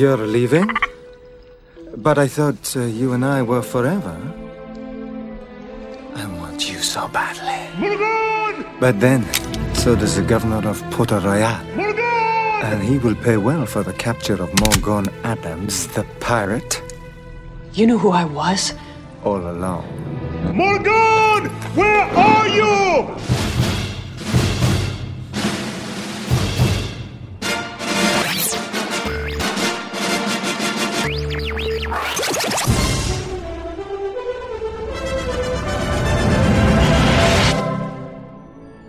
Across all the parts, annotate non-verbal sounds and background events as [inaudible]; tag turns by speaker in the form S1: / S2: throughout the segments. S1: You're leaving? But I thought uh, you and I were forever. I want you so badly. But then, so does the governor of Puerto Real. And he will pay well for the capture of Morgon Adams, the pirate,
S2: You know who I was?
S1: all along.
S3: Morgan, where are you?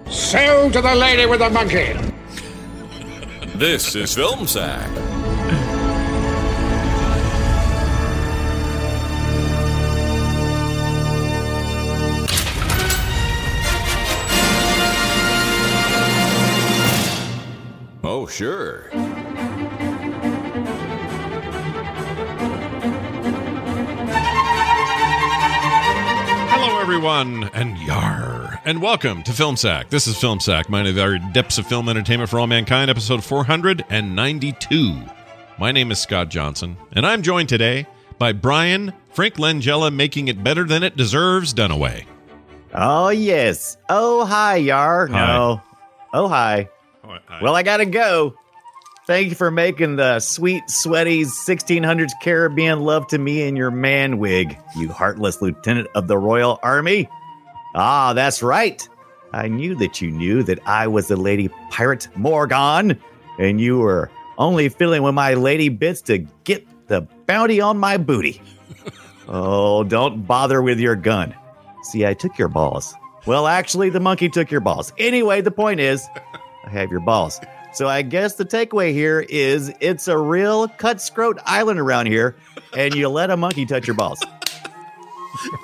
S4: Sell to the lady with the monkey.
S5: This is Film Sack. Oh, sure.
S6: Hello, everyone, and yar, and welcome to Film Sack. This is Film Sack, mine of the very depths of film entertainment for all mankind, episode 492. My name is Scott Johnson, and I'm joined today by Brian Frank Langella, making it better than it deserves, Dunaway.
S7: Oh yes. Oh hi, Yar. No. Oh hi. Well, I gotta go. Thank you for making the sweet, sweaty 1600s Caribbean love to me in your man wig, you heartless lieutenant of the Royal Army. Ah, that's right. I knew that you knew that I was the Lady Pirate Morgan, and you were only fiddling with my lady bits to get the bounty on my [laughs] booty. oh, don't bother with your gun. See, I took your balls. Well, actually, the monkey took your balls. Anyway, the point is, I have your balls. So I guess the takeaway here is it's a real cut scrote island around here, and you let a monkey touch your balls.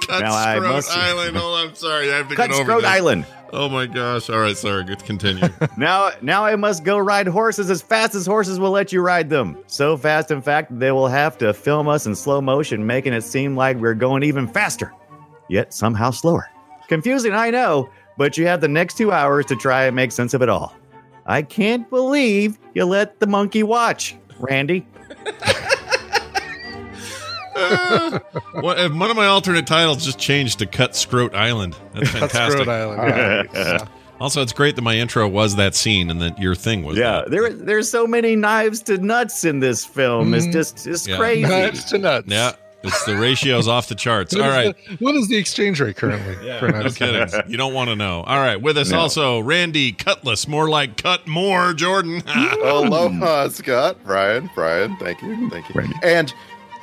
S6: Cut
S7: Now I must-
S6: Island. Oh, I'm sorry. I have to
S7: cut
S6: get over
S7: scrote
S6: this.
S7: island.
S6: Oh, my gosh. All right, sorry. Good, continue. [laughs]
S7: Now, now I must go ride horses as fast as horses will let you ride them. So fast, in fact, they will have to film us in slow motion, making it seem like we're going even faster, yet somehow slower. Confusing, I know, but you have the next two hours to try and make sense of it all. I can't believe you let the monkey watch, Randy.
S6: What- uh, one of my alternate titles just changed to Cut Scrote Island. That's
S7: [laughs]
S6: fantastic.
S8: Rhode Island.
S6: Also, it's great that my intro was that scene and that your thing was
S7: Yeah,
S6: that.
S7: there, there's so many knives to nuts in this film. It's just, it's
S6: Yeah.
S7: crazy.
S8: Knives to nuts.
S6: Yeah, it's the ratio's off the charts.
S8: What
S6: All
S8: is
S6: right.
S8: the- what is the exchange rate currently? for
S6: No
S8: knives to [laughs]
S6: kidding.
S8: nuts?
S6: You don't want to know. All right. With us also, Randy Cutlass, more like Cut More, Jordan. [laughs]
S9: Aloha, Scott, Brian, Brian. Thank you, thank you, and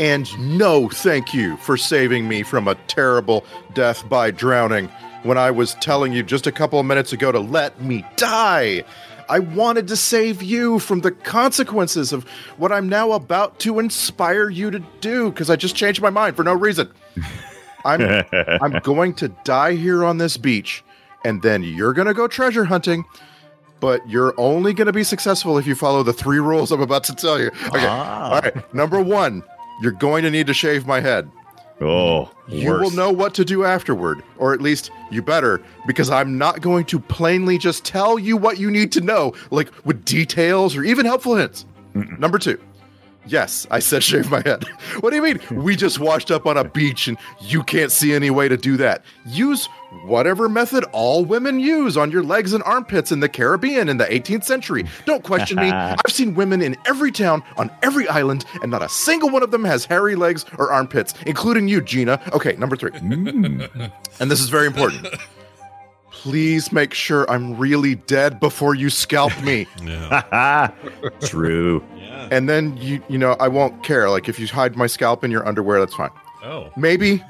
S9: and no, thank you for saving me from a terrible death by drowning. When I was telling you just a couple of minutes ago to let me die, I wanted to save you from the consequences of what I'm now about to inspire you to do because I just changed my mind for no reason. I'm I'm going to die here on this beach, and then you're gonna go treasure hunting but you're only going to be successful if you follow the three rules I'm about to tell you. Okay. All right. Number one, you're going to need to shave my head.
S7: Oh, [laughs]
S9: You will know what to do afterward, or at least you better, because I'm not going to plainly just tell you what you need to know, like with details or even helpful hints. Number two, yes, I said shave my head. [laughs] what do you mean? We just washed up on a beach and you can't see any way to do that. Use whatever method all women use on your legs and armpits in the Caribbean in the 18th century. Don't question me. I've seen women in every town on every island, and not a single one of them has hairy legs or armpits, including you, Gina. Okay, number three. and this is very important. Please make sure I'm really dead before you scalp me.
S6: Yeah.
S7: Ah, True.
S9: and then you you know, I won't care. Like if you hide my scalp in your underwear, that's fine.
S6: Oh.
S9: Maybe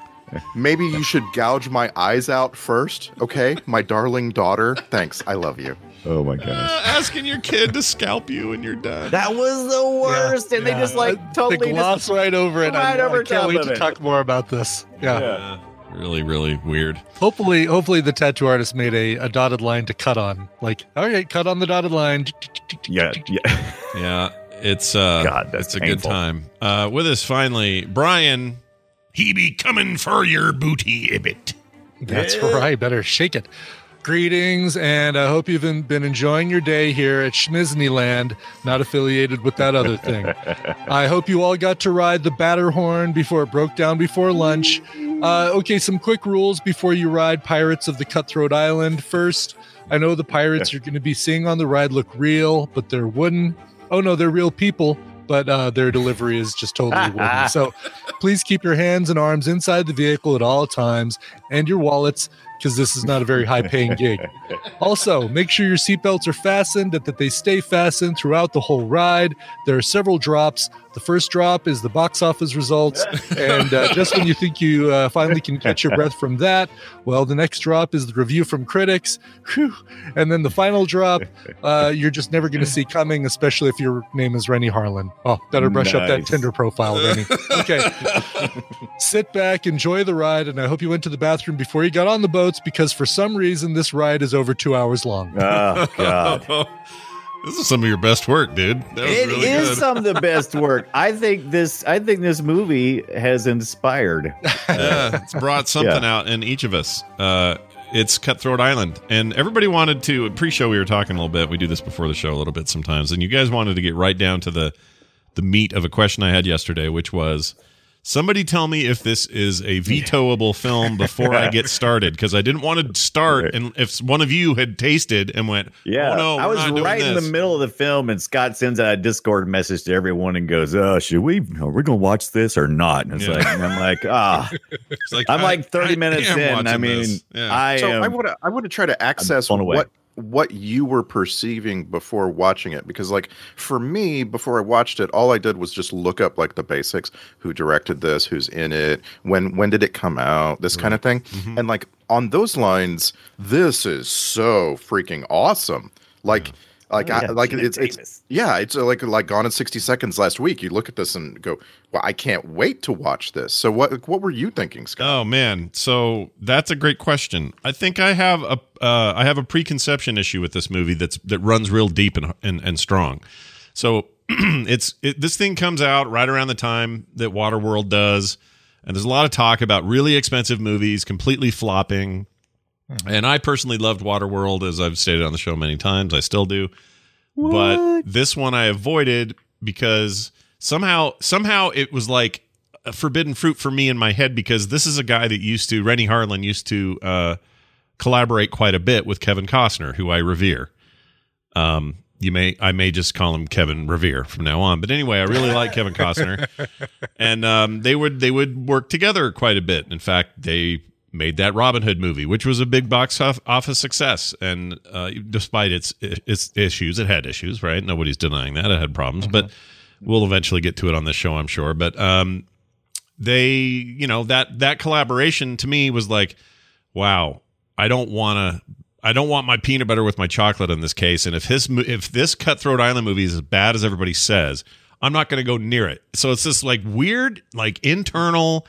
S9: maybe you should gouge my eyes out first, okay? My darling daughter. Thanks. I love you.
S7: Oh my goodness.
S6: Uh, asking your kid to scalp you when you're done.
S7: That was the worst, and they just like totally
S8: they
S7: just-
S8: gloss right over it. I-
S7: right
S8: I
S7: over
S8: can't
S7: top
S8: wait
S7: of
S8: to
S7: it.
S8: talk more about this. Yeah.
S6: Uh, really, really weird.
S8: Hopefully, hopefully the tattoo artist made a, a dotted line to cut on. Like, all right, cut on the dotted line.
S7: Yeah, yeah.
S6: Yeah. It's uh
S7: God, that's
S6: it's a good
S7: painful.
S6: time. Uh with us finally, Brian. He be coming for your booty, Ibbit.
S8: That's right. Better shake it. Greetings, and I hope you've been, been enjoying your day here at Schmizneyland, not affiliated with that other thing. I hope you all got to ride the Batterhorn before it broke down before lunch. Uh, okay, some quick rules before you ride Pirates of the Cutthroat Island. First, I know the pirates you're going to be seeing on the ride look real, but they're wooden. Oh no, they're real people, but uh, their delivery is just totally wooden. So please keep your hands and arms inside the vehicle at all times and your wallets because this is not a very high paying gig. Also, make sure your seatbelts are fastened and that they stay fastened throughout the whole ride. There are several drops. The first drop is the box office results. And uh, just when you think you uh, finally can catch your breath from that, well, the next drop is the review from critics. Whew. And then the final drop, uh, you're just never going to see coming, especially if your name is Rennie Harlan. Oh, better brush up that
S7: Nice.
S8: Tinder profile, Rennie. Okay. Sit back, enjoy the ride, and I hope you went to the bathroom before you got on the boats because for some reason this ride is over two hours long.
S7: Oh God.
S6: this is some of your best work, dude. That was
S7: It is
S6: really good.
S7: some of the best work. I think this. I think this movie
S6: [laughs]
S7: has inspired.
S6: yeah, it's
S7: [laughs]
S6: brought something out in each of us. Uh, it's Cutthroat Island, and everybody wanted to pre-show. We were talking a little bit. We do this before the show a little bit sometimes, and you guys wanted to get right down to the the meat of a question I had yesterday, which was somebody tell me if this is a vetoable film before I
S7: [laughs]
S6: get started because I didn't want to start and if one of you had tasted and went,
S7: Yeah,
S6: oh, no,
S7: I
S6: we're
S7: was
S6: not doing
S7: right in the
S6: this."
S7: middle of the film, and Scott sends out a Discord message to everyone and goes, "Oh, should we? Are we gonna watch this or not?" And it's
S6: Yeah.
S7: like, and I'm
S6: [laughs]
S7: like, ah,
S6: It's like,
S7: I'm
S6: I-
S7: like 30
S6: I
S7: minutes
S6: am
S7: in. and I
S6: watching
S7: mean,
S6: this. Yeah.
S7: I
S9: so
S7: am.
S9: I want to I want to try to access
S7: blown away.
S9: what what you were perceiving before watching it because like for me before I watched it all I did was just look up like the basics who directed this who's in it when when did it come out
S7: Mm-hmm.
S9: this kind of thing and like on those lines this is so freaking awesome like like I,
S7: yeah,
S9: like
S7: Gina
S9: it's it's
S7: Davis.
S9: yeah it's uh, like like gone in 60 seconds last week you look at this and go well I can't wait to watch this so what what were you thinking Scott
S6: Oh man, so that's a great question. I think I have a uh, I have a preconception issue with this movie that's that runs real deep and and, and strong. So [clears throat] it's it, this thing comes out right around the time that Waterworld does, and there's a lot of talk about really expensive movies completely flopping. And I personally loved Waterworld, as I've stated on the show many times. I still do, but this one I avoided because somehow somehow it was like a forbidden fruit for me in my head because this is a guy that used to Rennie Harlan used to uh, collaborate quite a bit with Kevin Costner, who I revere. Um, you may I may just call him Kevin Revere from now on, but anyway, I really like Kevin Costner, and um, they would they would work together quite a bit. In fact, they made that Robin Hood movie, which was a big box off- office success, and uh, despite its its issues, it had issues, right? Nobody's denying that it had problems, but we'll eventually get to it on this show, I'm sure. But um, they you know that that collaboration to me was like wow i don't want to i don't want my peanut butter with my chocolate in this case and if his mo- if this cutthroat island movie is as bad as everybody says i'm not going to go near it so it's this like weird like internal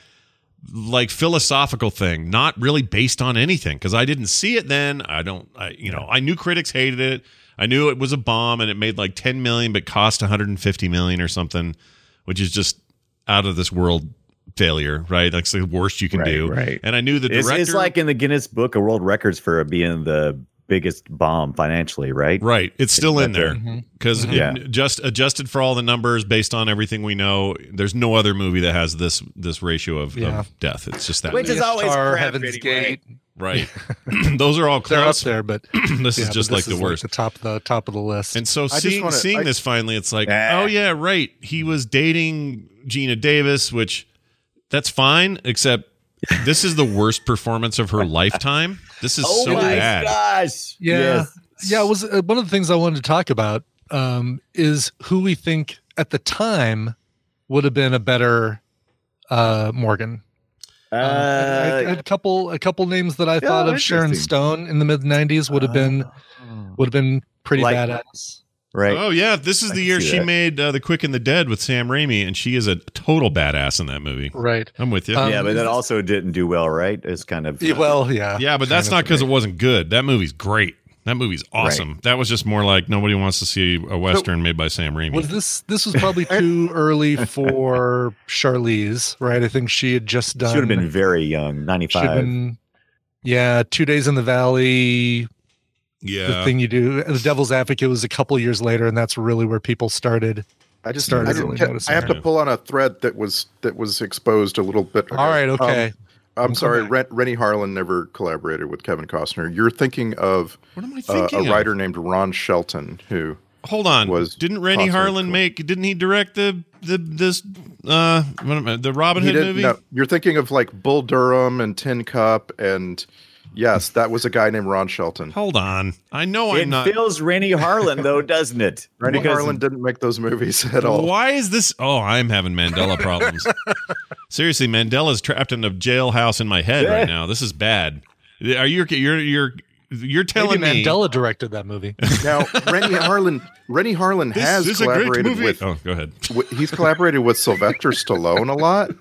S6: like philosophical thing not really based on anything because i didn't see it then i don't i you know i knew critics hated it i knew it was a bomb and it made like 10 million but cost 150 million or something which is just out of this world failure right that's the worst you can
S7: Right,
S6: do
S7: right.
S6: and i knew the
S7: it's,
S6: director
S7: it's like in the Guinness Book of World Records for being the biggest bomb financially, right?
S6: Right. It's still in there
S7: better.
S6: because
S7: Yeah.
S6: just adjusted for all the numbers based on everything we know, there's no other movie that has this this ratio of,
S8: Yeah.
S6: of death. It's just that
S7: Which is always
S8: Star,
S7: crap
S8: Heaven's
S7: anyway.
S8: Gate.
S6: right. [clears throat] Those are
S8: [laughs]
S6: all
S8: They're up
S6: close.
S8: there, but
S6: this
S8: yeah,
S6: is
S8: but
S6: just
S8: this
S6: like the
S8: is,
S6: worst.
S8: the top, the top of the list.
S6: and so
S9: just
S6: seeing
S9: wanna-
S6: seeing
S9: I-
S6: this finally, it's like,
S7: Ah.
S6: oh yeah, right. He was dating Gina Davis, which that's fine, except this is the worst performance of her lifetime. This is
S7: Oh
S6: so
S7: my
S6: bad.
S7: gosh!
S8: Yeah.
S7: Yes.
S8: Yeah, it was uh, one of the things I wanted to talk about um, is who we think at the time would have been a better uh, Morgan. Um, I- I
S7: Uh,
S8: had a couple a couple names that I thought of. Sharon
S7: interesting. Oh.
S8: Stone in the mid '90s would have been would have been pretty
S7: Like-
S8: badass.
S7: right.
S6: Oh yeah, this is
S7: I
S6: the
S7: can
S6: year
S7: see
S6: she
S7: that.
S6: made uh, The Quick and the Dead with Sam Raimi, and she is a total badass in that movie.
S8: Right.
S6: I'm with you.
S8: Um,
S7: yeah, but that also didn't do well, right? It's kind of
S8: Well, yeah.
S6: yeah, but that's not because it wasn't good. That movie's great. That movie's awesome. That was just more like nobody wants to see a western made by Sam Raimi.
S8: Was this this was probably too
S7: [laughs]
S8: early for Charlize, right? I think she had just
S7: She
S8: done.
S7: would have been very young,
S8: she'd
S7: 95.
S8: been Yeah, two days in the valley. The
S6: Yeah.
S8: thing you do, the Devil's Advocate was a couple years later, and that's really where people started.
S9: I just
S8: Started
S9: I, just
S8: really
S9: kept-
S8: noticing
S9: I have to
S6: it.
S9: pull on a thread that was that was exposed a little bit. Ago.
S8: All right,
S9: Um,
S8: okay.
S9: I'm sorry, Ren, Rennie Harlan never collaborated with Kevin Costner. You're thinking of
S6: What am I
S9: uh,
S6: thinking?
S9: a
S6: of?
S9: writer named Ron Shelton, who
S6: Hold on.
S9: was
S6: didn't Randy
S9: Costner
S6: Harlan
S9: cool.
S6: make? Didn't he direct the the this uh what am I- the Robin
S9: he
S6: Hood
S9: didn't.
S6: movie?
S9: No, you're thinking of like Bull Durham and Tin Cup, and yes, that was a guy named Ron Shelton.
S6: Hold on. I know
S7: it
S6: I'm not.
S7: feels Rennie Harlan though, doesn't it?
S9: Rennie
S7: Because-
S9: Harlan didn't make those movies at all.
S6: Why is this? Oh, I'm having Mandela
S9: [laughs]
S6: problems. Seriously, Mandela's trapped in a jailhouse in my head
S7: Yeah.
S6: right now. This is bad. Are you? You're you're you're
S8: Maybe
S6: telling me
S8: Mandela directed that movie.
S9: Now, Rennie Harlan, Rennie Harlan
S6: this
S9: has
S6: is a great
S9: collaborated
S6: movie?
S9: with
S6: oh, go ahead.
S9: w- he's collaborated with Sylvester Stallone a lot,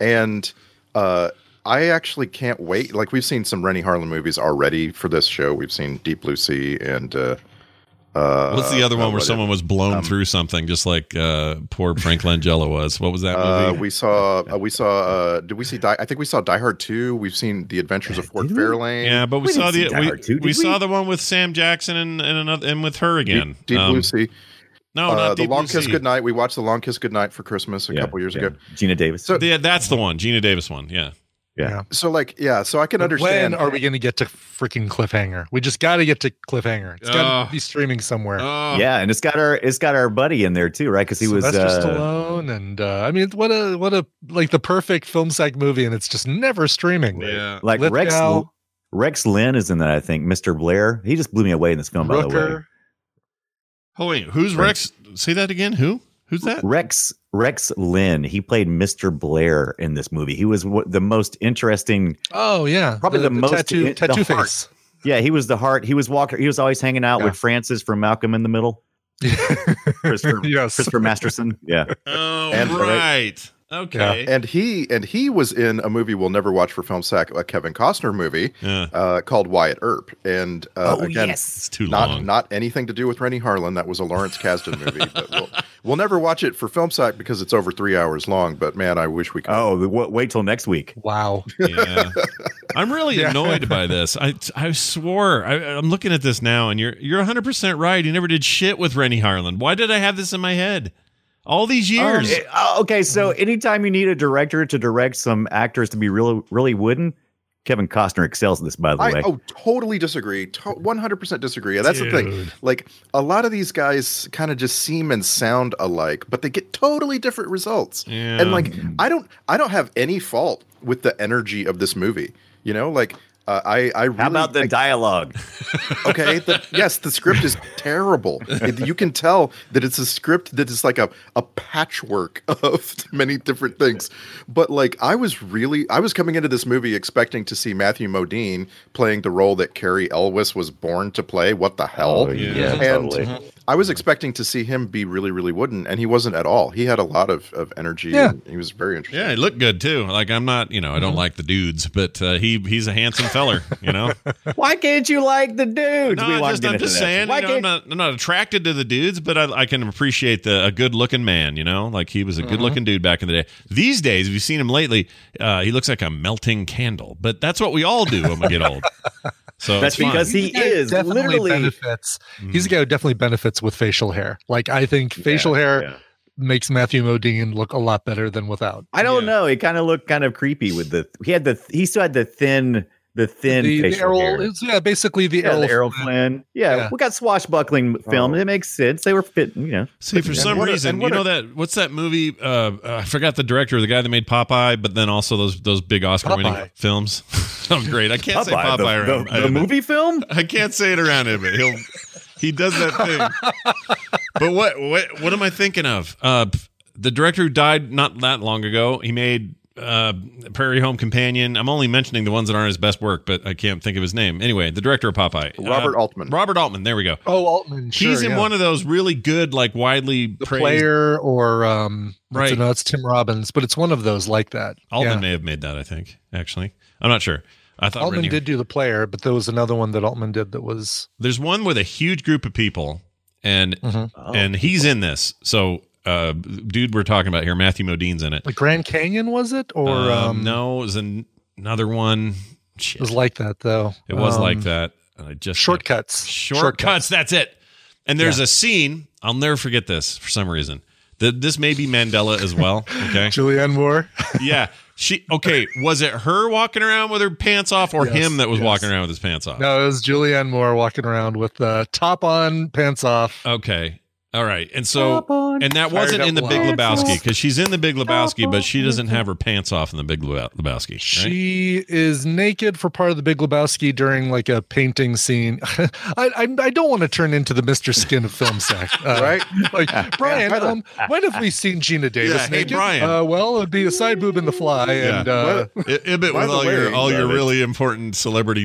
S9: and uh, I actually can't wait. Like we've seen some Rennie Harlan movies already for this show. We've seen Deep Blue Sea and uh, uh,
S6: What's the other one
S9: uh,
S6: where
S9: what-
S6: someone was blown through something, just like uh, poor Frank Langella was? What was that
S9: Uh,
S6: movie?
S9: we saw uh, we saw uh, did we see Die? I think we saw Die Hard two. We've seen The Adventures of Fort Fairlane.
S6: yeah, but we,
S7: we
S6: saw
S7: didn't see
S6: the
S7: Die
S6: we,
S7: Hard two, did
S6: we
S7: we?
S6: saw the one with Sam Jackson and and another and with her again.
S9: Deep
S6: Um,
S9: Blue Sea.
S6: No,
S9: uh,
S6: not
S9: the
S6: Deep
S9: Long
S6: Blue
S9: Kiss
S6: Sea.
S9: Goodnight. We watched The Long Kiss Goodnight for Christmas a couple years
S7: yeah.
S9: ago.
S7: Gina Davis.
S9: So-
S6: Yeah, that's the one. Gina Davis one. Yeah.
S9: So like, yeah. So I can understand.
S8: When are we going to get to freaking cliffhanger? We just got to get to cliffhanger. It's got to
S6: Oh.
S8: be streaming somewhere.
S6: Oh,
S7: yeah, and it's got our it's got our buddy in there too, right? Because he was
S8: Sylvester
S7: uh,
S8: Stallone, and uh, I mean, what a what a like the perfect film psych movie, and it's just never streaming.
S6: yeah.
S7: like Rex
S8: Lithgow,
S7: Rex Lynn is in that. I think Mr. Blair. He just blew me away in this film. By the way,
S8: Rooker.
S6: Oh wait, who's Rex? Say that again. Who? Who's that?
S7: Rex Rex Lynn. He played Mr. Blair in this movie. He was wh- the most interesting.
S8: Oh yeah,
S7: Probably the most-
S8: tattoo
S7: it- the
S8: tattoo
S7: heart.
S8: face.
S7: Yeah, he was the heart. He was Walker. He was always hanging out
S8: Yeah.
S7: with Francis from Malcolm in
S6: [laughs]
S7: the Middle. Christopher,
S8: Yes.
S7: Christopher Masterson.
S6: [laughs]
S7: Yeah,
S6: Oh
S9: And-
S6: right. Okay.
S9: and he and he was in a movie we'll never watch for film sack, a Kevin Costner movie
S6: Yeah.
S9: uh, called Wyatt Earp. And
S6: Oh,
S9: uh,
S7: Oh,
S9: again,
S6: It's too
S9: not
S6: long.
S9: not anything to do with Rennie Harlan. That was a Lawrence Kasdan movie.
S6: [laughs]
S9: But we'll, we'll never watch it for film sack because it's over three hours long. But man, I wish we could.
S7: Oh, w- wait till next week.
S8: Wow.
S6: [laughs] yeah. I'm really annoyed by this. I I swore I, I'm looking at this now, and you're you're 100 percent right. You never did shit with Rennie Harlan. Why did I have this in my head all these years?
S7: Um, eh, okay, so
S6: Mm-hmm.
S7: anytime you need a director to direct some actors to be really, really wooden, Kevin Costner excels at this. By the
S9: I
S7: way,
S9: oh totally disagree. One hundred percent disagree. And That's the thing. Like a lot of these guys kind of just seem and sound alike, but they get totally different results.
S6: Yeah.
S9: And like I don't I don't have any fault with the energy of this movie. You know, like uh, I I really
S7: how about the
S6: [laughs]
S9: think-
S7: dialogue?
S9: okay the, yes the script is terrible It- you can tell that it's a script that is like a, a patchwork [laughs] of many different things but like i was really i was coming into this movie expecting to see matthew modine playing the role that carrie elwes was born to play what the hell
S7: yeah,
S9: and
S7: totally.
S9: i was expecting to see him be really really wooden and he wasn't at all he had a lot of, of energy
S8: Yeah.
S9: and he was very interesting
S6: yeah, he looked good too. Like I'm not, you know, I don't like the dudes, but uh, he he's a handsome feller, you [laughs] know.
S7: Why can't you like the dudes?
S6: No,
S7: we
S6: I'm
S7: walked
S6: just,
S7: in
S6: I'm
S7: into
S6: just
S7: that.
S6: saying.
S7: Why
S6: you know, I'm
S7: can't-
S6: not, I'm not attracted to the dudes, but I, I can appreciate the a good looking man. You know, like he was a good
S7: Mm-hmm.
S6: looking dude back in the day. These days, if you've seen him lately, uh, he looks like a melting candle. But that's what we all do when we get old. So
S7: [laughs] That's
S6: it's fine. Mm-hmm.
S7: because he is
S8: definitely
S7: literally.
S8: benefits. He's a guy who definitely benefits with facial hair. Like I think facial hair
S7: yeah.
S8: makes Matthew Modine look a lot better than without.
S7: I don't
S6: Yeah.
S7: know. He kind of looked kind of creepy with the. He had the. He still had the thin, the thin
S8: the, the
S7: facial
S8: Errol,
S7: hair.
S8: it's- yeah, basically the
S7: yeah,
S8: Errol.
S7: the Errol
S8: Flynn.
S7: Flynn. Yeah,
S8: Yeah.
S7: we got swashbuckling film. It makes sense. They were fitting. You know,
S6: See, for some
S9: what a-
S6: reason,
S9: and
S6: you
S9: what
S6: know
S9: a-
S6: that what's that movie? Uh, uh, I forgot the director, the guy that made Popeye, but then also those those big Oscar-winning
S8: Popeye.
S6: films. [laughs] oh, great! I can't say Popeye
S7: the-
S6: around
S7: the, the
S6: around-
S7: movie film.
S6: I can't say it around him, but he'll he does that thing. but what what what am I thinking of? Uh, p- the director who died not that long ago. He made uh, Prairie Home Companion. I'm only mentioning the ones that aren't his best work, but I can't think of his name. Anyway, the director of Popeye,
S9: Robert
S6: Uh,
S9: Altman.
S6: Robert Altman. There we go.
S8: Oh, Altman. Sure,
S6: He's in
S8: yeah.
S6: one of those really good, like widely
S8: the
S6: praised.
S8: player or um right.
S6: Right.
S8: no, it's Tim Robbins, but it's one of those like that.
S6: Altman
S8: Yeah.
S6: may have made that. I think actually, I'm not sure. I thought
S8: Altman
S6: Rennie-
S8: did do the player, but there was another one that Altman did that was
S6: There's one with a huge group of people, and
S8: Mm-hmm.
S7: Oh.
S6: and he's in this. So, uh, dude, we're talking about here, Matthew Modine's in it. Uh,
S8: the Grand Canyon, was it? Or um,
S6: no, it was an, another one. Shit.
S8: It was like that though.
S6: It was
S8: Um,
S6: like that. And I just
S8: Shortcuts.
S6: Shortcuts. That's it. And there's a scene. I'll never forget this for some reason. Th- This may be Mandela as well.
S8: [laughs]
S6: Okay.
S8: Julianne Moore.
S6: yeah. She okay. Was it her walking around with her pants off, or
S8: Yes,
S6: him that was
S8: yes.
S6: walking around with his pants off?
S8: No, it was Julianne Moore walking around with uh, top on, pants off.
S6: Okay. All right. And so, and that wasn't
S8: up
S6: in the Big
S8: line.
S6: Lebowski because she's in the Big Lebowski, but she doesn't have her pants off in the Big Lebo- Lebowski. right?
S8: She is naked for part of the Big Lebowski during like a painting scene. [laughs] I, I I don't want to turn into the Mr. Skin of film sack, uh,
S9: Right?
S8: Like Brian, um, when have we seen Gina Davis
S6: Yeah, hey,
S8: naked?
S6: Brian.
S8: Uh, well, it'd be a side boob in The Fly,
S6: Yeah.
S8: and uh,
S6: I- Ibit
S9: By
S6: with
S9: the
S6: all your
S9: way,
S6: all your
S9: David-
S6: really important celebrity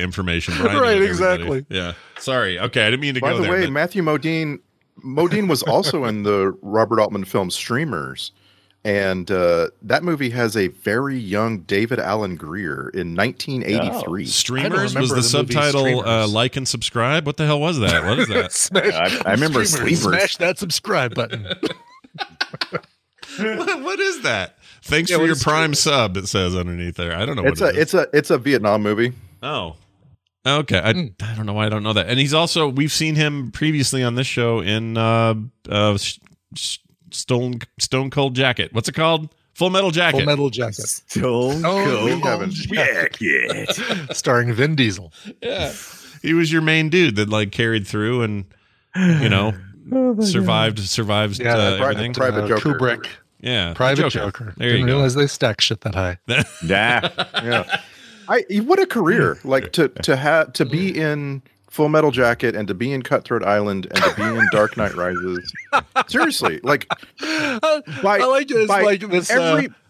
S8: [laughs]
S6: information. Brian
S8: Right,
S6: gave everybody.
S8: exactly.
S6: Yeah. Sorry. Okay. I didn't mean to
S9: By
S6: go
S9: the
S6: there.
S9: way,
S6: but-
S9: Matthew Modine Modine was also in the [laughs] Robert Altman film Streamers. And uh, that movie has a very young David Allen Greer in
S8: Oh,
S9: 1983.
S8: I
S6: Streamers
S8: don't
S6: was the,
S8: remember the movie
S6: subtitle. Uh,
S8: Streamers.
S6: like and subscribe. What the hell was that? What
S8: [laughs]
S6: is that? [laughs]
S8: smash,
S7: I, I
S8: [laughs]
S9: remember
S8: Streamers,
S9: Sleepers.
S8: smash that subscribe button.
S6: what, what is that? Thanks
S8: Yeah,
S6: for
S8: what
S6: your
S8: is
S6: prime sub. It says underneath there. I don't know.
S9: It's a
S6: what it is.
S9: it's a it's a Vietnam movie.
S6: Oh. Okay. I,
S8: Hmm.
S6: I don't know why I don't know that. And he's also we've seen him previously on this show in uh uh S- S- Stone Stone Cold Jacket. What's it called? Full Metal Jacket.
S8: Full metal jacket. [laughs]
S7: Stone
S8: Oh,
S9: we
S8: Full
S9: haven't.
S7: Jacket.
S8: starring Vin Diesel.
S6: He was your main dude that like carried through and you know
S8: [sighs] Oh
S6: survived survives
S8: Yeah,
S6: uh,
S8: Pri-
S6: everything.
S9: Private
S8: Uh,
S9: Joker.
S8: Kubrick.
S6: yeah. The
S8: Private Joker.
S6: There
S8: Didn't
S6: you go.
S8: realize they stack shit that high.
S9: [laughs]
S7: yeah.
S9: I what a career! Like to to have to be in Full Metal Jacket and to be in Cutthroat Island and to be in Dark Knight Rises. Seriously, like
S8: [laughs]
S9: by,
S8: I like it. It's
S9: by
S8: like this. uh,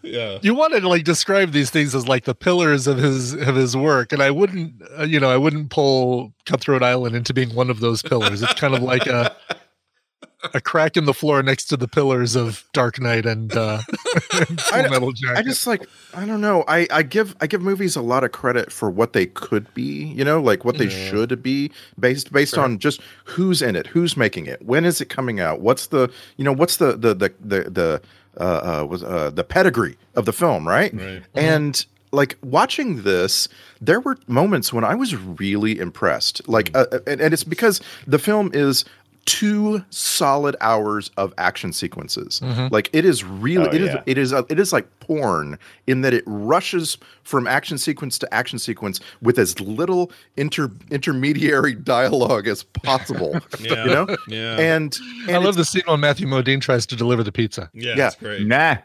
S9: Every,
S8: you want to like describe these things as like the pillars of his of his work, and I wouldn't, uh, you know, I wouldn't pull Cutthroat Island into being one of those pillars. It's kind of like a a crack in the floor next to the pillars of Dark Knight and uh, Full
S9: I-
S8: Metal Jacket.
S9: I just like I don't know. I I give I give movies a lot of credit for what they could be. You know, like what they should be based based on just who's in it, who's making it, when is it coming out, what's the you know what's the the the the, the uh, uh was uh the pedigree of the film, right? Right. And like watching this, there were moments when I was really impressed. Like, uh, and, and it's because the film is two solid hours of action sequences. Like it is really
S7: Oh,
S9: it is
S7: yeah.
S9: it is a, it is like porn in that it rushes from action sequence to action sequence with as little inter intermediary [laughs] dialogue as possible. You know?
S6: Yeah.
S9: And, and
S8: I love the scene when Matthew Modine tries to deliver the pizza.
S6: yeah,
S9: yeah.
S6: It's great.
S7: Nah.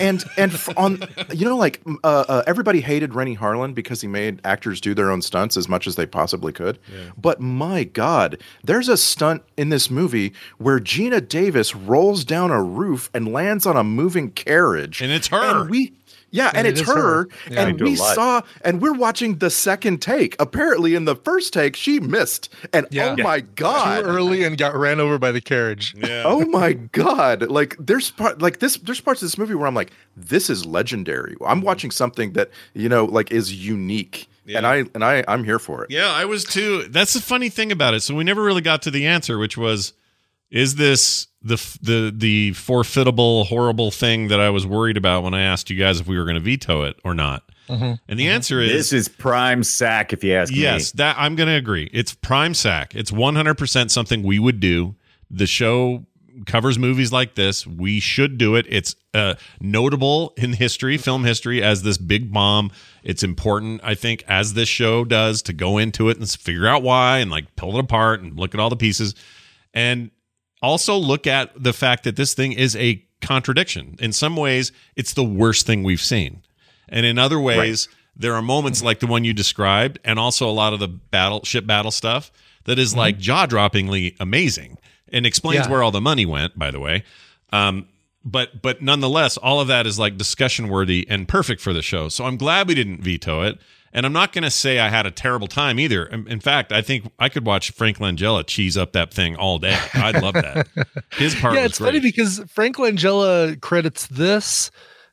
S9: and and f- on you know like m- uh, uh, everybody hated Rennie Harlan because he made actors do their own stunts as much as they possibly could. But my God, there's a stunt in this movie where Gina Davis rolls down a roof and lands on a moving carriage,
S6: And it's her.
S9: And we. Yeah, and,
S8: it
S9: it's
S8: is her.
S9: her,
S8: Yeah.
S9: and
S7: They do a
S9: we
S7: lot.
S9: saw, and we're watching the second take. Apparently, in the first take, she missed, and
S8: Yeah.
S9: oh my god,
S8: Too early and got ran over by the carriage.
S9: oh my god like there's part like this there's parts of this movie where i'm like this is legendary i'm watching something that you know like is unique and i and i i'm here for it
S6: Yeah, I was too. That's the funny thing about it. So we never really got to the answer, which was, is this the f- the the forfeitable horrible thing that I was worried about when I asked you guys if we were going to veto it or not? And the answer is
S7: This is prime sack, if you ask
S6: yes. That I'm going to agree. It's prime sack. It's 100 percent something we would do. The show covers movies like this. We should do it. It's uh, notable in history, film history, as this big bomb. It's important, I think, as this show does, to go into it and s- figure out why and like pull it apart and look at all the pieces, and also look at the fact that this thing is a contradiction. In some ways, it's the worst thing we've seen. And in other ways, there are moments like the one you described, and also a lot of the battleship battle stuff that is like jaw droppingly amazing and explains
S8: Yeah.
S6: where all the money went, by the way. Um, but but nonetheless, all of that is like discussion worthy and perfect for the show. So I'm glad we didn't veto it. And I'm not going to say I had a terrible time either. In in fact, I think I could watch Frank Langella cheese up that thing all day. I'd
S8: [laughs]
S6: love that. His part
S8: yeah,
S6: was
S8: it's
S6: great.
S8: funny because Frank Langella credits this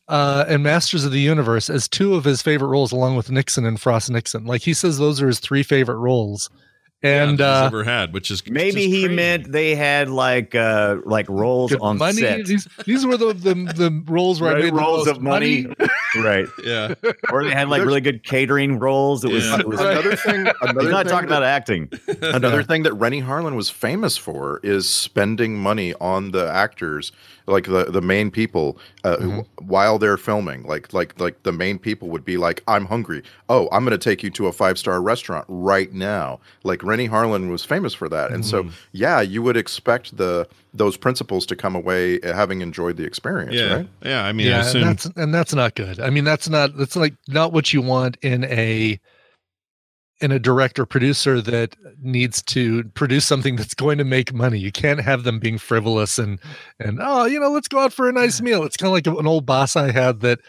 S8: uh, and Masters of the Universe as two of his favorite roles, along with Nixon and Frost Nixon. Like he says, those are his three favorite roles. and
S6: Yeah,
S8: uh,
S6: he's ever had, which is
S7: Maybe
S6: just
S7: he
S6: crazy.
S7: meant they had like uh like rolls
S8: good
S7: on
S8: money.
S7: set.
S8: These these were the the, the roles where I
S7: Right,
S8: made the
S7: rolls
S8: most
S7: of money. [laughs] right.
S6: Yeah,
S7: Or they had like really good catering rolls. It was,
S6: Yeah.
S7: it was
S9: Another thing, another
S7: He's not
S9: thing
S7: talking
S9: that-
S7: about acting.
S9: Another thing that Rennie Harlan was famous for is spending money on the actors, like the, the main people, uh, who, while they're filming. Like like like the main people would be like, "I'm hungry. Oh, I'm going to take you to a five star restaurant right now." Like Rennie Harlan was famous for that, and so yeah, you would expect the those principles to come away uh, having enjoyed the experience,
S6: yeah,
S9: right?
S6: yeah. I mean, I
S8: Yeah, and
S6: assume
S8: that's and that's not good. I mean, that's not that's like not what you want in a in a director producer that needs to produce something that's going to make money. You can't have them being frivolous and and oh, you know, let's go out for a nice meal. It's kind of like an old boss I had that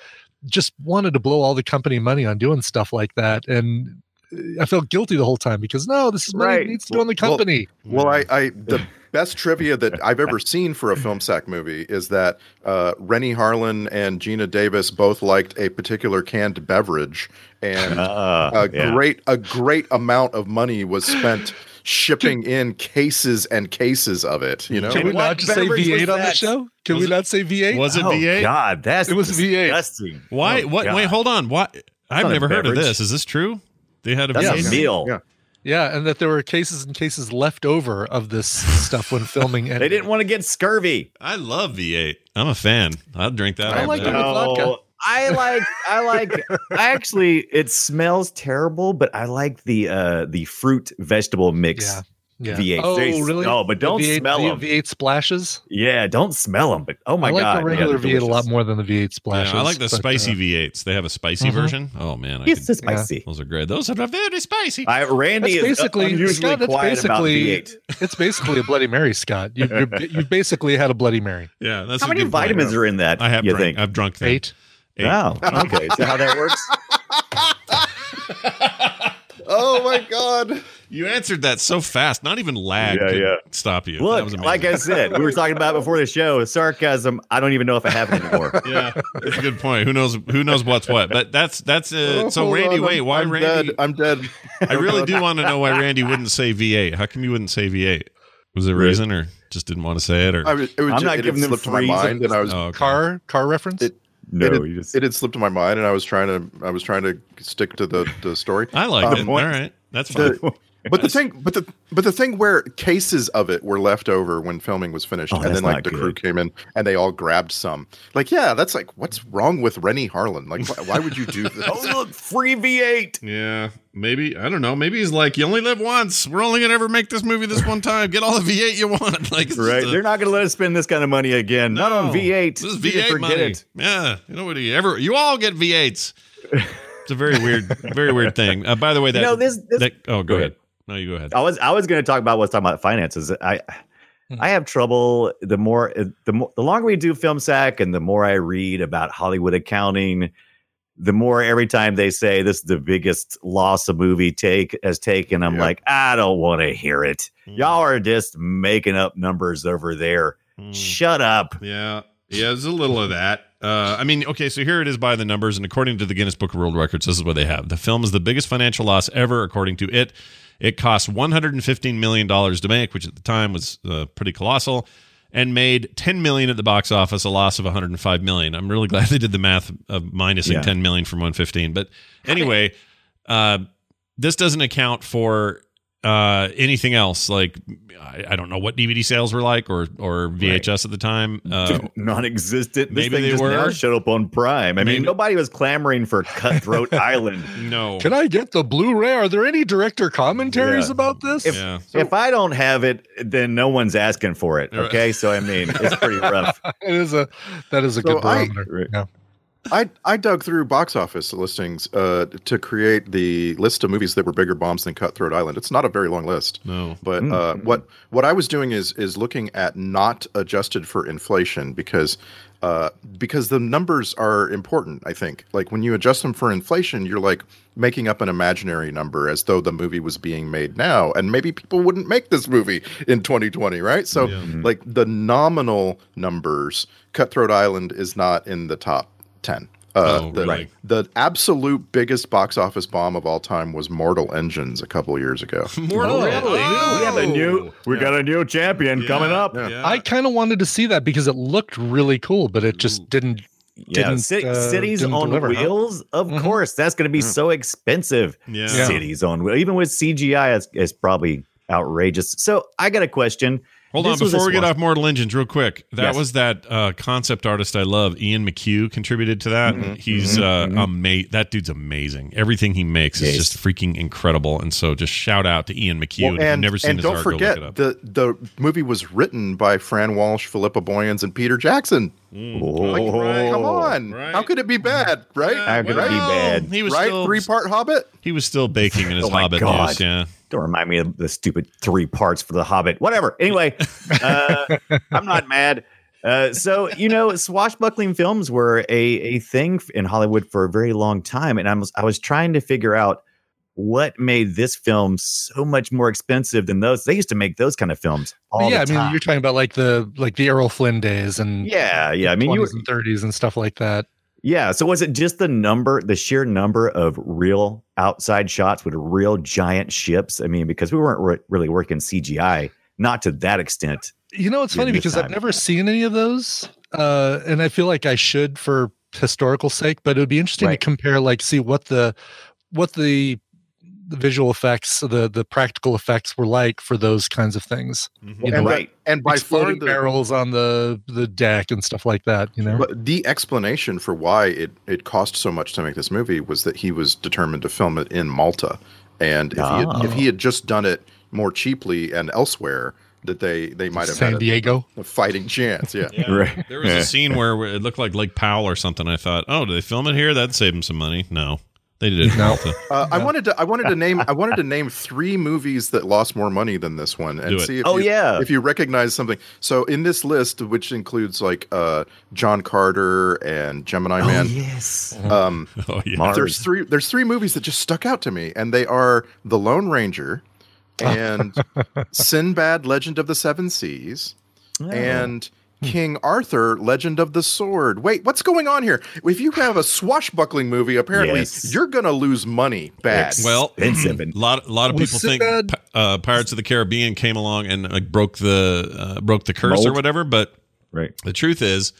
S8: just wanted to blow all the company money on doing stuff like that and uh, I felt guilty the whole time because no, this is money that
S7: Right.
S8: needs to go in the
S9: Well-
S8: company.
S9: Well, I, I
S6: Mm-hmm.
S9: the best trivia that I've ever seen for a film sack movie is that uh, Rennie Harlan and Gina Davis both liked a particular canned beverage, and
S6: Uh-huh.
S7: Uh,
S9: a
S7: yeah.
S9: great a great amount of money was spent shipping in cases and cases of it. You know,
S8: Can we
S7: What
S8: not just say
S7: beverage
S8: V8
S7: was
S8: on the
S7: that?
S8: show? Can
S6: Was
S8: we
S6: it-
S8: not say V8?
S6: was it
S7: oh,
S6: V8?
S7: God, that's
S8: It was V8.
S7: disgusting.
S6: Why?
S7: Oh,
S6: what? Wait,
S7: God.
S6: hold on. What? I've
S7: not a
S6: never heard of
S7: beverage.
S6: this. Is this true? They had a
S7: That's
S8: Yes.
S7: a meal.
S9: Yeah.
S8: Yeah, and that there were cases and cases left over of this stuff when
S7: [laughs]
S8: filming.
S7: They didn't want to get scurvy.
S6: I love V8. I'm a fan. I'd drink that.
S8: I
S6: all
S8: like
S6: day.
S8: it. vodka.
S7: I like I like I actually it smells terrible, but I like the uh the fruit vegetable mix.
S8: Yeah. Yeah.
S7: V8.
S8: Oh,
S7: They-
S8: really?
S7: no, but
S8: The
S7: don't
S8: V8,
S7: smell
S8: the
S7: 'em.
S8: V8 splashes.
S7: Yeah, don't smell them, but oh my
S8: I like
S7: god,
S8: the regular
S7: yeah,
S8: V8 a lot more than the V8
S6: Yeah,
S8: splashes.
S6: I like the
S8: but, uh,
S6: spicy V8s. They have a spicy
S8: Mhm.
S6: version. Oh man, I
S7: It's
S6: could,
S7: just spicy.
S6: those are great. Those are very spicy.
S7: I Randy
S8: That's
S7: is
S8: basically-
S7: unusually
S8: Scott, that's
S7: quiet about
S8: basically- [laughs]
S7: V8.
S8: it's basically a Bloody Mary, Scott. You, you're, you basically had a Bloody
S6: [laughs]
S8: Mary.
S6: yeah, that's
S7: How
S6: a
S7: many
S6: good point.
S7: vitamins are in that?
S6: I have.
S7: you
S6: Drink,
S7: think?
S6: I've drunk them.
S8: Eight.
S6: Eight.
S8: [laughs]
S7: Wow. Okay. Is that how that works?
S9: oh my god,
S6: You answered that so fast. Not even lag
S7: Yeah,
S6: could
S7: yeah.
S6: stop you. that was
S7: Look,
S6: amazing.
S7: like I said, we were talking about before the show, sarcasm. I don't even know if I have
S8: [laughs]
S7: it anymore.
S6: yeah, that's a good point. Who knows? Who knows what's what? But that's that's
S7: Oh,
S6: uh, so.
S9: Hold
S6: Randy,
S9: on,
S6: wait,
S9: I'm-
S6: why
S9: I'm
S6: Randy?
S9: Dead. I'm dead.
S6: I really do want to know why Randy wouldn't say V8. How come you wouldn't say V8? Was there a reason, or just didn't want to say it, or
S9: I was, it was
S7: I'm
S9: just,
S7: not
S9: it had
S7: giving them
S9: slipped my
S7: freeze.
S9: mind, and I was
S6: Oh, okay.
S8: Car car reference?
S9: It-
S7: No,
S9: it, had,
S7: you just
S9: it had slipped in my mind, and I was trying to I was trying to stick to the the story.
S6: I like
S9: Um,
S6: it. All right, that's fine.
S7: [laughs]
S9: the- but the thing, but the but the thing where cases of it were left over when filming was finished,
S7: Oh,
S9: and
S7: that's
S9: then
S7: not
S9: like the crew
S7: good.
S9: came in and they all grabbed some. Like, yeah, that's like what's wrong with Rennie Harlan? Like, why, why would you
S7: [laughs]
S9: do this?
S7: Oh look, free V8.
S6: yeah, maybe I don't know. Maybe he's like, you only live once. We're only gonna ever make this movie this one time. Get all the V8 you want. [laughs] Like, it's just
S7: Right.
S6: a-
S7: They're not going to let us spend this kind of money again. Not on
S6: No,
S7: V8.
S6: This is
S7: You can
S6: V8
S7: forget
S6: money.
S7: it.
S6: Yeah, you know what? You ever you all get
S7: [laughs]
S6: V8s. It's a very weird, very weird thing. Uh, by the way, that
S7: You know, this- this-
S6: that- oh, go,
S7: Go
S6: ahead.
S7: ahead.
S6: No, you go ahead.
S7: I was I was going to talk about what's talking about finances. I
S6: Hmm.
S7: I have trouble the more uh, the more the longer we do film sack and the more I read about Hollywood accounting, the more every time they say this is the biggest loss a movie take has taken, I'm
S9: Yeah.
S7: like I don't want to hear it.
S6: Hmm.
S7: Y'all are just making up numbers over there.
S6: Hmm.
S7: Shut up.
S6: Yeah. Yeah, there's a little of that. Uh, I mean, okay, so here it is by the numbers, and according to the Guinness Book of World Records, this is what they have. The film is the biggest financial loss ever, according to it. It cost 115 million dollars to make, which at the time was uh, pretty colossal, and made 10 million at the box office, a loss of 105 million. I'm really [laughs] glad they did the math of minusing
S7: Yeah.
S6: 10 million from 115. But anyway, uh, this doesn't account for uh, anything else. Like I, I don't know what DVD sales were like, or or VHS at the [laughs] time. Uh,
S7: [laughs] Non-existent. This
S6: maybe
S7: thing
S6: they
S7: just now
S6: were.
S7: showed up on Prime. I
S6: Maybe-
S7: mean, nobody was clamoring
S6: [laughs]
S7: for Cutthroat Island.
S6: no.
S8: Can I get the Blu-ray? Are there any director commentaries
S7: Yeah.
S8: about this? [laughs]
S7: If-
S6: yeah.
S7: if I don't have it, then no one's asking for it.
S6: Right.
S7: Okay, so I mean, it's pretty rough.
S6: [laughs]
S8: it is a that is a
S9: So
S8: good
S9: I-
S8: barometer.
S7: Right.
S8: Yeah.
S9: I I dug through box office listings uh, to create the list of movies that were bigger bombs than Cutthroat Island. It's not a very long list.
S6: No.
S9: But uh, what what I was doing is is looking at not adjusted for inflation because uh, because the numbers are important. I think like when you adjust them for inflation, you're like making up an imaginary number as though the movie was being made now, and maybe people wouldn't make this movie in 2020, right? So
S6: Mm-hmm.
S9: like the nominal numbers, Cutthroat Island is not in the top ten. Uh,
S6: Oh,
S9: the,
S6: really?
S9: the absolute biggest box office bomb of all time was Mortal Engines a couple
S6: [laughs]
S9: years ago.
S6: Mortal Oh!
S7: We have a new. We got a new champion coming up. Yeah,
S6: Yeah.
S8: I kind of wanted to see that because it looked really cool, but it just didn't. Didn't,
S7: ci-
S8: uh,
S7: cities
S8: didn't
S7: on
S8: deliver, huh? Mm-hmm.
S7: wheels. Of course, that's going to be so expensive.
S6: Yeah.
S8: Yeah.
S7: Cities on wheels, even with CGI, it's, it's probably outrageous. So I got a question.
S6: Hold on,
S7: This was a
S6: before we get
S7: small-
S6: off Mortal Engines, real quick. That
S7: Yes.
S6: was that uh, concept artist I love, Ian McHugh, contributed to that.
S7: Mm-hmm.
S6: He's uh, ama- That dude's amazing. Everything he makes is
S7: Yes.
S6: just freaking incredible. And so, just shout out to Ian McHugh. and,
S9: Well,
S6: if you've never seen
S9: and
S6: his
S9: don't
S6: art,
S9: forget
S6: go look it up.
S9: the the movie was written by Fran Walsh, Philippa Boyens, and Peter Jackson. Like, come on,
S6: right.
S9: how could it be bad? Right?
S7: How could it be
S9: right?
S7: bad?
S6: He was
S9: Right?
S6: still
S9: Three part Hobbit.
S6: he was still baking in his
S7: Oh my
S6: Hobbit
S7: God.
S6: news. Yeah,
S7: Don't remind me of the stupid three parts for The Hobbit. Whatever. Anyway, uh, I'm not mad. Uh, so you know, swashbuckling films were a a thing in Hollywood for a very long time, and I was I was trying to figure out what made this film so much more expensive than those. They used to make those kind of films all
S8: yeah, I
S7: the
S8: mean,
S7: time.
S8: you're talking about like the like the Errol Flynn days and
S7: yeah, yeah. I mean, you were,
S8: 20s and 30s and stuff like that.
S7: Yeah. So was it just the number, the sheer number of real outside shots with real giant ships? I mean, because we weren't re- really working CGI, not to that extent.
S8: You know, it's
S7: During
S8: funny
S7: this
S8: because
S7: time.
S8: I've never seen any of those, uh, and I feel like I should for historical sake. But it would be interesting
S7: Right.
S8: to compare, like, see what the what the the visual effects, the the practical effects were like for those kinds of things. You know,
S9: and
S7: right.
S9: The, and Mm-hmm. by far
S8: exploding
S9: the,
S8: barrels on the the deck and stuff like that. You know,
S9: But the explanation for why it, it cost so much to make this movie was that he was determined to film it in Malta, and if, he,
S7: Ah.
S9: had, if he had just done it more cheaply and elsewhere, that they they might have
S8: San
S9: had
S7: [laughs]
S9: a,
S8: Diego.
S9: a fighting chance. Yeah.
S7: Right.
S6: There was a scene where it looked like Lake Powell or something. I thought, oh, did they film it here? That'd save them some money. No, they did it. in Malta.
S9: Uh, I wanted to I wanted to name
S6: [laughs]
S9: I wanted to name three movies that lost more money than this one and
S6: Do it.
S9: see if
S7: Oh,
S9: you,
S7: yeah.
S9: if you recognize something. So in this list, which includes like uh, John Carter and Gemini
S7: Oh,
S9: Man,
S7: yes.
S6: [laughs]
S9: um,
S6: [laughs] Oh yeah.
S9: there's
S7: Mars.
S9: three there's three movies that just stuck out to me and they are the lone
S7: [laughs]
S9: ranger and sinbad legend of the seven seas
S7: Oh,
S9: and
S6: Hmm.
S9: king arthur legend of the sword wait what's going on here if you have a swashbuckling movie apparently
S7: Yes.
S9: you're gonna lose money bad
S6: Well,
S7: Expensive
S6: a [clears throat]
S7: and-
S6: lot, lot of
S8: Was
S6: people think
S8: Sinbad-
S6: Pi- uh, Pirates of the Caribbean came along and like broke the uh, broke the curse or
S7: Mold.
S6: whatever. But
S7: Right.
S6: the truth is,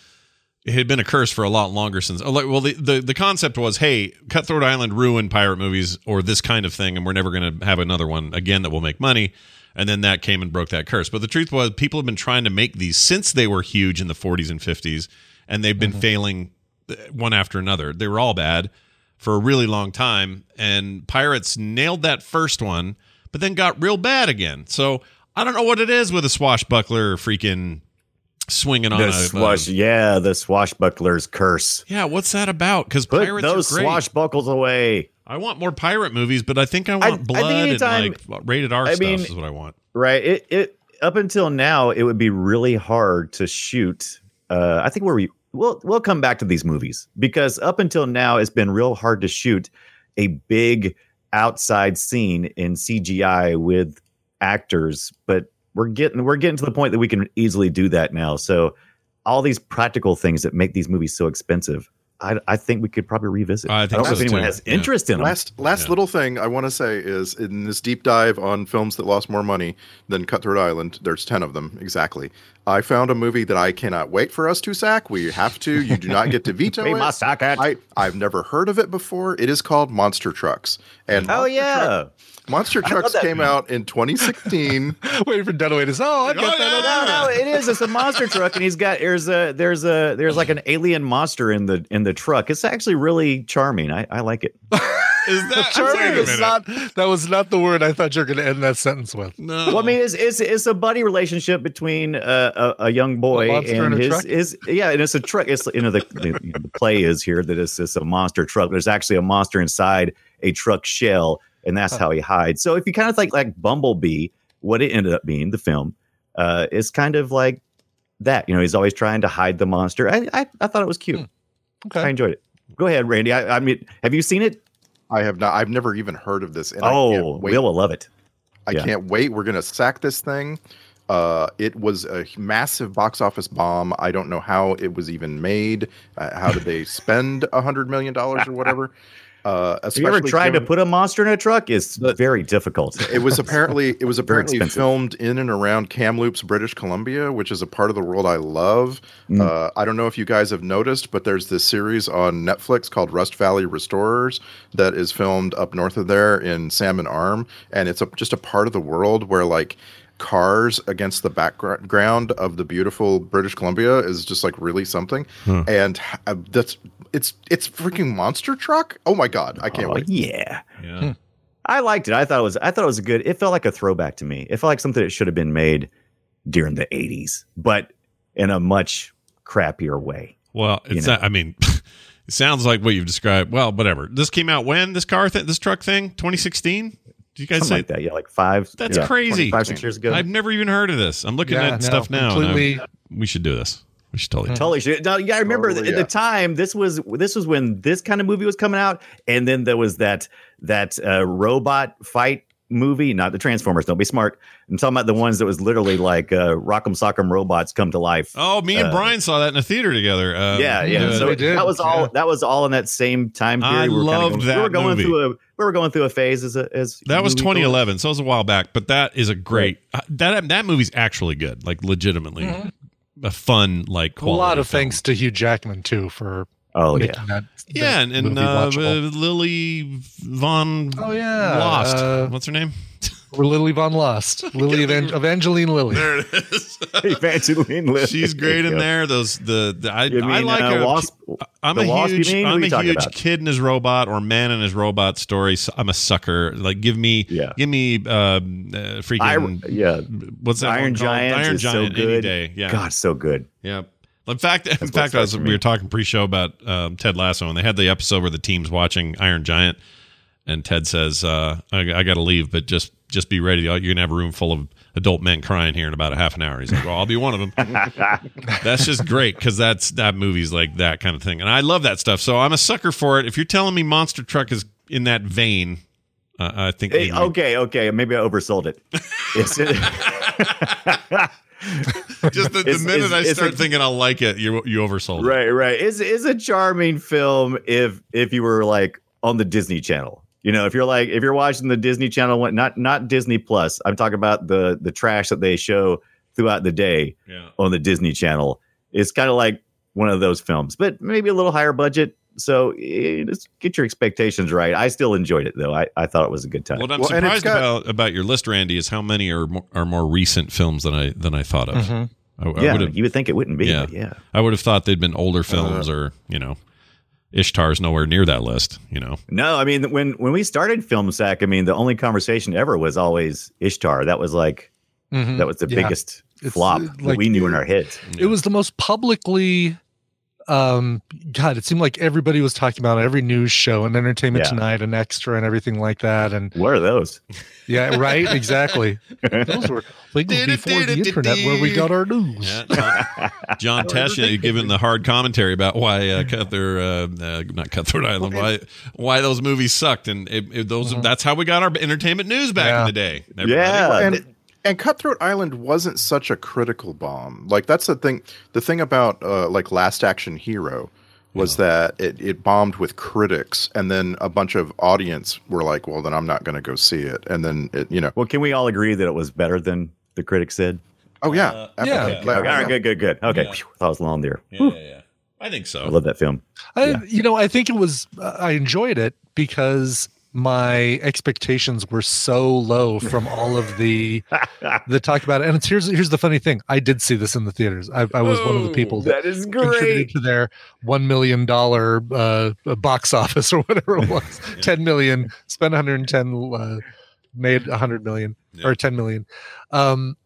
S6: it had been a curse for a lot longer since. oh, like, Well, the, the the concept was, hey, Cutthroat Island ruined pirate movies or this kind of thing, and we're never going to have another one again that will make money. And then that came and broke that curse. But the truth was, people have been trying to make these since they were huge in the 40s and 50s, and they've been
S7: Mm-hmm.
S6: failing uh, one after another. They were all bad for a really long time, and Pirates nailed that first one, but then got real bad again. So I don't know what it is with a swashbuckler freaking swinging on
S7: The
S6: a
S7: swash.
S6: a-
S7: yeah. The swashbuckler's curse.
S6: yeah, what's that about? Because
S7: Put
S6: pirates
S7: those
S6: are great.
S7: swashbuckles away.
S6: I want more pirate movies, but I think I
S7: I-
S6: want
S7: I think
S6: blood
S7: anytime-
S6: and like rated R
S7: I
S6: stuff
S7: mean-
S6: is what I want.
S7: Right. It, it, up until now, it would be really hard to shoot. Uh, I think where we we'll we'll come back to these movies because up until now it's been real hard to shoot a big outside scene in CGI with actors, but we're getting we're getting to the point that we can easily do that now. So all these practical things that make these movies so expensive, I, I think we could probably revisit.
S6: I think
S7: don't know
S6: so
S7: if anyone
S6: too.
S7: has
S6: Yeah.
S7: interest in them.
S9: Last last
S6: Yeah.
S9: little thing I want to say is in this deep dive on films that lost more money than Cutthroat Island, there's ten of them exactly. I found a movie that I cannot wait for us to sack. We have to. You do
S7: [laughs]
S9: not get to veto
S7: We
S9: it.
S7: must sack it.
S9: I I've never heard of it before. It is called Monster Trucks, and
S7: oh
S9: Monster Truck-
S7: yeah.
S9: Monster Trucks came out
S7: [laughs]
S9: in 2016.
S8: Waiting for Dunaway to say, "Oh, I've got that."
S6: Oh, yeah.
S8: other
S7: No, no, it is. It's a monster truck, and he's got there's a there's a there's like an alien monster in the in the truck. It's actually really charming. I, I like it.
S6: Is
S7: [laughs]
S6: that
S8: Charming is not. That was not the word I thought you were going to end that sentence with.
S6: no?
S7: Well, I mean, it's it's, it's a buddy relationship between uh, a, a young boy
S8: A monster and
S7: and
S8: a
S7: his
S8: truck?
S7: is yeah, and it's a truck. It's you know the the, you know, the play is here that it's it's a monster truck. There's actually a monster inside a truck shell, and that's how he hides. So if you kind of think like Bumblebee, what it ended up being, the film, uh, is kind of like that. You know, he's always trying to hide the monster. I I, I thought it was cute. I
S8: Hmm. Okay.
S7: enjoyed it. Go ahead, Randy. I, I mean, have you seen it?
S9: I have not. I've never even heard of this. And I
S7: oh,
S9: can't wait.
S7: Will will love it.
S9: I
S7: yeah.
S9: can't wait. We're gonna sack this thing. Uh, it was a massive box office bomb. I don't know how it was even made. Uh, how did they spend a hundred million dollars or
S7: [laughs]
S9: whatever? Uh,
S7: Have you ever tried to
S9: given-
S7: put a monster in a truck? It's very difficult.
S9: it
S7: [laughs]
S9: was apparently it was
S7: Very
S9: apparently
S7: expensive.
S9: filmed in and around Kamloops, British Columbia, which is a part of the world I love.
S7: Mm.
S9: Uh, I don't know if you guys have noticed, but there's this series on Netflix called Rust Valley Restorers that is filmed up north of there in Salmon Arm, and it's a, just a part of the world where like cars against the background of the beautiful British Columbia is just like really something.
S7: Hmm.
S9: And uh, that's it's it's freaking monster truck. Oh my god, I can't
S7: Oh,
S9: wait.
S7: yeah.
S6: Yeah.
S7: I liked it. I thought it was. I thought it was a good. It felt like a throwback to me. It felt like something that should have been made during the '80s, but in a much crappier way.
S6: Well, it's
S7: You
S6: not, I mean, [laughs] it sounds like what you've described. Well, whatever. This came out when this car thing, this truck thing, 2016. Do you guys
S7: Something
S6: say
S7: like that. Yeah, like five.
S6: That's
S7: yeah,
S6: crazy.
S7: Five six years ago.
S6: I've never even heard of this. I'm looking
S8: Yeah,
S6: at
S8: no,
S6: stuff now. and I'm-
S8: completely-
S6: we should do this. We should totally.
S7: Totally should. Now, you gotta remember
S9: Totally,
S7: that at
S9: yeah.
S7: the time, this was this was when this kind of movie was coming out, and then there was that that uh, robot fight movie, not the Transformers. Don't be smart. I'm talking about the ones that was literally like uh, Rock'em Sock'em robots come to life.
S6: Oh, me and
S7: Uh,
S6: Brian saw that in the theater together. Um,
S7: yeah, yeah.
S8: yeah,
S7: so
S8: they did,
S7: that was all
S8: yeah.
S7: that was all in that same time period.
S6: I
S7: We were kinda
S6: loved
S7: going,
S6: that
S7: We were going
S6: movie.
S7: through a we were going through a phase as a as
S6: That was
S7: movie
S6: 2011, so it was a while back. But that is a great uh, that that movie's actually good, like legitimately
S8: Mm-hmm.
S6: a fun like
S8: a lot
S6: quality
S8: of
S6: film.
S8: thanks to Hugh Jackman too for
S7: Oh yeah. [laughs]
S8: making
S6: [laughs]
S8: that.
S6: Yeah,
S8: that
S6: and, and
S8: movie
S6: uh,
S8: watchable.
S6: Lily Von
S8: Oh, yeah,
S6: Lost.
S8: uh,
S6: What's her name?
S8: [laughs] We're Lily Von
S7: [laughs]
S8: Lost, Lily Evan- Evangeline Lily.
S6: There it is.
S7: Evangeline Lilly.
S6: She's great in
S7: Yeah.
S6: there. Those the, the I,
S7: You
S6: I
S7: mean,
S6: like
S7: uh,
S6: her.
S7: Wasp?
S6: I'm
S7: The
S6: a
S7: Wasp, you
S6: huge
S7: mean? What
S6: I'm
S7: are you
S6: a
S7: talking
S6: huge
S7: about?
S6: kid in his robot or man in his robot story. So I'm a sucker. Like give me
S7: Yeah.
S6: give me um, uh, freaking
S7: Iron, yeah,
S6: what's that
S7: Iron
S6: one called?
S7: Giant
S6: Iron
S7: is
S6: Giant
S7: so good.
S6: any day. Yeah.
S7: God, so good.
S6: Yeah. In fact, in
S7: what
S6: fact,
S7: it's
S6: I
S7: like
S6: was,
S7: for
S6: we
S7: me.
S6: were talking pre-show about um, Ted Lasso, and they had the episode where the team's watching Iron Giant, and Ted says, uh, "I, I got to leave, but just just be ready. You're gonna have a room full of adult men crying here in about a half an hour." He's like, "Well, I'll be one of
S7: [laughs]
S6: them." that's just great because that's that movie's like that kind of thing, and I love that stuff. So I'm a sucker for it. If you're telling me Monster Truck is in that vein, uh, I think
S7: Hey,
S6: we-
S7: okay, okay. Maybe I oversold it. [laughs] It's,
S6: [laughs] just the, the
S7: It's-
S6: minute
S7: it's-
S6: I
S7: it's
S6: start
S7: a-
S6: thinking I'll like it, you you oversold. It.
S7: right, right. It's, it's a charming film if if you were like on the Disney Channel. You know, if you're like if you're watching the Disney Channel, one- not not Disney Plus. I'm talking about the the trash that they show throughout the day
S6: Yeah.
S7: on the Disney Channel. It's kind of like one of those films, but maybe a little higher budget. So eh, just get your expectations right. I still enjoyed it though. I, I thought it was a good time.
S6: What I'm
S9: Well, and it's
S6: surprised
S9: got-
S6: about about your list, Randy, is how many are more, are more recent films than I than I thought of.
S8: Mhm.
S7: Mm-hmm.
S6: I, I
S7: yeah, Uh-huh.
S6: would have
S7: you would think it wouldn't be.
S6: Yeah.
S7: Yeah, yeah.
S6: I would have thought they'd been older films, or you know, Ishtar's nowhere near that list. You know,
S7: No, I mean when when we started Film Sack, I mean the only conversation ever was always Ishtar. That was like
S8: Mhm.
S7: that was the
S8: Yeah.
S7: biggest
S8: It's,
S7: flop
S8: uh,
S7: that
S8: like-
S7: we knew in our heads.
S8: It was the most publicly. Um, God, it seemed like everybody was talking about it, every news show and Entertainment
S7: Yeah.
S8: Tonight and Extra and everything like that. And
S7: What are those?
S8: yeah, right,
S7: [laughs]
S8: exactly. Those were like before the internet where we got our news.
S6: Yeah, John, [laughs] John Tesh giving the hard commentary about why [laughs] uh, Cutthroat, uh, uh, not Cutthroat Island, why why those movies sucked, and it, it- those that's how we got our entertainment news back in
S8: Yeah.
S6: the day. Uh,
S7: Yeah,
S9: and and Cutthroat Island wasn't such a critical bomb. Like that's the thing. The thing about uh, like Last Action Hero was that it, it bombed with critics, and then a bunch of audience were like, "Well, then I'm not going to go see it." And then it, you know,
S7: Well, can we all agree that it was better than the critics said?
S9: oh yeah,
S8: yeah.
S9: absolutely.
S7: Okay, all right, good, good, good. Okay,
S6: Yeah.
S7: Phew, I thought it was long there.
S6: yeah,
S7: Whew,
S6: yeah, yeah. I think
S7: I
S6: so.
S7: love that film.
S8: I,
S7: Yeah.
S8: you know, I think it was. uh, I enjoyed it because my expectations were so low from all of
S7: [laughs]
S8: the the talk about it. And it's, here's here's the funny thing: I did see this in the theaters. I, I was one of the people that
S7: is
S8: contributed to their one million dollar uh, box office [laughs] or whatever it
S7: [laughs]
S8: was. Ten million spent 110, uh, made 100 million
S6: Yeah.
S8: or 10 million. Um,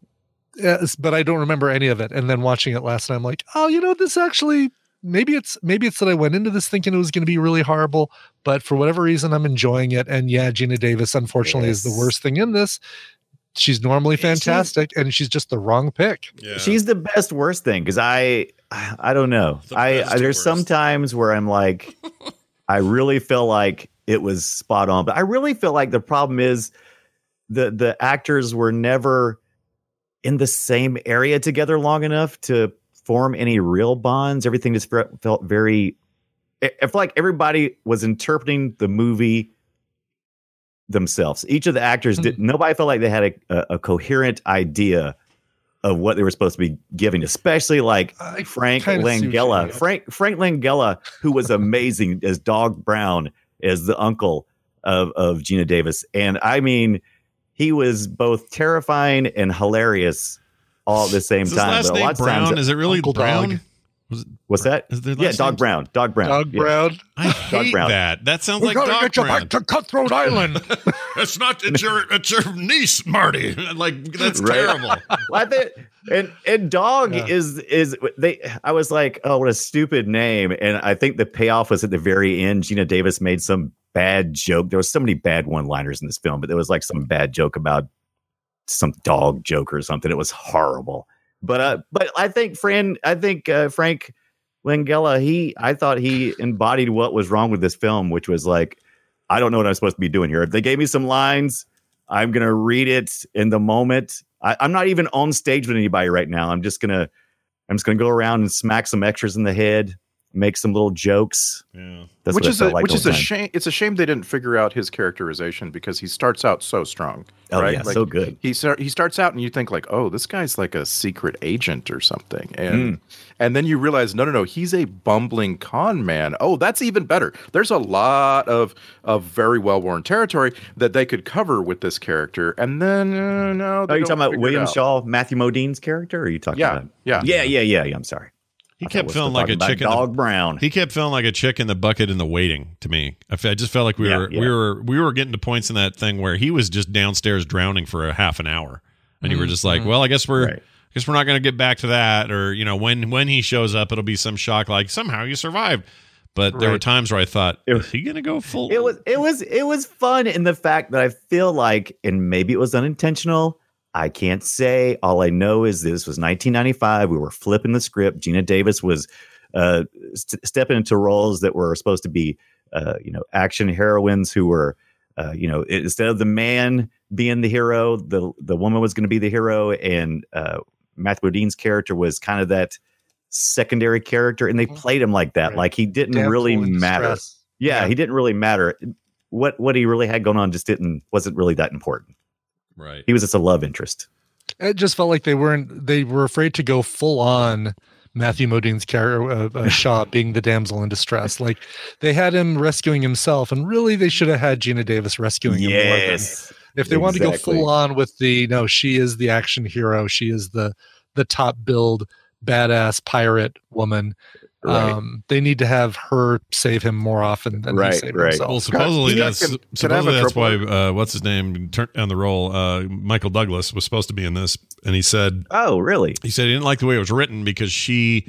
S8: yes, but I don't remember any of it. And then watching it last night, I'm like, oh, you know, this actually maybe it's maybe it's that I went into this thinking it was going to be really horrible, but for whatever reason, I'm enjoying it. And yeah, Gina Davis unfortunately is
S7: Yes.
S8: the worst thing in this. She's normally fantastic, and she's just the wrong pick.
S6: Yeah.
S7: She's the best worst thing because I I don't know.
S6: The
S7: I,
S6: best
S7: I there's
S6: worst.
S7: some times where I'm like I really feel like it was spot on, but I really feel like the problem is the the actors were never in the same area together long enough to form any real bonds. Everything just fe- felt very. I I feel like everybody was interpreting the movie themselves. Each of the actors did. Nobody felt like they had a, a, a coherent idea of what they were supposed to be giving, especially like
S8: I
S7: Frank
S8: kinda see what you
S7: Langella.
S8: mean.
S7: Frank Frank Langella, who was amazing as Dog Brown, as the uncle of of Gina Davis, and I mean, he was both terrifying and hilarious all at the same
S6: Is his
S7: time.
S6: last
S7: but a
S6: name
S7: lot of
S6: Brown?
S7: times,
S6: is it really
S8: Uncle
S6: Brown?
S8: Dog.
S7: what's that?
S6: Is their
S7: yeah,
S6: last
S7: Dog
S6: names-
S7: Brown. Dog Brown.
S8: Dog
S7: yeah.
S8: Brown.
S6: I hate
S7: Brown.
S6: that. That sounds
S8: We
S6: like
S8: gotta
S6: Dog
S8: get you
S6: Brown.
S8: back to Cutthroat Island.
S7: [laughs]
S6: it's not. It's your. It's your niece, Marty. [laughs] Like that's
S7: Right. [laughs]
S6: terrible.
S7: Well, I think, and and dog
S8: Yeah.
S7: is is they. I was like, oh, what a stupid name. And I think the payoff was at the very end. Gina Davis made some bad joke. There was so many bad one-liners in this film, but there was like some bad joke about some dog joke or something. It was horrible. But uh, but I think Fran, I think uh, Frank Langella, he, I thought he embodied what was wrong with this film, which was like, I don't know what I'm supposed to be doing here. If they gave me some lines, I'm gonna read it in the moment. I, I'm not even on stage with anybody right now. I'm just gonna I'm just gonna go around and smack some extras in the head, make some little jokes.
S6: Yeah.
S7: That's
S9: which
S7: what
S9: is
S7: I
S9: a,
S7: felt like
S9: which
S7: the
S9: is
S7: whole
S9: a
S7: time.
S9: shame. It's a shame they didn't figure out his characterization because he starts out so strong.
S7: Oh
S9: right?
S7: yeah,
S9: Like,
S7: so good.
S9: He start, he starts out and you think like, oh, this guy's like a secret agent or something, and and then you realize, no, no, no, he's a bumbling con man. Oh, that's even better. There's a lot of of very well worn territory that they could cover with this character, and then uh, no, they
S7: Are you Oh, talking
S9: don't
S7: about
S9: figure it
S7: William
S9: out.
S7: Shaw, Matthew Modine's character? Or are you talking
S9: Yeah,
S7: about?
S9: yeah.
S7: yeah, yeah, yeah, yeah. I'm sorry.
S6: He
S7: I thought
S6: kept
S7: we're
S6: feeling
S7: still
S6: like
S7: talking
S6: a
S7: about
S6: chicken.
S7: Dog Brown.
S6: He kept feeling like a chick in the bucket in the waiting to me. I fe- I just felt like we
S7: Yeah,
S6: were
S7: yeah.
S6: we were we were getting to points in that thing where he was just downstairs drowning for a half an hour, and you were just like, "Well, I guess we're
S7: Right.
S6: I guess we're not going to get back to that." Or you know, when when he shows up, it'll be some shock like somehow you survived. But there were times where I thought,
S7: It was-
S6: "Is he going to go full?"
S7: It was it was it was fun in the fact that I feel like, and maybe it was unintentional. I can't say. All I know is this was 1995. We were flipping the script. Gina Davis was uh, st- stepping into roles that were supposed to be, uh, you know, action heroines who were, uh, you know, i- instead of the man being the hero, the the woman was going to be the hero, and uh, Matthew Bodine's character was kind of that secondary character, and they played him like that,
S8: Right.
S7: like he didn't
S8: Damsel
S7: really
S8: in
S7: matter.
S8: distress.
S7: Yeah,
S8: Yeah.
S7: he didn't really matter. What what he really had going on just didn't wasn't really that important.
S6: right.
S7: He was just a love interest.
S8: It just felt like they weren't. They were afraid to go full on Matthew Modine's character uh,
S7: [laughs]
S8: uh, Shaw being the damsel in distress. Like they had him rescuing himself, and really they should have had Gina Davis rescuing him. more than-
S7: Yes.
S8: if they wanted to go
S7: Exactly.
S8: full on with the no, she is the action hero. She is the the top build badass pirate woman.
S7: Right.
S8: Um, they need to have her save him more often than
S7: Right,
S8: he save
S7: right.
S8: himself.
S6: Well, supposedly
S9: Can I-
S6: that's
S9: can- can I have
S6: supposedly
S9: a
S6: that's why
S9: triple?
S6: uh, what's his name turned down the role. Uh, Michael Douglas was supposed to be in this, and he said
S7: oh, really?
S6: he said he didn't like the way it was written because she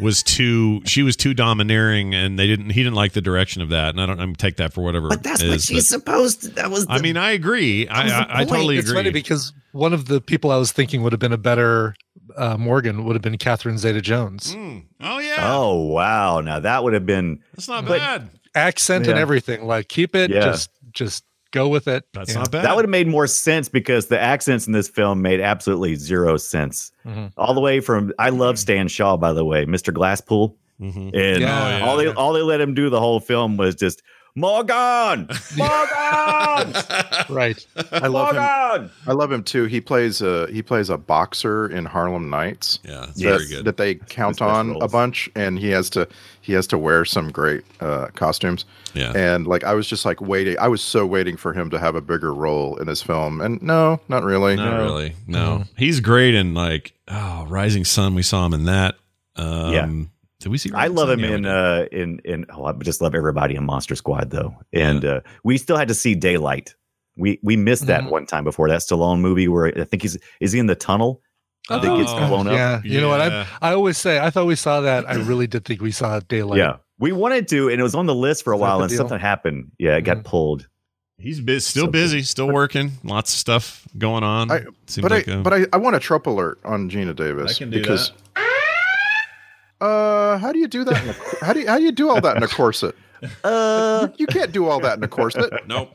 S6: was too she was too domineering, and they didn't he didn't like the direction of that. And I don't I'm take that for whatever.
S7: But that's
S6: it
S7: what
S6: is,
S7: she's supposed to that was
S6: but- I mean, I agree. I
S8: was the
S6: I, I
S8: point.
S6: totally
S8: Oh, It's funny
S6: agree.
S8: because one of the people I was thinking would have been a better uh, Morgan would have been Catherine Zeta Jones.
S6: Mm. Oh yeah,
S7: Oh wow. Now that would have been
S6: that's not
S8: but-
S6: bad.
S8: Accent and
S7: Yeah.
S8: everything, like keep it,
S7: Yeah.
S8: just just go with it.
S6: That's
S8: Yeah.
S6: not bad.
S7: that would have made more sense because the accents in this film made absolutely zero sense.
S8: Mhm.
S7: All the way from I love Stan Shaw, by the way, Mr. Glasspool.
S6: Mhm.
S7: And
S8: Yeah.
S7: all they all they let him do the whole film was just Morgan!
S8: [laughs]
S7: Morgan!
S8: right.
S9: I love him.
S7: Morgan!
S9: I love him too. He plays a he plays a boxer in Harlem Nights.
S6: Yeah, it's
S9: that,
S6: very good.
S9: that they count
S7: best
S9: on a
S7: roles.
S9: bunch and he has to he has to wear some great uh costumes
S6: Yeah.
S9: and like i was just like waiting i was so waiting for him to have a bigger role in this film and no not really
S6: Not really. No. He's great in like oh Rising Sun. We saw him in that. Um,
S7: Yeah.
S6: Did we see?
S7: I
S6: Rising
S7: love
S6: Sun?
S7: him
S6: Yeah, we
S7: in
S6: did.
S7: uh in in oh I just love everybody in Monster Squad though. And uh we still had to see Daylight. We we missed that
S8: Mhm.
S7: one time before that Stallone movie where I think he's is he in the tunnel?
S8: Oh,
S7: that gets blown up.
S8: Yeah. You know what? I
S6: Yeah.
S8: I always say I thought we saw that. I really did think we saw daylight.
S7: yeah. We wanted to and it was on the list for a
S8: Is that
S7: while
S8: the
S7: and
S8: deal? Mm-hmm.
S7: something happened. Yeah, it got pulled.
S6: He's bu- still
S7: So good.
S6: busy, still working, lots of stuff going on.
S9: I-
S6: Seems
S9: but
S6: like
S9: i
S6: a-
S9: but I, I want a trope alert on gina davis
S6: I can do
S9: uh how do you do that in a, how do you how do you do all that in a corset
S7: Uh [laughs]
S9: you can't do all that in a corset
S6: nope.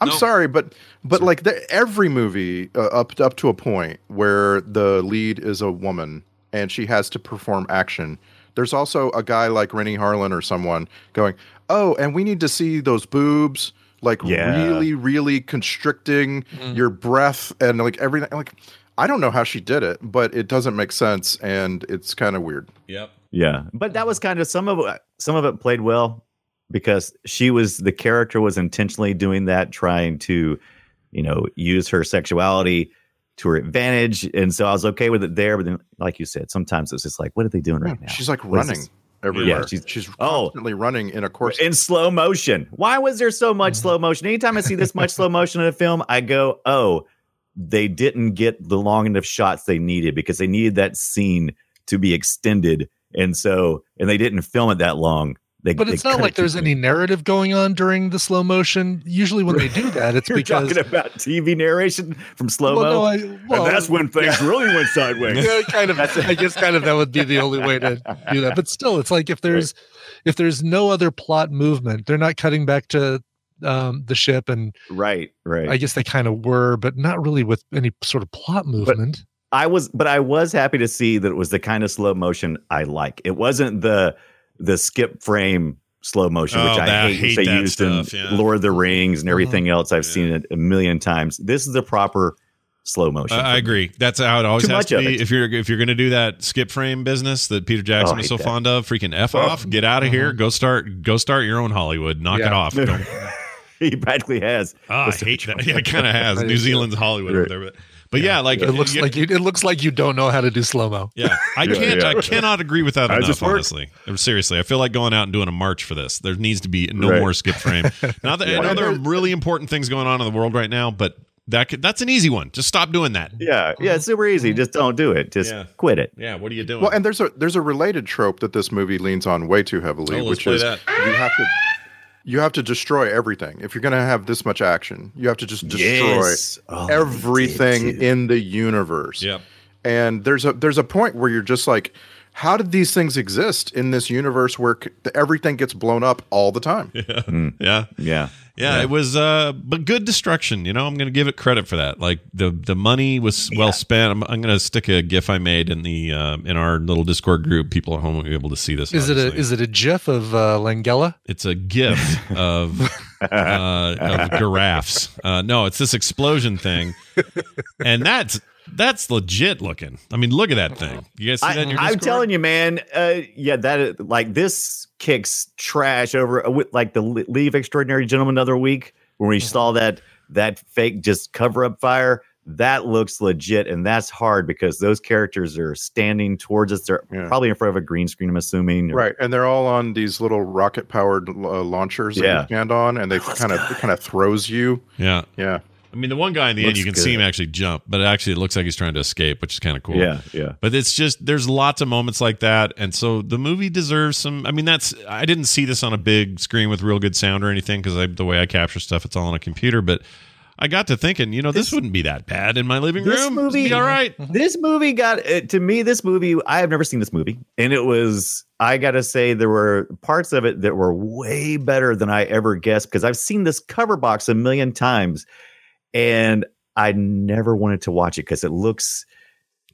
S9: I'm
S6: No.
S9: sorry, but but like the, every movie uh, up up to a point where the lead is a woman and she has to perform action. There's also a guy like Rennie Harlan or someone going, "Oh, and we need to see those boobs." Like
S7: Yeah. Mm-hmm.
S9: really, really constricting your breath and like everything. Like, I don't know how she did it, but it doesn't make sense and it's kind of weird.
S6: Yep.
S7: Yeah, but that was kind of some of some of it played well because she was the character was intentionally doing that, trying to, you know, use her sexuality to her advantage, and so I was okay with it there. But then, like you said, sometimes it's just like, what are they doing right now?
S9: She's like
S7: What is
S9: running
S7: this?
S9: everywhere.
S7: Yeah, she's-
S9: she's, she's
S7: oh.
S9: constantly running in a course.
S7: in slow motion. Why was there so
S8: Mm-hmm.
S7: much slow motion? Anytime I see this much slow motion in a film, I go, oh, they didn't get the long enough shots they needed because they needed that scene to be extended. And so, and they didn't film it that long. They,
S8: But
S7: they
S8: it's not
S7: cut it
S8: like there's
S7: too
S8: any
S7: quick.
S8: narrative going on during the slow motion. Usually when they do that, [laughs] it's
S7: You're
S8: because
S7: talking about TV narration from slow mo.
S8: I- well,
S7: and that's when things really went
S8: [laughs]
S6: [laughs]
S7: sideways.
S8: yeah, kind of. I guess kind of that would be the only way to do that. But still, it's like if there's if there's no other plot movement, they're not cutting back to um, the ship, and
S7: right, right.
S8: I guess they kind of were, but not really with any sort of plot movement.
S7: I was, but I was happy to see that it was the kind of slow motion I like. It wasn't the the skip frame slow motion,
S6: Oh,
S7: which I
S6: that-
S7: hate,
S6: hate
S7: which they
S6: that
S7: used
S6: stuff,
S7: in
S6: yeah. Uh-huh.
S7: Lord of the Rings and everything else. I've
S6: Yeah.
S7: seen it a million times. This is the proper slow motion.
S6: I, I
S7: for
S6: agree. That's how it always
S7: Too
S6: has
S7: much
S6: to
S7: of
S6: be.
S7: it.
S6: If you're if you're gonna do that skip frame business that Peter Jackson
S7: Oh, I
S6: was so
S7: hate that. Oh. Mm-hmm.
S6: fond of, freaking f off, get out of here, go start go start your own Hollywood, knock it
S8: Yeah.
S6: off.
S7: [laughs]
S6: Don't-
S7: me. [laughs] He practically has.
S6: Ah, I
S7: That's so
S6: hate that. [laughs] Yeah, it kind of
S7: [laughs]
S6: has
S8: I
S6: New
S8: do, too.
S6: Zealand's Hollywood over
S7: Right.
S6: there, but but yeah, like
S8: It looks like you, it looks like you don't know how to do slow mo.
S6: Yeah, I
S7: Yeah,
S6: can't.
S7: yeah.
S6: I cannot agree with that
S7: How does
S6: enough.
S7: this work?
S6: Honestly, seriously, I feel like going out and doing a march for this. There needs to be no
S7: Right.
S6: more skip
S7: [laughs]
S6: frame. Now that I know there are really important things going on in the world right now, but that could, that's an easy one. Just stop doing that.
S7: Yeah, yeah, it's super easy. Just don't do it. Just
S6: Uh-huh. Mm-hmm. Yeah.
S7: quit it.
S6: Yeah, what are you doing?
S9: Well, and there's a there's a related trope that this movie leans on way too heavily,
S6: Oh, let's
S9: which
S6: play
S9: is
S6: that.
S9: you have to you have to destroy everything. If you're going to have this much action, you have to just destroy
S7: Yes. Oh, they did
S9: everything
S7: too.
S9: in the universe.
S6: Yep.
S9: And there's a there's a point where you're just like how did these things exist in this universe where c- everything gets blown up all
S6: [laughs]
S9: the time?
S6: yeah,
S7: Yeah.
S6: yeah, It was, uh, but good destruction. You know, I'm going to give it credit for that. Like the the money was well spent. I'm, I'm going to stick a GIF I made in the uh, in our little Discord group. People at home will be able to see this.
S8: Is it a
S6: obviously.
S8: is it a GIF of uh, Langella?
S6: it's a gif of uh, of giraffes. Uh, no, it's this explosion thing, and that's that's legit looking. I mean, look at that thing. You guys see that in your
S7: I, am
S6: Discord?
S7: telling you, man. Uh, yeah, that is, like this kicks trash over uh, with, like the Le- leave extraordinary gentleman the other week when
S6: Mm-hmm.
S7: we saw that that fake just cover up fire. That looks legit, and that's hard because those characters are standing towards us. They're
S9: Yeah.
S7: probably in front of a green screen. I'm assuming.
S9: Right, and they're all on these little rocket-powered uh, launchers
S7: Yeah. Oh,
S9: that you stand on, and they kind of kind of throws you.
S6: Yeah,
S9: Yeah,
S6: I mean, the one guy in the end,
S7: Looks
S6: you can
S7: good.
S6: see him actually jump, but actually, it looks like he's trying to escape, which is kind of cool.
S7: Yeah. Yeah.
S6: But it's just there's lots of moments like that, and so the movie deserves some. I mean, that's I didn't see this on a big screen with real good sound or anything because the way I capture stuff, it's all on a computer. But I got to thinking, you know, this, wouldn't be that bad in my living
S7: this
S6: room. This would
S7: movie-
S6: be all right.
S7: This movie got uh, to me. This movie, I have never seen this movie, and it was. I gotta say, there were parts of it that were way better than I ever guessed because I've seen this cover box a million times, and I never wanted to watch it because it looks.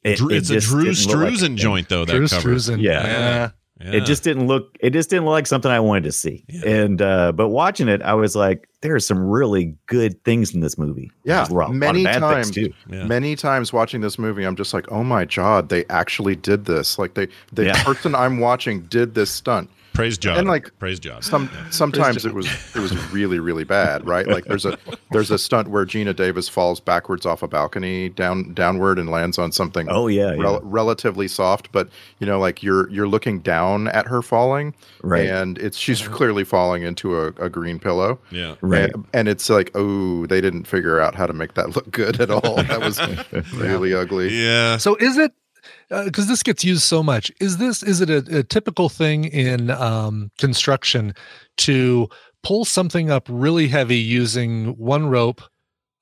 S7: it-
S6: Dru-
S7: it
S6: it's a
S7: just
S6: Drew
S7: didn't look like
S6: Struzan
S7: anything.
S6: joint though. That
S8: Drew
S6: cover.
S8: Struzan.
S7: Yeah.
S6: Yeah.
S7: It just didn't look. It just didn't look like something I wanted to see.
S6: Yeah.
S7: And uh but watching it, I was like, there are some really good things in this movie.
S9: Yeah,
S7: There's a lot- lot of
S9: many
S7: bad things,
S9: times.
S7: too.
S6: Yeah.
S9: Many times watching this movie, I'm just like, oh my god, they actually did this. Like they, the
S7: Yeah.
S9: person I'm watching did this stunt.
S6: praise John.
S9: and, like,
S6: praise John.
S9: Some sometimes it was it was really really bad, right? Like there's a there's a stunt where Gina Davis falls backwards off a balcony down downward and lands on something.
S7: Oh, yeah,
S9: rel-
S7: yeah.
S9: relatively soft, but you know, like you're you're looking down at her falling,
S7: Right.
S9: And it's she's clearly falling into a, a green pillow.
S6: yeah.
S9: [laughs]
S7: Right.
S9: And, and it's like, oh, they didn't figure out how to make that look good at all.
S7: [laughs]
S9: That was really ugly.
S6: Yeah.
S8: So is it because this gets used so much? Is this is it a, a typical thing in um, construction to pull something up really heavy using one rope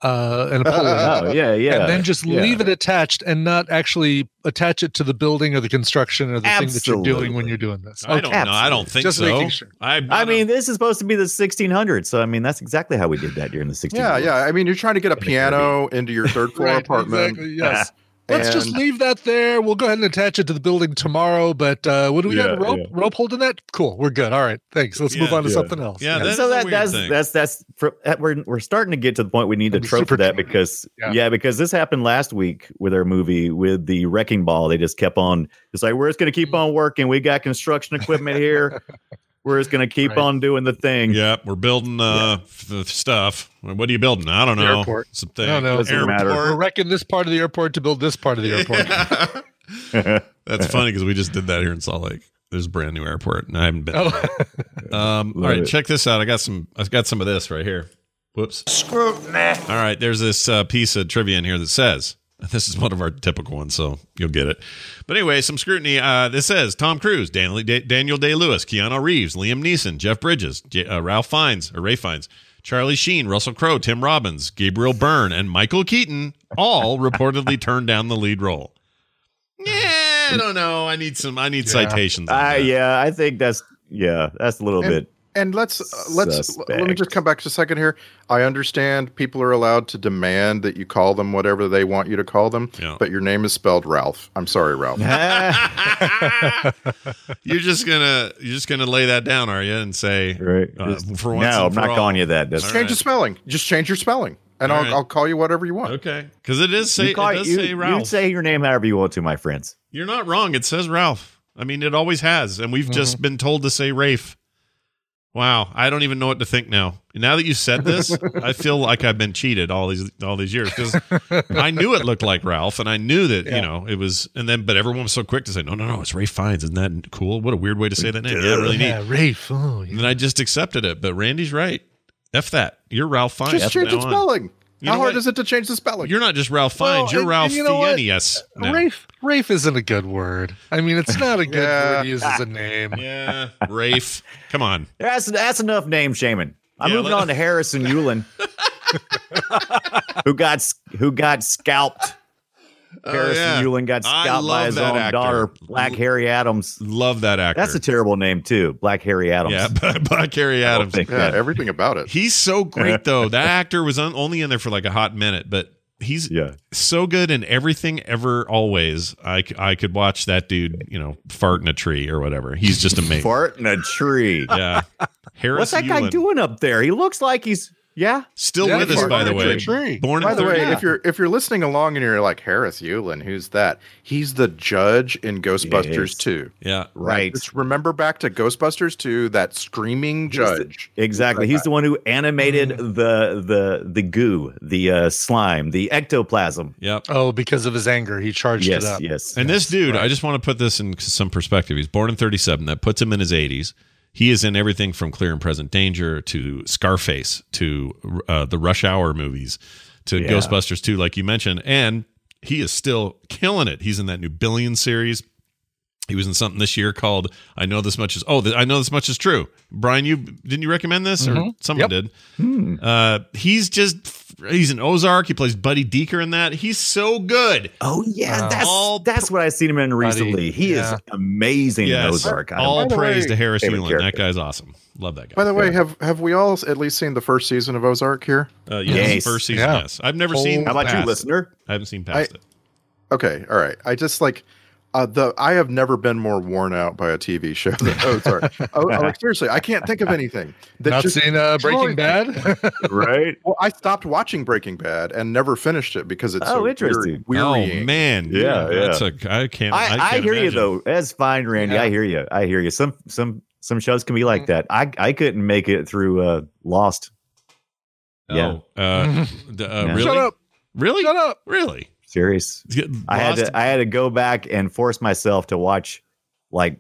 S8: uh, and a pulley.
S7: [laughs] Oh yeah, yeah.
S8: and then just
S7: yeah.
S8: leave it attached and not actually attach it to the building or the construction or the thing that you're doing when
S7: Absolutely.
S8: you're doing this.
S6: I don't know. I don't think
S8: Just
S6: so.
S8: making sure.
S6: I,
S7: I mean, this is supposed to be the 1600s, so I mean that's exactly how we did that during the 1600s.
S9: Yeah, yeah. I mean, you're trying to get a
S7: the
S9: piano into
S6: [laughs]
S9: your third floor
S8: Right,
S9: apartment.
S8: Exactly, yes. Let's just
S9: And-
S8: leave that there. We'll go ahead and attach it to the building tomorrow. But uh, what do we got?
S7: Yeah,
S8: A rope,
S7: yeah.
S8: rope holding that? Cool. We're good. All right. Thanks. Let's move
S6: Yeah,
S8: on to
S7: yeah.
S8: something else.
S6: Yeah, that-
S7: so
S6: is a
S7: that,
S6: weird
S7: that's,
S6: thing.
S7: that's that's fr- that we're we're starting to get to the point we need a
S8: It's
S7: trope
S8: super
S7: for that
S8: trope.
S7: because
S8: Yeah.
S7: yeah. because this happened last week with our movie with the wrecking ball they just kept on it's like we're just going to keep on working we got construction equipment here we're just going to keep
S8: Right.
S7: on doing the thing
S6: yeah, we're building uh, the stuff. What are you building? I don't
S8: The
S6: know.
S8: airport.
S6: Something.
S8: I don't know.
S7: Doesn't matter.
S8: We're wrecking this part of the airport to build this part of the airport.
S6: Yeah. That's funny because we just did that here in Salt Lake. There's a brand new airport, and I haven't been.
S8: Oh,
S6: Um, all right, check this out. I got some. I got some of this right here. Whoops. Scrutiny. All right, there's this uh, piece of trivia in here that says [laughs] this is one of our typical ones, so you'll get it. But anyway, some scrutiny. Uh, this says Tom Cruise, Daniel Da- Daniel Day Lewis, Keanu Reeves, Liam Neeson, Jeff Bridges, J- uh, Ralph Fiennes, or Ray Fiennes, Charlie Sheen, Russell Crowe, Tim Robbins, Gabriel Byrne, and Michael Keaton all reportedly turned down the lead role. Yeah, I don't know. I need some. I need citations. on
S7: I,
S6: that.
S7: yeah i think that's yeah that's a little
S9: And-
S7: bit
S9: [laughs]
S7: [laughs]
S9: And let's uh, let's l- let me
S7: Suspect.
S9: just come back to a second here. I understand people are allowed to demand that you call them whatever they want you to call them,
S6: Yeah.
S9: but your name is spelled Ralph. I'm
S6: [laughs]
S9: sorry, Ralph.
S7: Ah,
S6: you're just gonna you're just gonna lay that down, are you? And say,
S7: right
S6: Uh,
S7: Just-
S6: for once and
S7: no i'm
S6: for
S7: not
S6: all.
S7: calling you that
S9: Just
S7: that's
S9: change
S6: right.
S9: the spelling. Just change your spelling, and
S6: All
S9: I'll,
S6: right.
S9: I'll call you whatever you want.
S6: okay, because it is say
S7: you, call
S6: it
S7: it,
S6: does
S7: you,
S6: say
S7: you
S6: Ralph.
S7: say your name however you want to my friends
S6: You are not wrong. It says Ralph. I mean, it always has, and we've
S9: Mm-hmm.
S6: just been told to say Rafe. Wow, I don't even know what to think now. Now that you said this, I feel like I've been cheated all these all these years because I knew it looked like Ralph, and I knew that you know it was. And then, but everyone was so quick to say, "No, no, no, it's Rafe Fiennes." Isn't that cool? What a weird way to say that name. Yeah, [laughs] really neat.
S8: yeah, Rafe. Oh, yeah.
S6: And then I just accepted it. But Randy's right. F that. You're Ralph Fiennes.
S9: Just
S6: from
S9: change the
S6: now on.
S9: spelling.
S6: You
S9: How
S6: know
S9: hard
S6: what?
S9: is it to change the spelling?
S6: You're not just Ralph Fiennes.
S8: Well,
S6: you're
S8: and-
S6: Ralph
S8: and you know what?
S6: Fiennes. now.
S8: Rafe. Rafe isn't a good word. I mean, it's not a good
S9: Yeah.
S8: word to use as a name.
S6: Yeah, [laughs] Rafe. Come on.
S7: That's that's enough name shaming. I'm
S6: Yeah,
S7: moving
S6: let-
S7: on to Harrison
S6: [laughs]
S7: Yulin, who got s- who got scalped. Harrison
S6: Oh, yeah.
S7: Yulin got
S6: I
S7: scalped
S6: love
S7: by his
S6: that
S7: own
S6: actor.
S7: daughter, Black Harry Adams.
S6: Love that actor.
S7: That's a terrible name too, Black Harry Adams.
S6: yeah, [laughs] but, but Carrie
S7: I don't
S6: Adams.
S7: think
S9: yeah,
S7: that-
S9: everything about it.
S6: He's so
S7: [laughs]
S6: great though. That actor was on, only in there for like a hot minute, but he's
S7: yeah.
S6: so good in everything ever always. I, c- I could watch that dude, you know, fart in a tree or whatever. He's just amazing.
S7: Fart in a tree.
S6: Yeah. Harrison
S7: [laughs] What's that guy
S6: Yulin.
S7: doing up there? He looks like he's yeah.
S6: Still
S8: Yeah,
S6: with us
S9: fart
S6: by
S9: in
S6: the
S9: a
S6: way.
S8: tree.
S6: Born
S9: By
S6: in
S9: the way,
S6: 30
S9: if you're if you're listening along and you're like Harris Yulin, who's that? He's the judge in Ghostbusters
S7: Yes.
S9: 2.
S6: yeah.
S7: Right.
S9: Just remember back to Ghostbusters 2, that screaming judge.
S7: Exactly. He's the one who animated
S6: Mm.
S7: the the the goo, the uh, slime, the ectoplasm.
S6: Yep.
S8: Oh, because of his anger, he charged it
S7: Yes,
S8: up.
S7: yes.
S6: And this dude, I just want to put this in some perspective. He's born in 37. That puts him in his 80s. He is in everything from Clear and Present Danger to Scarface to uh, the Rush Hour movies to
S7: Yeah.
S6: Ghostbusters 2, like you mentioned. And he is still killing it. He's in that new Billion series. He was in something this year called "I Know This Much Is Oh th- I Know This Much Is True." Brian, you didn't you recommend this
S7: Mm-hmm.
S6: or someone
S8: Yep.
S6: did?
S7: Hmm.
S6: Uh, he's just he's in Ozark. He plays Buddy Deeker in that. He's so good.
S7: Oh yeah, that's
S6: All
S7: that's what I've seen him in recently. He
S8: yeah.
S7: is amazing in
S6: Yes.
S7: Ozark. I
S6: All
S7: love-
S6: praise to Harris
S7: favorite
S6: Yulin. That
S7: character.
S6: guy's awesome. Love that
S9: By
S6: guy.
S9: the way, have have we all at least seen the first season of Ozark here?
S6: Uh, yes,
S7: Yes.
S6: first season.
S8: Yeah.
S6: Yes, I've never
S8: Whole-
S6: seen.
S7: How about you,
S6: past-
S7: listener?
S6: [laughs] I haven't seen past
S9: I-
S6: it.
S9: Okay, all right. I just like uh, the I have never been more worn out by a TV show [laughs] than Ozark. oh, like seriously, I can't think of anything. That
S8: Not
S9: just
S8: seen uh,
S9: destroyed me.
S8: Breaking Bad.
S7: Right.
S9: Well, I stopped watching Breaking Bad and never finished it because it's
S7: Oh,
S9: so
S7: interesting.
S9: Weary,
S6: Oh
S9: wearying.
S6: man,
S7: Yeah, yeah.
S6: That's a. I can't. I, can't
S7: I, I hear you
S6: imagine.
S7: though. That's fine, Randy. I hear you. I hear you. Some some some shows can be like that. I I couldn't make it through uh Lost. Yeah.
S6: Oh,
S8: [laughs]
S6: [laughs] uh, d- uh,
S7: Yeah.
S6: Really?
S8: Shut up.
S6: Really?
S8: Shut up.
S6: Really?
S7: Serious. I had
S6: Lost-
S7: to I had to go back and force myself to watch like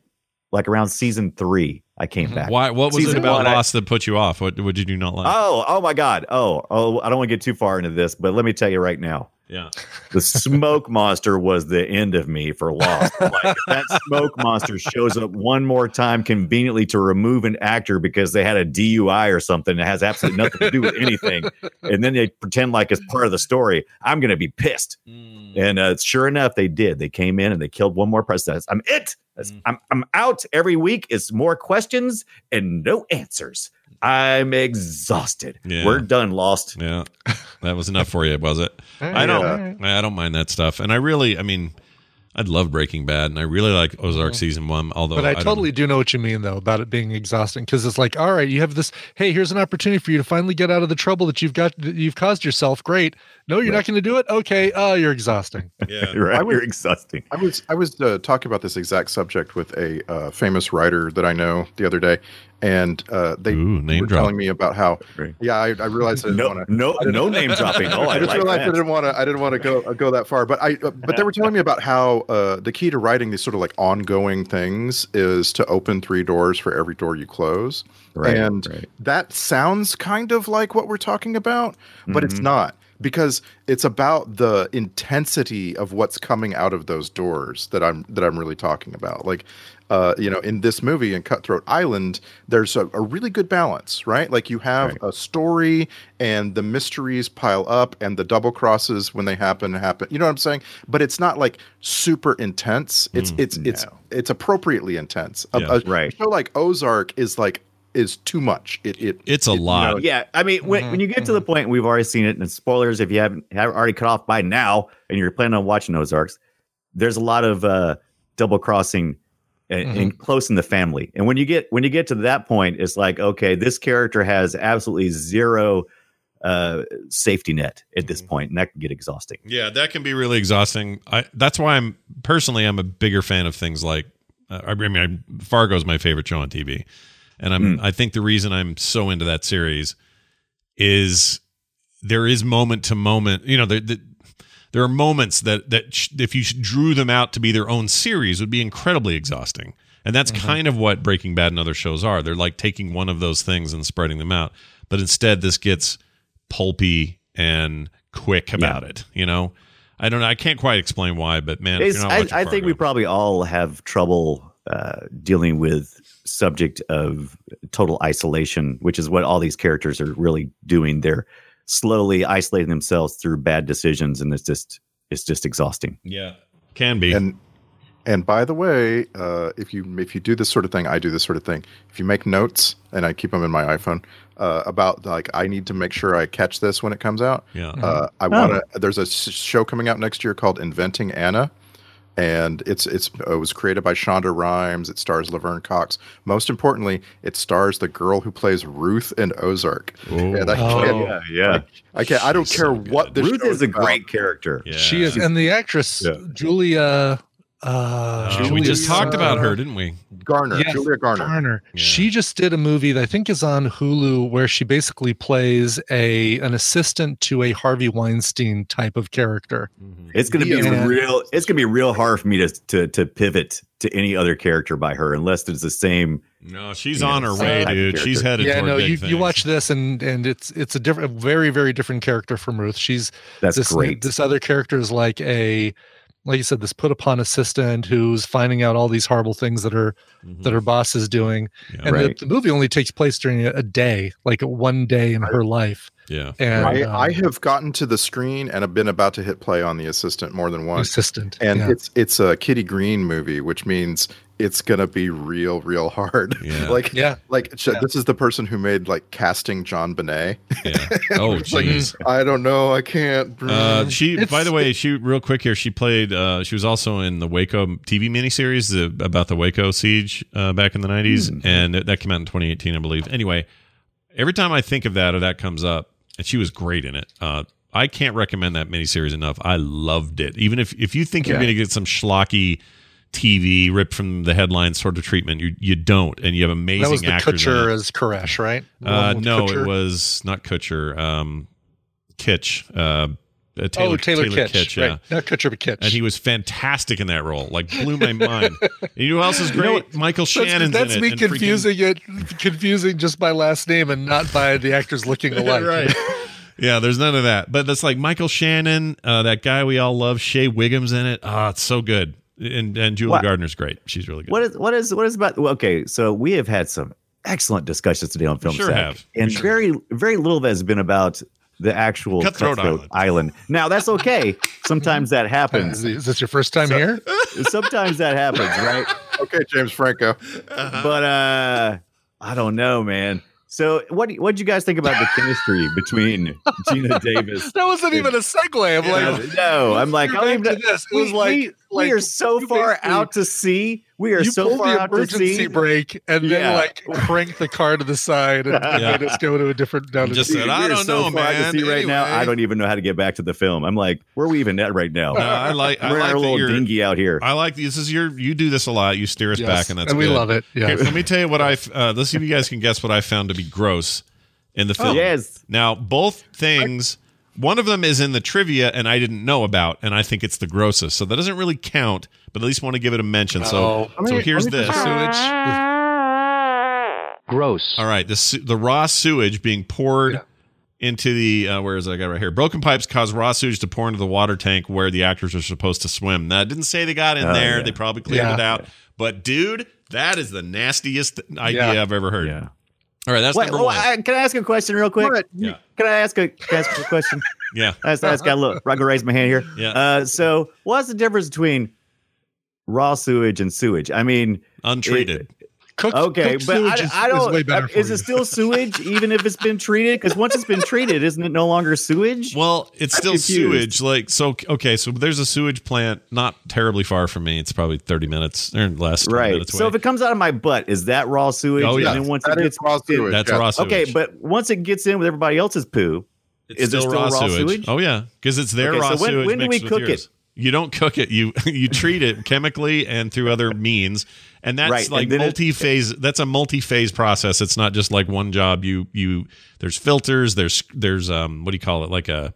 S7: like around season three. I came back.
S6: Why? What was it
S7: Season
S6: about
S7: one, I- Uh,
S6: Lost that put you off? What, what did you not like?
S7: Oh, oh my God. Oh, oh, I don't want to get too far into this, but let me tell you right now.
S6: Yeah.
S7: The smoke monster was the end of me
S6: [laughs]
S7: for Lost. Like, if that smoke monster shows up one more time conveniently to remove an actor because they had a DUI or something that has absolutely nothing to do with anything, and then they pretend like it's part of the story. I'm going to be pissed.
S6: Hmm.
S7: And uh, sure enough, they did. They came in and they killed one more person. That's- I'm it. That's,
S6: Hmm.
S7: I'm I'm out every week. It's more questions and no answers. I'm exhausted.
S6: Yeah.
S7: We're done. Lost.
S6: Yeah. That was enough for you, was it? I don't
S8: uh,
S6: I don't mind that stuff. And I really I mean I love Breaking Bad and I really like Ozark season 1 although
S8: Mm-hmm. But I
S6: don't-
S8: totally do know what you mean, though, about it being exhausting. Because it's like, all right, you have this. Hey, here's an opportunity for you to finally get out of the trouble that you've got, that you've caused yourself. Great. No, you're not going to do it. Okay. Oh, you're exhausting.
S6: [laughs] yeah.
S7: Right.
S9: I would-
S7: You're exhausting.
S9: I was I was uh, talking about this exact subject with a uh, famous writer that I know the other day, and uh, they
S6: Ooh, name
S9: were
S6: drop.
S9: telling me about how.
S7: Right.
S9: Yeah, I, I realized I didn't
S7: No,
S9: want to.
S7: no, no name dropping. Oh, I,
S9: I just
S7: like
S9: realized I
S7: that.
S9: didn't want to. I didn't want to go go that far, but I. uh, But they were telling me about how uh, the key to writing these sort of like ongoing things is to open three doors for every door you close.
S7: Right,
S9: and
S7: right.
S9: that sounds kind of like what we're talking about, but it's not because it's about the intensity of what's coming out of those doors that I'm that I'm really talking about. Like, uh, you know, in this movie in Cutthroat Island, there's a, a really good balance, right? Like you have a story and the mysteries pile up and the double crosses when they happen happen. You know what I'm saying? But it's not like super intense. It's it's it's it's appropriately intense. A-
S6: Yeah.
S9: a-
S7: Right.
S9: a show like Ozark is like is too much. It it
S6: It's a
S9: it-
S6: lot.
S9: you know,
S7: Yeah, I mean, when, when you get to the point, we've already seen it. And spoilers, if you haven't have already cut off by now, and you're planning on watching Ozarks, there's a lot of uh, double crossing and, and close in the family. And when you get when you get to that point, it's like, okay, this character has absolutely zero uh, safety net at this point, and that can get exhausting.
S6: Yeah, that can be really exhausting. I that's why I'm personally I'm a bigger fan of things like uh, I mean I, Fargo's my favorite show on TV, and I'm
S7: Hmm.
S6: I think the reason I'm so into that series is there is moment to moment. You know, there, there, there are moments that that sh- if you drew them out to be their own series would be incredibly exhausting. And that's
S7: Mm-hmm.
S6: kind of what Breaking Bad and other shows are. They're like taking one of those things and spreading them out. But instead, this gets pulpy and quick about it. You know, I don't know. I can't quite explain why, but man, if
S7: It's,
S6: you're not
S7: I,
S6: watching
S7: I think we
S6: Fargo-
S7: probably all have trouble uh, dealing with subject of total isolation, which is what all these characters are really doing. They're slowly isolating themselves through bad decisions, and it's just it's just exhausting.
S6: yeah can be
S9: and and by the way, uh, if you if you do this sort of thing, I do this sort of thing. If you make notes, and I keep them in my iPhone uh, about like I need to make sure I catch this when it comes out.
S6: yeah.
S9: Uh, I want to. There's a s- show coming out next year called Inventing Anna, and it's it's it was created by Shonda Rhimes. It stars Laverne Cox. Most importantly, it stars the girl who plays Ruth in Ozark. And I can't,
S8: Oh.
S7: yeah.
S9: I can't. I don't
S6: She's
S9: care
S6: so
S9: what this
S7: Ruth
S9: show
S7: is a
S9: about.
S7: great character.
S6: yeah.
S8: She is. And the actress,
S7: Yeah.
S8: Julia. Uh,
S6: Uh, we just
S8: Julia-
S6: talked about her, didn't we?
S9: Garner,
S8: Yes,
S9: Julia Garner.
S8: Garner.
S6: Yeah.
S8: She just did a movie that I think is on Hulu where she basically plays a an assistant to a Harvey Weinstein type of character.
S7: It's gonna be
S8: Yeah.
S7: real. It's gonna be real hard for me to, to to pivot to any other character by her unless it's the same.
S6: No, she's
S7: Yeah,
S6: on her
S7: some
S6: way,
S7: type of
S6: dude. She's headed.
S8: yeah,
S6: toward
S8: no,
S6: big
S8: you,
S6: things.
S8: you watch this and and it's it's a different, a very very different character from Ruth. She's
S7: That's
S8: this
S7: great.
S8: this other character is like a like you said this put upon assistant who's finding out all these horrible things that her that
S6: Mm-hmm.
S8: her boss is doing,
S6: Yeah.
S8: and
S7: Right.
S8: the, the movie only takes place during a, a day, like one day in her life.
S6: Oh, Yeah,
S8: And
S9: I,
S8: um,
S9: I have gotten to the screen and have been about to hit play on the assistant more than once.
S8: assistant
S9: And
S8: yeah.
S9: it's it's a Kitty Green movie, which means it's gonna be real, real hard. [laughs]
S6: Yeah.
S9: like
S8: Yeah.
S9: like sh- this is the person who made like casting John Bonet.
S6: yeah. Oh, jeez.
S9: I don't know, I can't.
S6: Uh, she,
S8: It's-
S6: by the way, she real quick here. She played. Uh, she was also in the Waco TV miniseries the, about the Waco siege uh, back in the '90s,
S8: Hmm.
S6: and that, that came out in 2018, I believe. Anyway, every time I think of that or that comes up, and she was great in it. Uh, I can't recommend that miniseries enough. I loved it. Even if if you think you're going to get some schlocky TV ripped from the headlines sort of treatment, you you don't, and you have amazing
S8: that was the
S6: actors. in
S8: Kutcher
S6: it.
S8: as Koresh, right? The
S6: Uh,
S8: one with
S6: no,
S8: Kutcher? Oh,
S6: it was not Kutcher. Um, Kitsch. Uh, uh, Taylor,
S8: oh, Taylor, Kitsch,
S6: yeah.
S8: right? Not Kutcher, but Kitsch.
S6: And he was fantastic in that role. Like
S8: [laughs]
S6: blew my mind. and you know who else is great? Michael
S8: that's,
S6: Shannon.
S8: that's me
S6: and freaking- [laughs] [laughs]
S8: confusing it, confusing just by last name and not by the actors looking alike.
S6: right. Yeah, there's none of that. But that's like Michael Shannon, uh, that guy we all love. Shea Wiggum's in it. Ah, it's so good. And and Julie
S7: What-
S6: Gardner's great. She's really good.
S7: What is what is what is about? Well, okay, so we have had some excellent discussions today on film
S6: sure
S7: Sack,
S6: have.
S7: and
S6: We sure
S7: very very little that has been about the actual
S6: Cutthroat
S7: Island. Now
S8: [laughs]
S7: that's okay. Sometimes that
S8: Is, [laughs] [laughs]
S7: happens.
S8: is this your first time
S7: [laughs]
S8: here?
S7: Sometimes that happens, right?
S9: Okay, James Franco.
S8: Uh-huh.
S7: But uh I don't know, man. So what what would you guys think about the chemistry
S8: [laughs]
S7: between Gina Davis? uh,
S8: That wasn't even a segue. I'm like,
S7: no, I'm like, I
S8: You're
S7: don't even
S8: back
S7: know-
S8: to this. It was like-
S7: we, we
S8: like,
S7: are so
S8: you
S7: far
S8: basically-
S7: out to sea. We are
S8: you
S7: so
S8: pulled
S7: far
S8: the
S7: out to sea.
S8: emergency brake and
S7: Yeah.
S8: then like crank the car to the side
S7: [laughs]
S8: and
S6: Yeah.
S8: made us go to a different down.
S6: Just
S8: a
S6: said, I
S7: We're
S6: don't
S7: so
S6: know,
S7: far out to
S6: man.
S7: sea right now,
S6: Anyway.
S7: I don't even know how to get back to the film. I'm like, where are we even at right now?
S6: No, I like I
S7: We're in
S6: like
S7: our
S6: that
S7: little
S6: you're,
S7: dinghy out here.
S6: I like this is your you do this a lot. You steer us
S8: Yes,
S6: back, and that's
S8: and we
S6: good.
S8: love it. Yeah.
S6: Here, let me tell you what I f- uh, let's see if you guys can guess what I found to be gross in the film.
S7: Oh. yes.
S6: Now both things, one of them is in the trivia, and I didn't know about, and I think it's the grossest. So that doesn't really count, but at least want to give it a mention. So so here's this.
S8: sewage.
S6: All right, the su- the raw sewage being poured into the uh, where is it? I got it right here. Broken pipes cause raw sewage to pour into the water tank where the actors are supposed to swim. Now, I didn't say they got in
S7: Oh,
S6: there.
S7: yeah.
S6: They probably cleared
S8: Yeah.
S6: it out. But dude, that is the nastiest idea
S8: Yeah.
S6: I've ever heard.
S7: Yeah.
S6: All right, that's
S7: Wait,
S6: number
S7: oh,
S6: one.
S7: I- can I ask a question real quick?
S6: Yeah.
S7: Can I ask a, can I ask a question?
S6: yeah,
S7: I just, I just got a little. I can raise my hand here.
S6: Yeah.
S7: Uh, so, what's the difference between raw sewage and sewage? I mean,
S6: untreated.
S8: Cooked,
S7: okay,
S8: cooked
S7: but
S8: sewage
S7: I,
S8: is,
S7: I don't. uh,
S8: Is, way better for
S7: is
S8: you.
S7: it still sewage, even if it's been treated? Because once it's been treated, isn't it no longer sewage?
S6: well, it's still
S7: confused.
S6: sewage. Like so, okay. So there's a sewage plant not terribly far from me. It's probably 30 minutes or less. 20
S7: right.
S6: Minutes
S7: So,
S6: away.
S7: if it comes out of my butt, is that raw sewage?
S6: Oh, yeah.
S7: And then once
S9: That
S7: it
S9: is
S7: gets
S9: raw
S7: in-
S9: sewage.
S6: that's
S9: yeah.
S6: raw sewage.
S7: Okay, but once it gets in with everybody else's poo, [laughs]
S6: It's
S7: is it still raw sewage?
S6: Oh yeah, because it's their
S7: Okay,
S6: raw
S7: so when-
S6: sewage.
S7: when do
S6: mixed
S7: we
S6: with
S7: cook it?
S6: yours. You don't cook it. You [laughs] you treat it chemically and through other means, and that's
S7: Right, and
S6: like
S7: then it-
S6: multi-phase. that's a multi-phase process. It's not just like one job. You you there's filters. There's there's um what do you call it? Like a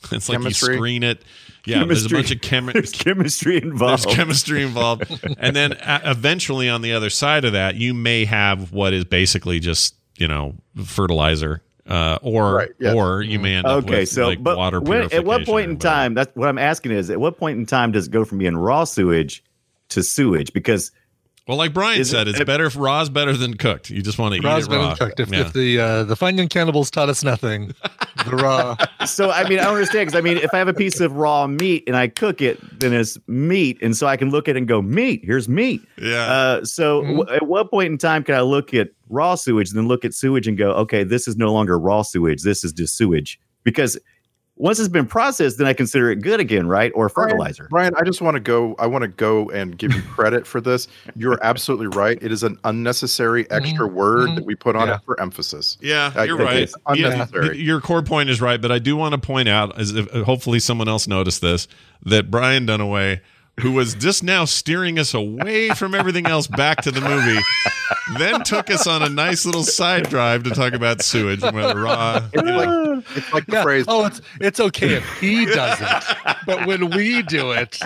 S6: [laughs] it's like
S9: Chemistry.
S6: you screen it. Yeah, there's a
S7: Chemistry.
S6: bunch of chemi-
S7: there's chemistry involved.
S6: there's chemistry involved. and
S7: [laughs]
S6: then uh, eventually on the other side of that, you may have what is basically just, you know, fertilizer. Uh, or
S9: Right, yeah.
S6: or you may end up
S7: okay,
S6: with
S7: so
S6: like
S7: but
S6: water
S7: when, at
S6: purification uh,
S7: what point
S6: or
S7: in
S6: whatever.
S7: time? That's what I'm asking is at what point in time does it go from being raw sewage to sewage? Because
S6: Well, like Brian
S7: Is it-
S6: said, it's
S7: it-
S6: better if raw's better than cooked. You just want to
S8: Raw's
S6: eat it
S8: been
S6: raw.
S8: cooked. If,
S6: yeah.
S8: if the uh, the Funyun cannibals taught us nothing, the
S7: [laughs]
S8: raw.
S7: so I mean I don't understand because I mean if I have a piece of raw meat and I cook it, then it's meat, and so I can look at it and go meat. Here's meat.
S6: yeah.
S7: Uh, so w- at what point in time can I look at raw sewage and then look at sewage and go, okay, this is no longer raw sewage. This is just sewage because once it's been processed, then I consider it good again, right? Or fertilizer.
S9: Brian, I just want to go. I want to go and give
S6: [laughs]
S9: you credit for this. You're absolutely right. It is an unnecessary extra word that we put on
S8: Mm-hmm. Yeah.
S9: it for emphasis.
S6: Yeah,
S9: I
S6: you're
S9: think
S6: right.
S9: it's
S6: Yeah,
S9: unnecessary.
S6: y- your core point is right, but I do want to point out, as if, uh, hopefully someone else noticed this, that Brian Dunaway, who was just now steering us away from everything else back to the movie, then took us on a nice little side drive to talk about sewage and whether
S7: [laughs]
S6: raw.
S9: It's like, it's like the
S8: Yeah.
S9: phrase.
S8: Oh, it's it's okay if he does it, but when we do it,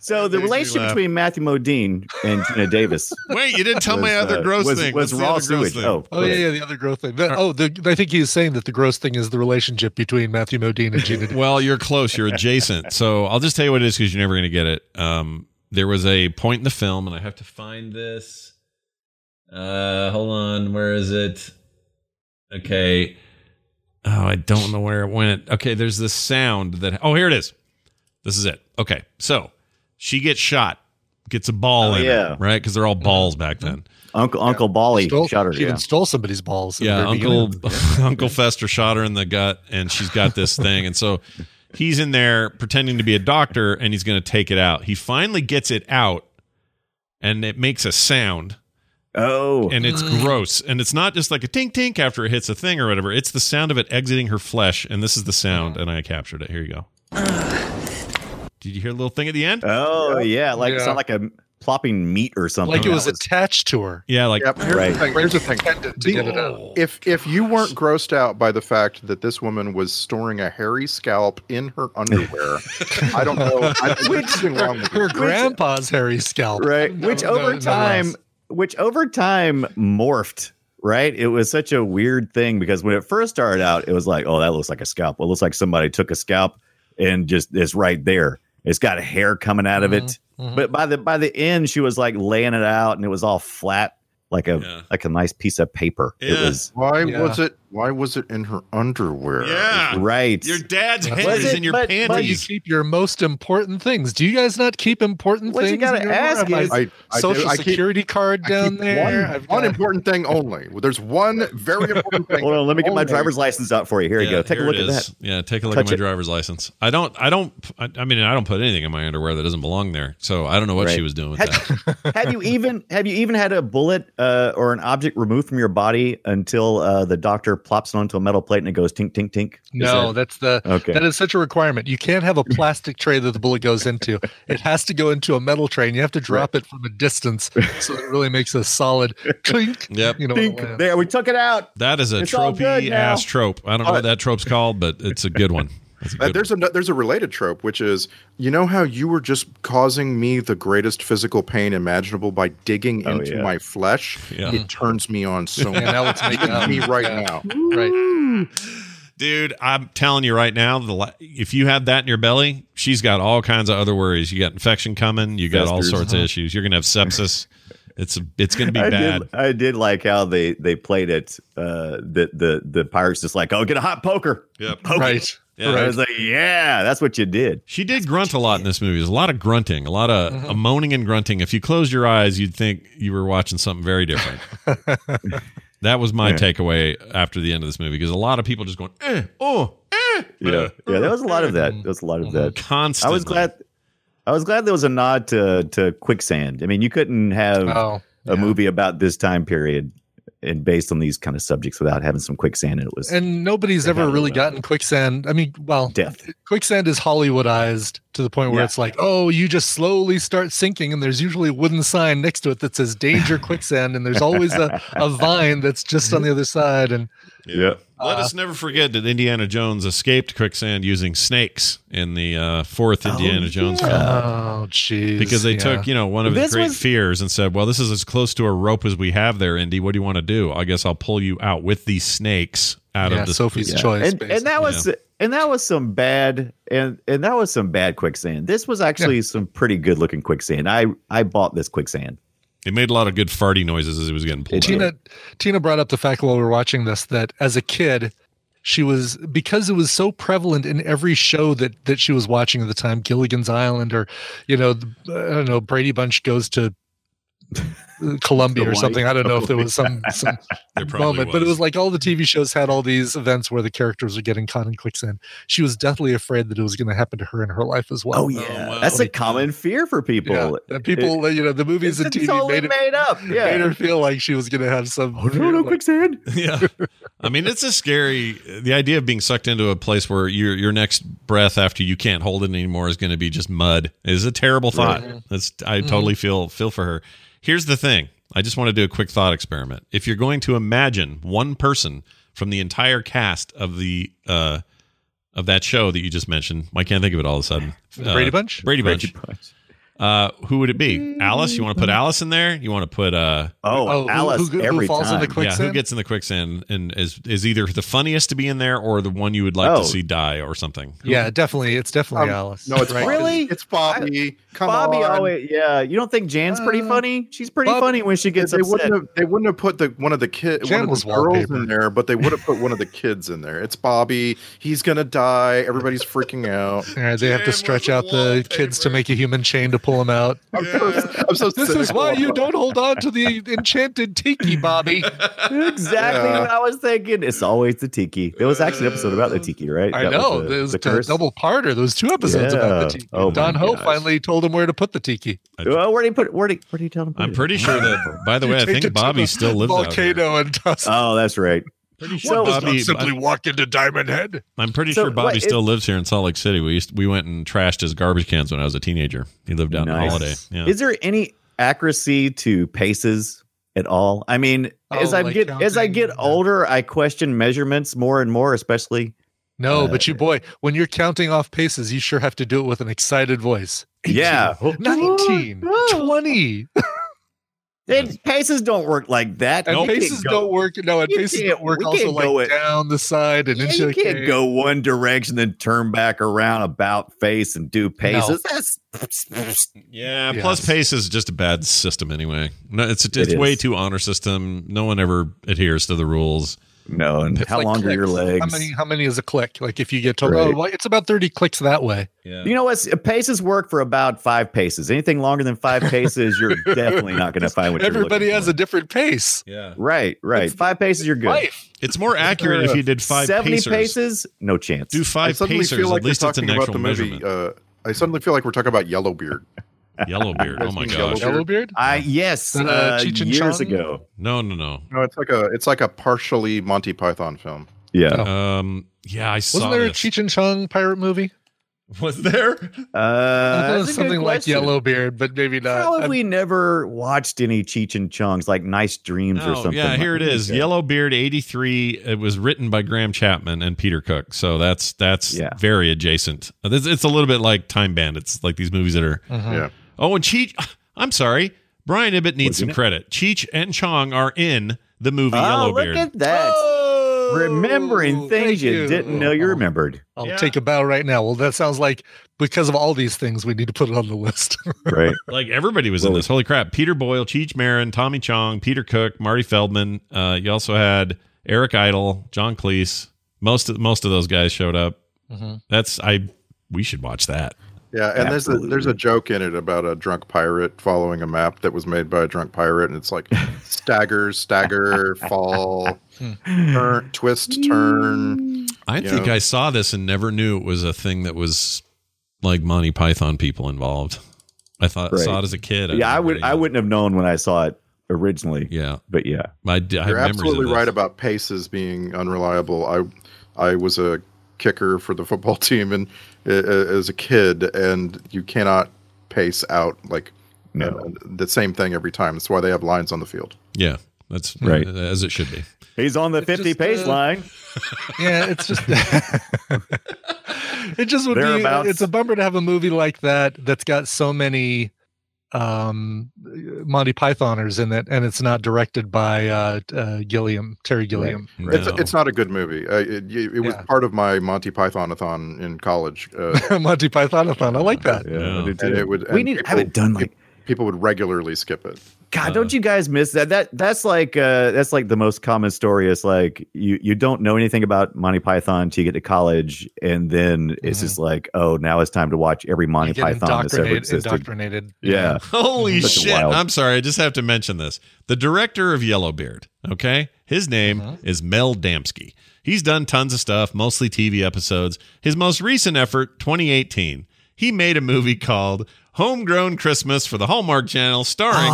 S7: So the
S6: Makes me
S7: relationship
S6: laugh.
S7: between Matthew Modine and Gina Davis
S6: Wait, you didn't tell
S7: was,
S6: my other
S7: uh,
S6: Oh, gross
S7: was,
S6: thing. What's
S7: was
S6: the
S7: raw
S6: other gross
S7: sewage.
S6: thing?
S7: Oh,
S8: oh yeah, yeah, the other growth thing. The- oh, the, I think he's saying that the gross thing is the relationship between Matthew Modine and Gina.
S6: Well, you're close. You're adjacent. So I'll just tell you what it is because you're never going to get it. Um, there was a point in the film, and I have to find this. Uh, hold on. Where is it? Okay. Oh, I don't know where it went. Okay, there's this sound that. Oh, here it is. This is it. Okay, so she gets shot, gets a ball
S7: Oh,
S6: in
S7: yeah.
S6: her, right? Because they're all balls back then.
S7: Uncle Uncle Bally
S8: Stole-
S7: shot her.
S8: she even
S7: Yeah.
S8: stole somebody's balls. in the
S6: Yeah,
S8: very beginning.
S6: Uncle [laughs] Uncle Fester shot her in the gut, and she's
S8: [laughs]
S6: got this thing, and so he's in there pretending to be a doctor, and he's going to take it out. He finally gets it out, and it makes a sound,
S7: Oh,
S6: and it's gross, and it's not just like a tink tink after it hits a thing or whatever. It's the sound of it exiting her flesh, and this is the sound, and I captured it. Here you go. Did you hear a little thing at the end?
S7: oh yeah, like
S8: Yeah.
S7: sound like a plopping meat or something.
S8: like it was
S7: That
S8: attached to her.
S6: Yeah, like
S9: Yep. Here's
S7: Right.
S9: the thing. Here's the thing.
S8: Intended to get it out.
S9: If if you weren't grossed out by the fact that this woman was storing a hairy scalp in her
S8: [laughs]
S9: underwear, I don't know. I think there's something wrong with
S8: Her
S9: you.
S6: Oh,
S8: grandpa's hairy scalp.
S7: right? Which
S8: No, no,
S7: over
S8: no
S7: time,
S8: less.
S7: which over time morphed right? It was such a weird thing because when it first started out, it was like, oh, that looks like a scalp. Well, it looks like somebody took a scalp and just it's right there. It's got hair coming out of it.
S6: Mm-hmm.
S8: Mm-hmm.
S7: But by the by the end, she was like laying it out and it was all flat, like a
S6: Yeah.
S7: like a nice piece of paper. It
S6: Yeah.
S7: was
S9: Why
S8: Yeah.
S9: was it? Why was it in her underwear?
S6: Yeah.
S7: right.
S6: Your dad's
S8: Was
S6: hand is
S7: it-
S6: in your
S7: but-
S8: Where
S7: but
S8: do you
S6: panties.
S8: keep your most important things? Do you guys not keep important
S7: What you
S8: things?
S7: gotta
S8: in your
S7: ask
S8: room? I have
S7: is-
S8: my
S9: I, I
S8: social
S9: do- I keep-
S8: security card
S9: I keep
S8: down there.
S9: One,
S8: I've
S9: one
S8: got-
S9: important thing only. There's one very important thing.
S7: Hold on, let me get my
S9: only.
S7: driver's license out for you. Here you
S6: Yeah,
S7: go. Take a
S6: here
S7: look
S6: it
S7: at
S6: is.
S7: that.
S6: Yeah, take a look
S7: Touch
S6: at my
S7: it.
S6: driver's license. I don't, I don't, I, I mean, I don't put anything in my underwear that doesn't belong there. So I don't know what
S7: Right.
S6: she was doing with
S7: Had-
S6: that.
S7: [laughs] have you even have you even had a bullet uh, or an object removed from your body until uh, the doctor plops it onto a metal plate and it goes tink tink tink? Is
S8: No,
S7: that-
S8: that's the
S7: Okay.
S8: that is such a requirement. You can't have a plastic tray that the bullet goes into. It has to go into a metal tray, and you have to drop it from a distance so it really makes a solid clink.
S6: Yep.
S8: You know,
S7: Tink.
S8: land.
S7: there we took it out.
S6: That is a
S7: It's all good
S6: tropey
S7: now.
S6: ass trope. I don't know what
S9: But-
S6: that trope's called, but it's a good one.
S7: [laughs]
S6: That's a
S9: Uh,
S6: good
S9: there's a there's a related trope, which is you know how you were just causing me the greatest physical pain imaginable by digging
S7: Oh,
S9: into
S7: yeah.
S9: my flesh.
S6: Yeah.
S9: It turns me on so
S8: Yeah,
S9: much.
S8: now let's make
S9: Look at
S8: out.
S9: me right
S8: Yeah.
S9: now.
S8: Right.
S6: Dude, I'm telling you right now, the la- if you have that in your belly, she's got all kinds of other worries. You got infection coming. You got all
S7: Festers.
S6: sorts of issues. You're gonna have sepsis. It's it's gonna be
S7: [laughs] I
S6: bad.
S7: did, I did like how they they played it. Uh, the the the pirates just like, oh, get a hot poker.
S6: Yep.
S7: Poke it.
S8: Right.
S6: Yeah.
S7: I
S8: Right.
S7: was like, yeah, that's what you did.
S6: She did grunt a lot in this movie. There's a lot of grunting, a lot of a moaning and grunting. If you closed your eyes, you'd think you were watching something very different. that was my takeaway after the end of this movie because a lot of people just going, eh, oh, eh.
S7: Yeah,
S8: Uh-huh.
S7: yeah, there was a lot of that.
S8: Mm-hmm.
S7: There was a lot of that. I
S6: Constantly.
S7: was glad. I was glad there was a nod to to quicksand. I mean, you couldn't have
S8: Oh.
S7: a movie about this time period and based on these kind of subjects without having some quicksand. And it was
S8: And nobody's ever really gotten quicksand. I mean, well,
S7: death.
S8: quicksand is Hollywoodized to the point where
S7: Yeah.
S8: it's like, oh, you just slowly start sinking, and there's usually a wooden sign next to it that says "Danger Quicksand," and there's always a, a vine that's just on the other side. And
S7: Yeah.
S6: Let us never forget that Indiana Jones escaped quicksand using snakes in the uh, fourth Indiana Jones film.
S8: oh, jeez,
S6: Because they
S8: yeah.
S6: took, you know, one of his
S7: This
S6: great
S7: was-
S6: fears and said, "Well, this is as close to a rope as we have there, Indy. What do you want to do? I guess I'll pull you out with these snakes out
S8: yeah,
S6: of the
S8: Sophie's choice,
S7: and, and that was and that was some bad and and that was some bad quicksand. This was actually some pretty good looking quicksand. I I bought this quicksand.
S6: It made a lot of good farty noises as he was getting pulled.
S7: It
S6: out.
S8: Tina Tina brought up the fact while we were watching this that as a kid, she was because it was so prevalent in every show that that she was watching at the time, Gilligan's Island or you know the- I don't know Brady Bunch goes
S7: [laughs]
S8: to Columbia or
S7: Hawaii.
S8: something. I don't know if there was
S7: [laughs]
S8: some some
S6: There probably
S8: moment, but it was like all the TV shows had all these events where the characters were getting caught in quicksand. She was deathly afraid that it was going to happen to her in her life as well.
S7: Oh yeah,
S6: wow.
S7: that's a common fear for people.
S8: Yeah, and people, you know, the
S7: It-
S8: movies
S7: it's
S8: and TV
S7: totally
S8: made,
S7: made,
S8: it,
S7: up. Yeah.
S8: made
S7: [laughs]
S8: her feel like she was going to have some.
S7: Oh, no, no quicksand.
S6: [laughs] yeah. I mean, it's a scary. The idea of being sucked into a place where your your next breath after you can't hold it anymore is going to be just mud is a terrible thought. That's I totally feel feel for her. Here's the thing. I just want to do a quick thought experiment. If you're going to imagine one person from the entire cast of the uh of that show that you just mentioned, I can't I think of it all of a sudden. Uh,
S8: Brady Bunch?
S6: Brady Bunch. Uh, who would it be? Alice? You want to put Alice in there? You want to put uh,
S7: Oh,
S8: [laughs] Oh, who-
S7: Alice
S8: who- who
S7: every
S8: falls in
S7: time.
S8: the quick-
S6: yeah,
S8: Quicksand?
S6: who gets in the quicksand and is is either the funniest to be in there or the one you would like
S7: Oh.
S6: to see die or something?
S8: Yeah, definitely. It's definitely
S9: Um,
S8: Alice.
S9: No, it's
S8: right?
S9: Bobby.
S7: Really?
S9: It's Bobby. Come
S7: Bobby
S9: on.
S7: always, yeah. You don't think Jan's pretty
S8: Uh,
S7: funny? She's pretty
S8: Bob-
S7: funny when she
S9: They
S7: gets upset.
S9: wouldn't have. They wouldn't have put the one of the kids,
S8: Jan
S9: one of
S8: was
S9: the girls
S8: wallpaper.
S9: in there, but they would have put
S8: [laughs]
S9: one of the kids in there. It's Bobby. He's gonna die. Everybody's freaking out.
S8: All right, they have to stretch out the kids to make a human chain to pull them out.
S9: I'm so, I'm so
S8: This is
S9: cynical
S8: why you
S9: about-
S8: don't hold on to the enchanted [laughs] tiki, Bobby.
S7: exactly
S9: Yeah.
S7: what I was thinking. It's always the tiki. There was actually an episode about the tiki, right?
S8: I
S7: That was
S8: know.
S7: the-
S8: There was
S7: the
S8: a
S7: curse.
S8: double parter. There was two episodes about
S7: Yeah.
S8: the tiki.
S7: Oh my
S8: Don Ho
S7: gosh.
S8: finally told him where to put the tiki.
S7: Well, where do you put? Where do where do you tell him?
S6: I'm pretty sure that. By the way, I
S8: Take it to
S6: think Bobby
S8: the
S6: still lives out here.
S8: Volcano and dust.
S7: [laughs] Oh, that's right.
S6: Pretty
S7: Well,
S6: sure
S7: it's
S6: Bobby,
S8: simply walk into Diamond Head.
S6: I'm pretty
S7: So,
S6: sure Bobby
S7: what is-
S6: still lives here in Salt Lake City. We used we went and trashed his garbage cans when I was a teenager. He lived out in
S7: Nice.
S6: Holiday. Yeah.
S7: Is there any accuracy to paces at all? I mean, as
S8: Oh,
S7: I
S8: like
S7: get as I
S8: counting,
S7: get
S8: yeah.
S7: older, I question measurements more and more,
S6: [laughs]
S7: especially.
S8: No,
S7: Uh,
S8: but you boy, when you're counting off paces, you sure have to do
S6: Oh.
S8: it with an excited voice.
S7: Yeah.
S8: 19, 20.
S7: It, paces don't work like that.
S8: And
S7: You can't
S8: paces
S7: go-
S8: don't work. No, and
S7: You
S8: paces
S7: can't-
S8: don't work
S7: we
S8: also
S7: can't go
S8: like
S7: it-
S8: down the side and
S7: Yeah,
S8: into
S7: you
S8: the
S7: can't
S8: cave.
S7: go one direction then turn back around about face and do paces. That's
S6: Yeah,
S8: Yes.
S6: plus pace is just a bad system anyway. No, it's it's
S7: It
S6: way
S7: is.
S6: too honor system. No one ever adheres to the rules.
S7: no. And
S8: It's
S7: how
S8: like
S7: long are your
S8: clicks.
S7: legs?
S8: How many? How many is a click? Like if you get told,
S7: Right.
S8: oh, well, it's about thirty clicks that way.
S6: Yeah.
S7: You know what? Paces work for about five paces. Anything longer than
S8: [laughs]
S7: five paces, you're definitely not going to find what
S8: Everybody
S7: you're
S8: has a different pace.
S6: yeah.
S7: right, right. Five paces, you're good.
S8: Life.
S6: It's more accurate if you did five
S7: Seventy
S6: pacers.
S7: paces, no chance.
S6: Do
S9: I
S6: five
S9: suddenly
S6: pacers.
S9: feel like
S6: At
S9: we're
S6: least it's an
S9: talking about
S6: actual
S9: the
S6: measurement.
S9: movie. Uh, I suddenly feel like we're talking about Yellowbeard.
S6: Yellowbeard. Oh my
S9: Yellowbeard.
S6: gosh.
S8: Yellowbeard.
S7: I yes,
S8: Is that, uh,
S7: uh,
S8: Cheech and
S7: years
S8: Chong?
S7: ago.
S6: No, no, no.
S9: No, it's like a it's like a partially Monty Python film.
S7: Yeah.
S6: Um. Yeah, I saw.
S8: Wasn't there a
S6: this.
S8: Cheech and Chong pirate movie?
S6: [laughs] Was there?
S8: Oh. I
S7: Uh,
S8: thought it
S7: that's
S8: was
S7: a good
S8: something like uh,
S7: question.
S8: Yellowbeard, but maybe not.
S7: How have
S8: I'm-
S7: we never watched any Cheech and Chong's like Nice Dreams or
S6: Oh,
S7: something?
S6: yeah, here it
S7: like
S6: is.
S7: that?
S6: Yellowbeard '83. It was written by Graham Chapman and Peter Cook, so that's that's
S7: Yeah.
S6: very adjacent. It's, it's a little bit like Time Bandits, like these movies that are.
S8: Mhm.
S9: Yeah.
S6: Oh, and Cheech. [sighs] I'm sorry, Brian Ibbett needs some
S7: Wasn't it?
S6: credit. Cheech and Chong are in the movie
S7: Oh,
S6: Yellowbeard.
S7: look at that.
S8: Oh,
S7: Remembering
S8: thank Oh.
S7: things you didn't know you remembered.
S8: I'll
S6: Yeah.
S8: take a bow right now. Well, that sounds like because of all these things, we need to put it on the list. [laughs]
S7: Right.
S6: like everybody was in
S7: Well,
S6: this. Holy crap! Peter Boyle, Cheech Marin, Tommy Chong, Peter Cook, Marty Feldman. Uh, you also had Eric Idle, John Cleese. Most of most of those guys showed up.
S7: Mm-hmm.
S6: That's I. We should watch that.
S9: Yeah, and there's a there's a joke in it about a drunk pirate following a map that was made by a drunk pirate, and it's like
S6: [laughs]
S9: stagger, stagger, fall,
S6: Hmm.
S9: turn, twist, turn.
S6: I
S9: Yeah.
S6: think I saw this and never knew it was a thing that was like Monty Python people involved. I thought
S7: Right.
S6: saw it as a kid.
S7: Yeah, I
S6: didn't
S7: would
S6: really
S7: I
S6: know.
S7: wouldn't have known when I saw it originally.
S6: Yeah,
S7: But yeah.
S6: I, d- I have
S9: You're
S6: memories
S9: absolutely
S6: of this.
S9: right about paces being unreliable. I I was a kicker for the [laughs] football team and uh, as a kid, and you cannot pace out like
S7: No.
S9: uh, the same thing every time. That's why they have lines on the field.
S6: Yeah, that's
S7: Right.
S6: as it should be.
S7: He's on the 50
S8: just,
S7: pace
S8: uh,
S7: line.
S8: yeah, it's just [laughs] it just would be.
S7: Thereabouts.
S8: It's a bummer to have a movie like that that's got so many um Monty Pythoners in it, and it's not directed by uh, uh Gilliam Terry Gilliam. [laughs]
S9: It's,
S6: No.
S9: it's not a good movie. Uh, it it, it was
S8: Yeah.
S9: part of my Monty Pythonathon in college.
S7: [laughs]
S9: Uh,
S8: Monty Pythonathon. I like that.
S7: Yeah,
S6: No.
S7: I do too.
S9: and it would.
S7: we need
S9: and
S7: to have
S9: people-
S7: it done like
S9: people would regularly skip it.
S7: God,
S6: Uh.
S7: don't you guys miss that? That that's like uh that's like the most common story is like you you don't know anything about Monty Python till you get to college and then it's just
S6: Mm-hmm.
S7: like, oh, now it's time to watch every Monty
S8: You get
S7: Python that's ever
S8: indoctrinated,
S7: existed.
S8: indoctrinated.
S7: Yeah.
S6: Holy
S7: Such a
S6: shit.
S7: wild-
S6: I'm sorry. I just have to mention this. The director of Yellowbeard, okay? His name
S7: Uh-huh.
S6: is Mel Damsky. He's done tons of stuff, mostly TV episodes. His most recent effort, 2018, he made a movie called Homegrown Christmas for the Hallmark Channel starring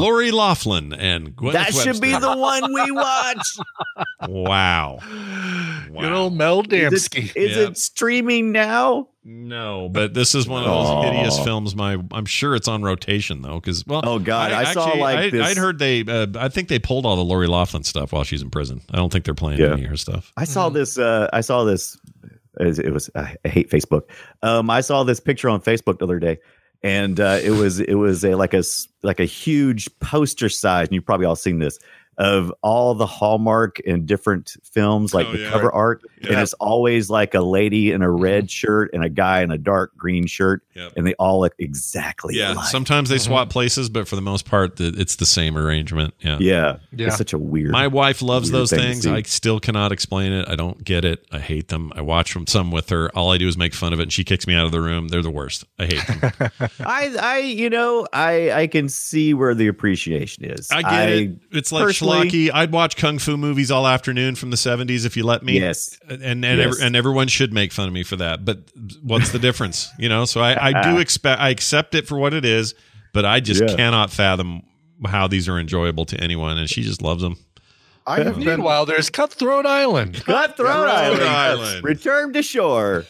S6: Lori Laughlin and Gwyneth
S7: Oh. That should be the one
S6: [laughs]
S7: we watch.
S6: the
S7: [gasps]
S6: Wow.
S8: Good
S6: Wow.
S8: old Mel
S7: Is
S8: Damsky.
S7: it, is
S6: Yeah.
S7: it streaming now?
S6: No, but this is one of those
S7: Aw.
S6: hideous films. My, I'm sure it's on rotation though, because well,
S7: Oh, God, I saw, like,
S6: I,
S7: this-
S6: I'd heard they, uh, I think they pulled all the Lori Laughlin stuff while she's in prison. I don't think they're playing
S7: Yeah.
S6: any of her stuff.
S7: I saw this. Uh, I saw this. It it was. I I hate Facebook. Um, I saw this picture on Facebook the other day, and uh, it was it was a like a s- like a huge poster size, and you've probably all seen this of all the Hallmark and different films, like
S6: Oh,
S7: the
S6: yeah. Mm-hmm.
S7: cover art, and it's always like a lady in a red shirt and a guy in a dark green shirt,
S6: Yep.
S7: and they all look exactly
S6: Yeah,
S7: alike.
S6: sometimes they swap places, but for the most part, the, it's the same arrangement. Yeah.
S7: yeah,
S8: Yeah.
S7: it's such a weird.
S6: My wife loves
S7: Weird
S6: those
S7: thing to
S6: things.
S7: see.
S6: I still cannot explain it. I don't get it. I hate them. I watch them some with her. All I do is make fun of it, and she kicks me out of the room. They're the worst. I hate
S7: [laughs]
S6: them.
S7: I, I, you know, I, I can see where the appreciation is.
S6: I get it. It's like schlocky.
S7: personally-
S6: I'd watch kung fu movies all afternoon from the '70s if you let me.
S7: Yes,
S6: and and and,
S7: Yes.
S6: ev- and everyone should make fun of me for that. But what's the difference? [laughs] You know, so I, I
S7: [laughs]
S6: do expect I accept it for what it is, but I just
S7: Yeah.
S6: cannot fathom how these are enjoyable to anyone, and she just loves them.
S7: [laughs]
S9: I have been.
S8: Meanwhile, there's Cutthroat Island.
S7: Cutthroat Island.
S6: Island.
S7: Return to shore.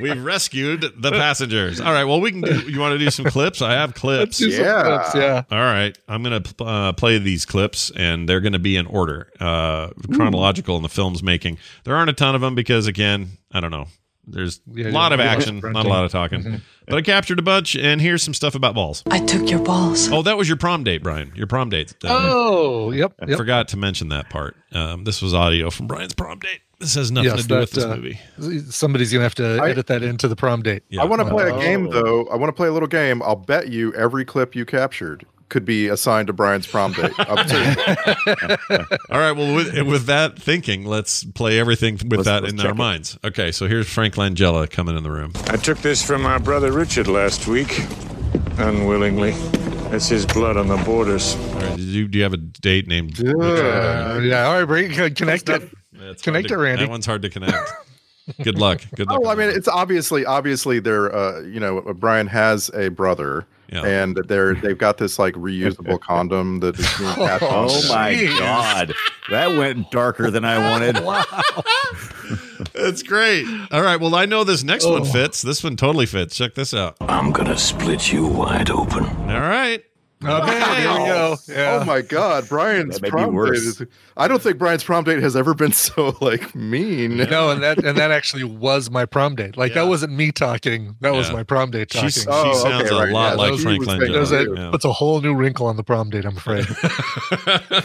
S6: We've rescued [laughs] the passengers. All right, well we can do. You want to do some clips? I have clips.
S8: Two
S9: Yeah.
S8: subclips, yeah.
S6: All right, I'm gonna uh, play these clips, and they're gonna be in order, uh, chronological in the film's making. There aren't a ton of them because, again, I don't know. There's
S8: Yeah,
S6: a lot
S8: yeah,
S6: of
S8: yeah,
S6: action,
S8: fronting. Mm-hmm.
S6: not a lot of talking. But I captured a bunch, and here's some stuff about balls.
S2: I took your balls.
S6: Oh, that was your prom date, Brian. Your prom date. Uh,
S8: Oh, yep.
S6: I
S8: yep.
S6: forgot to mention that part. Um, this was audio from Brian's prom date. This has nothing
S8: Yes,
S6: to do with
S8: that,
S6: this
S8: uh,
S6: movie.
S8: Somebody's gonna have to
S9: I-
S8: edit that into the prom date.
S6: Yeah.
S9: I want to play
S7: Oh.
S9: a game though. I want to play a little game. I'll bet you every clip you captured could be assigned to Brian's prom date.
S7: [laughs]
S9: Up to
S6: All right. Well, with, with that thinking, let's play everything with that in our minds. Okay. So here's Frank Langella coming in the room.
S10: I took this from my brother Richard last week, unwillingly. That's his blood on the borders.
S6: All right, do, you, do you have a date named?
S8: Uh, yeah. All right, Brady, can- connect it.
S6: That's
S8: Connect
S6: hard to-
S8: it, Randy.
S6: That one's hard to connect. [laughs] Good luck. Good luck.
S9: oh, I
S6: on
S9: mean,
S6: that one.
S9: it's obviously, obviously, they're, uh, you know, Brian has a brother,
S6: Yeah.
S9: and they're they've got this
S7: [laughs]
S9: like reusable condom that is being passed on.
S7: Oh my god, that went darker than I
S6: [laughs]
S7: wanted.
S6: That's great. All right. Well, I know this next one fits. This one totally fits. Check this out. All
S11: I'm gonna split you wide open.
S6: right.
S8: Okay, here we go. Yeah.
S9: Oh my God, Brian's
S7: That may be
S9: prom date
S7: worse.
S9: is. I don't think Brian's prom date has ever been [laughs] so like mean.
S7: [laughs]
S8: No, and that and that actually was my prom date. Like that
S6: Yeah.
S8: wasn't me talking. That was
S6: Yeah.
S8: my prom date talking.
S6: She's,
S9: Oh,
S6: she
S9: okay,
S6: sounds a
S9: right.
S6: lot
S9: Yeah,
S6: like
S9: those-
S6: Frank
S9: he was saying
S8: Those-
S9: Yeah.
S8: that
S6: Langella. Yeah.
S8: puts a whole new wrinkle on the prom date. I'm
S6: [laughs]
S8: afraid.
S6: oh,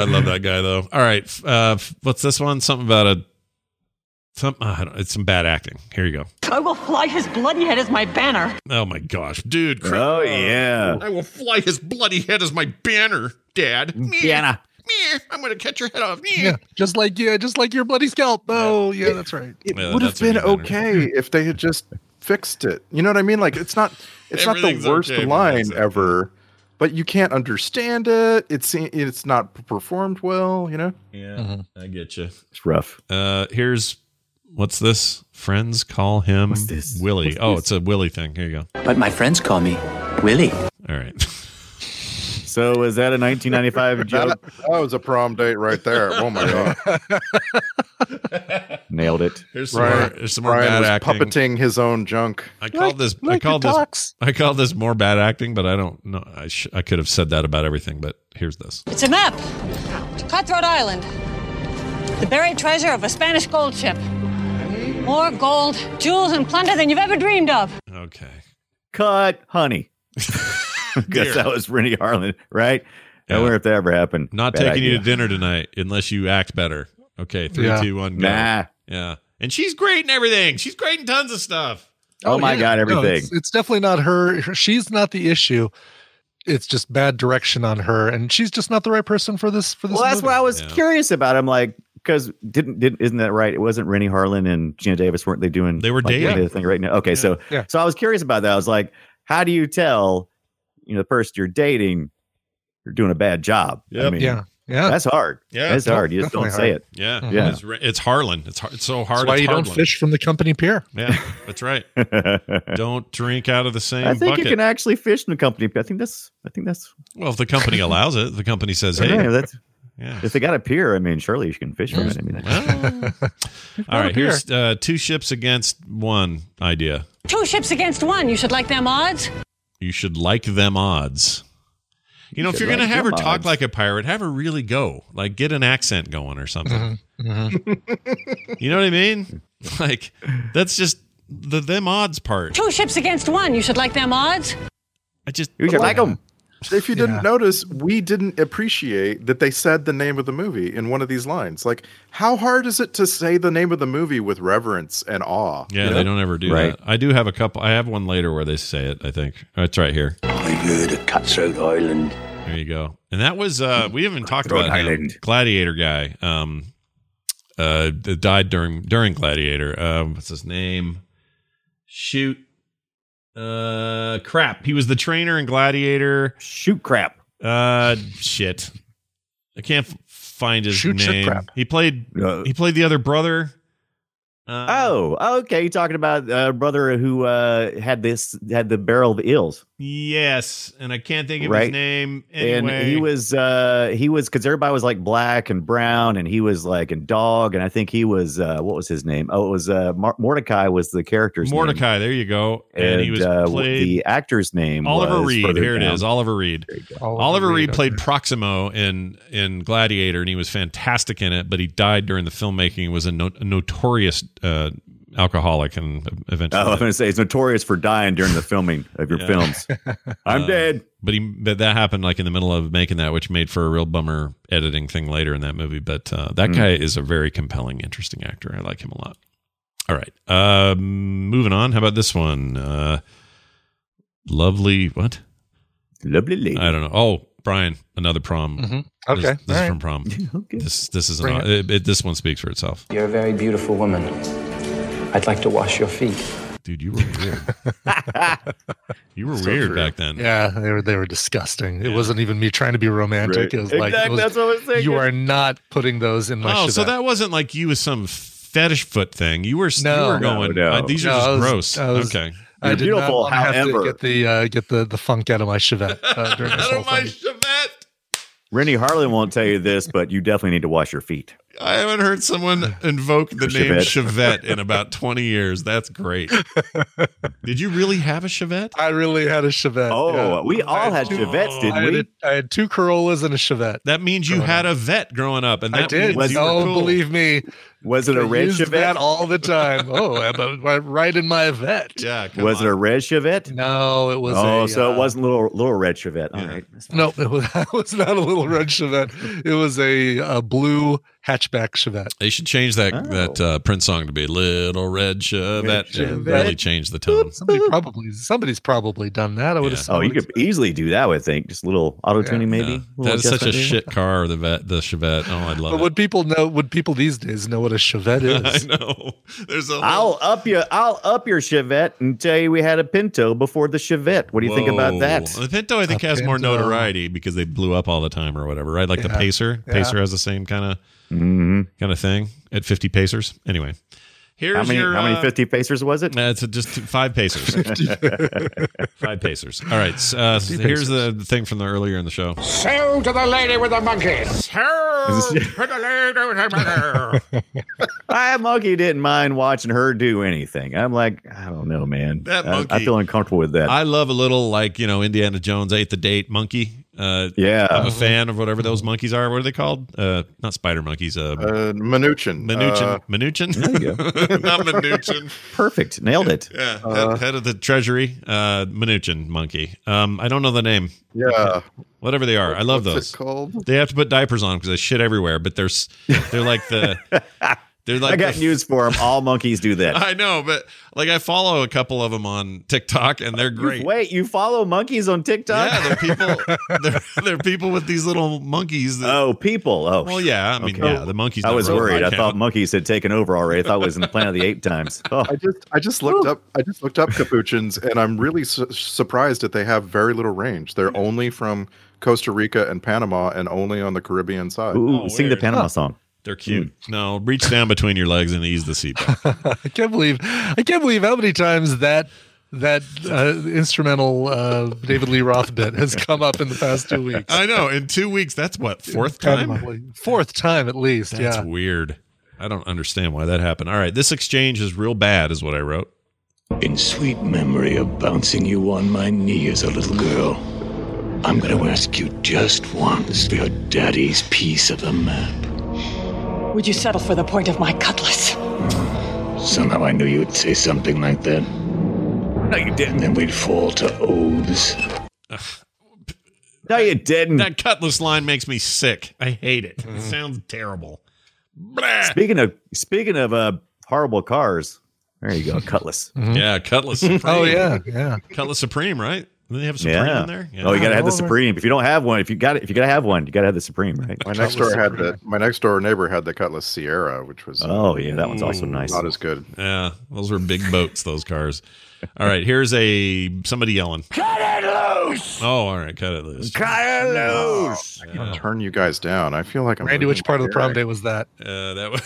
S6: I love that guy though. All right, f- uh, f- what's this one? Something about a some. I don't, it's some bad acting. Here you go.
S2: I will fly his bloody head as my banner.
S6: Oh my gosh, dude! Cra-
S7: Oh yeah,
S6: I will fly his bloody head as my banner, Dad. Meh,
S7: Deanna.
S6: meh, I'm gonna cut your head off. Meh.
S8: yeah, just like yeah, just like your bloody scalp. Oh yeah, that's right.
S9: it
S6: Yeah,
S9: would have
S6: that's what
S9: been
S6: you meant.
S9: okay [laughs] if they had just fixed it. You know what I mean? Like it's not it's not the
S6: Everything's
S9: worst
S6: okay, but that's
S9: line
S6: it.
S9: ever, but you can't understand it. It's it's not performed well. You know?
S6: Yeah, I get you.
S7: It's rough.
S6: Mm-hmm. Uh, here's what's this? Friends call him
S7: What's this?
S6: Willie.
S7: What's
S6: oh,
S7: this?
S6: it's a Willie thing. Here you go.
S11: But my friends call me Willie.
S6: All right. [laughs]
S7: So was that a 1995
S9: That,
S7: joke?
S9: that was a prom date right there. Oh my god!
S7: Nailed it.
S6: Here's some more.
S9: Brian,
S6: There's [laughs] some more
S9: Brian
S6: bad
S9: was
S6: acting.
S9: puppeting his own junk.
S6: I called this. I called this. I called this more bad acting, but I don't know. I sh- I could have said that about everything, but here's this.
S12: It's a map to Cutthroat Island, the buried treasure of a Spanish gold ship. More gold, jewels, and plunder than you've ever dreamed of.
S6: Okay. [laughs]
S7: Cut, honey. [laughs]
S6: Dear.
S7: Because that was Rennie Harlan, right?
S6: Yeah.
S7: I wonder if that ever happened.
S6: Not
S7: Bad
S6: taking you
S7: idea.
S6: to dinner tonight unless you act better. Okay, three, two, one,
S8: Yeah.
S6: go.
S7: Nah.
S6: Yeah. And she's great in everything. She's great in tons of stuff.
S7: [laughs] Oh, my
S8: yeah.
S7: god,
S8: No,
S7: everything.
S8: it's, it's definitely not her. her- She's not the issue. It's just bad direction on her, and she's just not the right person for this. For this,
S7: well, that's
S8: movie.
S7: what I was
S6: Yeah.
S7: curious about. I'm like, because didn't didn't isn't that right? It wasn't Rennie Harlan and Gina Davis, weren't they doing?
S6: They were
S7: like,
S6: dating.
S7: the thing right now. Okay, so
S8: Yeah.
S7: so I was curious about that. I was like, how do you tell, you know, the person you're dating, you're doing a bad job? I
S6: Yep.
S7: mean,
S8: Yeah, yeah.
S7: that's hard.
S6: Yeah.
S7: that's hard. You just don't
S8: Definitely
S7: say it. [laughs]
S6: Yeah.
S8: Mhm.
S7: Yeah.
S6: It's, re- it's Harlan. It's, har- it's so hard.
S8: That's why
S6: it's
S8: you don't
S6: Harlan.
S8: fish from the company pier.
S6: Yeah. That's
S7: [laughs]
S6: right. don't drink out of the same
S7: I think
S6: bucket.
S7: you can actually fish in the company. I think that's. I think that's.
S6: well, if the company allows it, the company says, hey.
S7: [laughs] yeah, that's
S6: Yeah.
S7: if they got a pier. I mean, surely you can fish from it. I mean,
S8: [laughs]
S6: Well, all right.
S8: beer.
S6: Here's uh, two ships against one idea.
S12: Two ships against one. You should like them odds.
S6: You should like them odds. You know, if
S7: should
S6: you're going
S7: like
S6: to have her
S7: them
S6: talk
S7: odds.
S6: like a pirate, have her really go. Like, get an accent going or something. you know what I mean? Like, that's just the them odds part.
S12: Two ships against one. You should like them odds.
S6: I just,
S7: you should like them.
S9: If you didn't notice, we didn't appreciate that they said the name of the movie in one of these lines. Like, how hard is it to say the name of the movie with reverence and awe?
S6: yeah,
S9: you know?
S6: they don't ever do
S7: Right.
S6: that. I do have a couple. I have one later where they say it, I think. That's right here.
S11: I heard of Cutthroat Island.
S6: There you go. And that was, uh we haven't talked
S7: Rhode
S6: about him.
S7: Island.
S6: Gladiator guy. Um, uh, that died during during Gladiator. Um, what's his name? Shoot. Uh, crap. He was the trainer in Gladiator.
S7: Shoot crap.
S6: Uh, shit. I can't f- find his
S8: Shoot, shit,
S6: name.
S8: crap.
S6: He played.
S7: Uh,
S6: He played the other brother. Uh,
S7: Oh, okay. You're talking about uh, brother who uh, had this had the barrel of ills,
S6: yes, and I can't think of his
S7: Right.
S6: name. Anyway,
S7: and he was uh, he was because everybody was like black and brown, and he was like and dog, and I think he was uh, what was his name? Oh, it was uh, Mar- Mordecai was the character's name.
S6: Mordecai. There you go. And, he was
S7: uh,
S6: played
S7: the actor's name.
S6: Oliver
S7: was
S6: Reed.
S7: further
S6: Here it
S7: down.
S6: is, Oliver Reed. Oliver, Reed played Proximo in in Gladiator, and he was fantastic in it. But he died during the filmmaking. and Was a, no- a notorious uh, alcoholic and eventually.
S7: Oh, I was going to say it's notorious for dying during the filming of your
S6: Yeah.
S7: films.
S6: [laughs]
S7: I'm
S6: Uh,
S7: dead.
S6: But he, but that happened like in the middle of making that, which made for a real bummer editing thing later in that movie. But uh, that
S7: Mm.
S6: guy is a very compelling, interesting actor. I like him a lot. All right, um, moving on. How about this one? Uh, lovely what?
S7: Lovely lady.
S6: I don't know. Oh, Brian, another prom.
S8: Mhm.
S6: This-
S8: Okay.
S6: this, is
S8: All right.
S6: from prom.
S7: [laughs]
S6: This this is an,
S8: Bring
S6: it, it- this one speaks for itself.
S13: You're a very beautiful woman. I'd like to wash your feet.
S6: Dude, you were
S8: [laughs]
S6: weird. you were
S8: So
S6: weird
S8: true.
S6: back then.
S8: Yeah, they were they were disgusting. It wasn't even me trying to be romantic.
S6: Right.
S8: It was like
S6: Exactly,
S8: it was-
S6: that's what I was thinking.
S8: you are not putting those in my.
S6: Oh, so
S8: Chevette.
S6: that wasn't like you was some fetish foot thing. You were you
S8: No.
S6: were going. uh, these
S8: No,
S6: are just
S8: I was-
S6: gross.
S8: I was-
S6: okay.
S8: I did beautiful. Not wanna have to get the uh, get the, the funk out of my Chevette uh,
S6: [laughs]
S8: during this whole thing.
S7: Rennie Harley won't tell you this, but you definitely need to wash your feet.
S6: I haven't
S8: [laughs]
S6: heard someone invoke the name Chevette
S7: Chevette.
S6: in about twenty years.
S8: [laughs]
S6: That's great. Did you really have a Chevette?
S8: I really had a Chevette.
S7: Oh,
S8: yeah.
S7: we all had Chevettes, didn't
S8: I had
S7: we?
S8: a- I had two Corollas and a Chevette.
S6: That means you
S8: Growing
S6: had a vet growing up, and that
S8: I did.
S6: means you were
S8: Oh,
S6: cool.
S8: believe me.
S7: Was it a
S8: I
S7: red
S8: used
S7: Chevette?
S8: that all the time. Oh, I'm, I'm right in my vet.
S6: [laughs] Yeah. come
S7: Was
S6: on.
S7: it a red Chevette?
S8: No, it was.
S7: oh,
S8: a,
S7: so
S8: uh,
S7: it wasn't little little red Chevette. All right.
S8: No, it was, [laughs] it was not a little red Chevette. It was a, a blue hatchback Chevette.
S6: They should change that
S8: Oh.
S6: that uh, Prince song to be "Little Red Chevette." to
S8: Chevette.
S6: Really change the tone.
S8: Somebody probably somebody's probably done that. I would have.
S7: Oh, you could easily do that. I would think just a little auto tuning, maybe.
S6: Yeah.
S7: Little
S6: That is such a
S7: adjustment maybe.
S6: shit car. The vet, the Chevette. Oh, I
S8: But
S6: love it.
S8: would people know? Would people these days know what a
S6: [laughs]
S8: Chevette
S6: I
S8: is?
S6: know. There's a
S7: I'll up your I'll up your Chevette and tell you we had a Pinto before the Chevette. What do you think about
S6: Whoa.
S7: that?
S6: The Pinto, I think,
S8: A
S6: has more
S8: Pinto.
S6: notoriety because they blew up all the time or whatever, right? Like the
S8: Yeah.
S6: Pacer.
S8: Yeah.
S6: Pacer has the same kind of
S7: Mm-hmm.
S6: kind of thing at 50 Pacers. Anyway, here's
S7: How many
S6: your
S7: how many
S6: uh,
S7: fifty pacers was it?
S6: Uh, it's just
S8: [laughs]
S6: five Pacers. [laughs] five Pacers. All right. so, Uh, so here's the the thing from the earlier in the show.
S4: So to the lady with the monkey. So to the lady with the monkey.
S7: I monkey didn't mind watching her do anything. I'm like, I don't know, man.
S6: That
S7: I- I,
S6: monkey-
S7: feel uncomfortable with that.
S6: I love a little like you know Indiana Jones ate the date monkey. Uh,
S7: Yeah.
S6: I'm [laughs] a fan of whatever those monkeys are. What are they called? Uh, not spider monkeys. Uh,
S9: Uh, Minuchin.
S6: Minuchin.
S9: Uh,
S6: Minuchin.
S7: There you
S6: [laughs] not Minuchin.
S7: Perfect. Nailed it.
S6: Yeah,
S7: Uh,
S6: head, head of the treasury, uh, Minuchin monkey. Um, I don't know the name.
S9: yeah.
S6: Whatever they are, I love
S9: What's
S6: those.
S9: it called?
S6: They have to put diapers on because they shit everywhere. But they're s- they're like
S7: [laughs]
S6: the they're like
S7: I got
S6: the-
S7: news for him. All monkeys do
S6: [laughs]
S7: that.
S6: I know, but like I follow a couple of them on TikTok and they're great.
S7: Wait, you follow monkeys on TikTok?
S6: Yeah, they're
S7: [laughs]
S6: people. They're, they're people with these little monkeys. That,
S7: Oh, people. Oh,
S6: well, yeah. I mean,
S7: okay.
S6: yeah. The monkeys.
S7: I was
S6: never-
S7: worried. I
S6: can't-
S7: thought monkeys had taken over already. I thought it was in the Planet of the
S6: [laughs]
S7: Apes times. Oh,
S9: I just I just looked up I just looked up capuchins and I'm really su- surprised that they have very little range. They're only from Costa Rica and Panama and only on the Caribbean side.
S7: Oh, ooh, sing
S6: Oh, weird.
S7: the Panama song.
S6: they're cute. No, reach down between your legs and ease the seatbelt.
S8: I can't believe I can't believe how many times that that uh, instrumental uh, David Lee Roth bit has come up in the past two weeks.
S6: I know. In two weeks, that's what fourth time.
S8: Probably. Fourth time at least.
S6: That's
S8: yeah.
S6: weird. I don't understand why that happened. All right, this exchange is real bad, is what I wrote.
S11: In sweet memory of bouncing you on my knee as a little girl, I'm going to ask you just once for your daddy's piece of the map.
S2: Would you settle for the point of my cutlass?
S11: Somehow I knew you'd say something like that. No, you didn't. Then we'd fall to oaths.
S7: No, you didn't.
S6: That cutlass line makes me sick. I hate it. It sounds terrible. Blah.
S7: Speaking of speaking of uh, horrible cars, there you
S6: [laughs]
S7: go, Cutlass.
S6: Yeah, cutlass. Supreme.
S8: Oh yeah, yeah.
S6: cutlass supreme, right? Then they have supreme
S7: Yeah.
S6: in there.
S7: Oh, you gotta have the
S8: All right.
S7: Supreme. If you don't have one, if you got it, if you gotta have one, you gotta have the Supreme, right?
S9: My next door had the my next door neighbor had the Cutlass Sierra, which was uh,
S7: Oh yeah, that one's also nice.
S9: not as good.
S6: Yeah, those were big boats. Those cars. All right, here's a somebody yelling. Cut it loose. Oh, all right, cut it loose.
S9: I can turn you guys down. I feel like I'm
S8: Randy, which
S9: losing
S8: part of
S9: my
S8: the prom
S9: hearing.
S8: date was that?
S6: Uh, that was.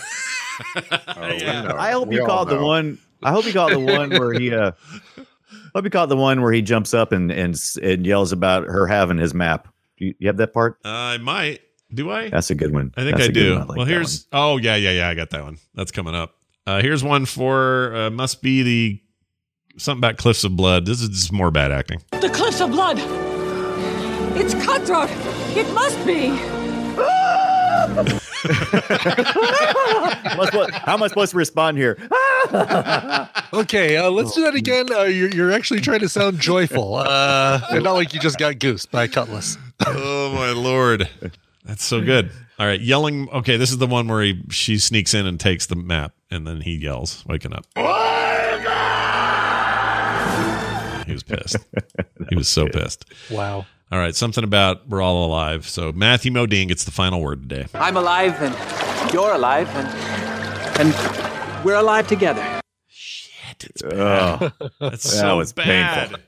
S9: Oh, we
S6: yeah.
S9: know.
S7: I hope
S9: We
S7: you
S9: all
S7: caught the
S9: know.
S7: one. I hope you caught the one where he. Uh, [laughs] I hope you caught the one where he jumps up and and s- and yells about her having his map. Do you, you have that part?
S6: [laughs] I might. Do I?
S7: That's a good one.
S6: I think
S7: That's
S6: I
S7: a good
S6: do.
S7: one. like
S6: well,
S7: that
S6: here's. Oh yeah, yeah, yeah. I got that one. That's coming up. Uh, here's one for uh, must be the something about cliffs of blood. This is just more bad acting.
S2: The cliffs of blood! It's cutthroat! It must
S6: [laughs]
S2: be!
S7: one. Am I supposed- how am I supposed to respond here? Ah!
S8: okay, uh, let's do
S6: Oh,
S8: that again. Uh, you're, you're actually trying to sound joyful,
S6: [laughs]
S8: uh, and not like you just got goosed by a cutlass.
S6: oh my [laughs] lord, that's so good. All right, yelling. Okay, this is the one where he, she sneaks in and takes the map, and then he yells, waking up. He was pissed. he was so pissed.
S8: Wow.
S6: All right, something about we're all alive. So Matthew Modine gets the final word today.
S13: I'm alive, and you're alive, and and we're alive together.
S6: Oh, that's
S13: That
S6: so
S13: was
S6: bad.
S13: painful.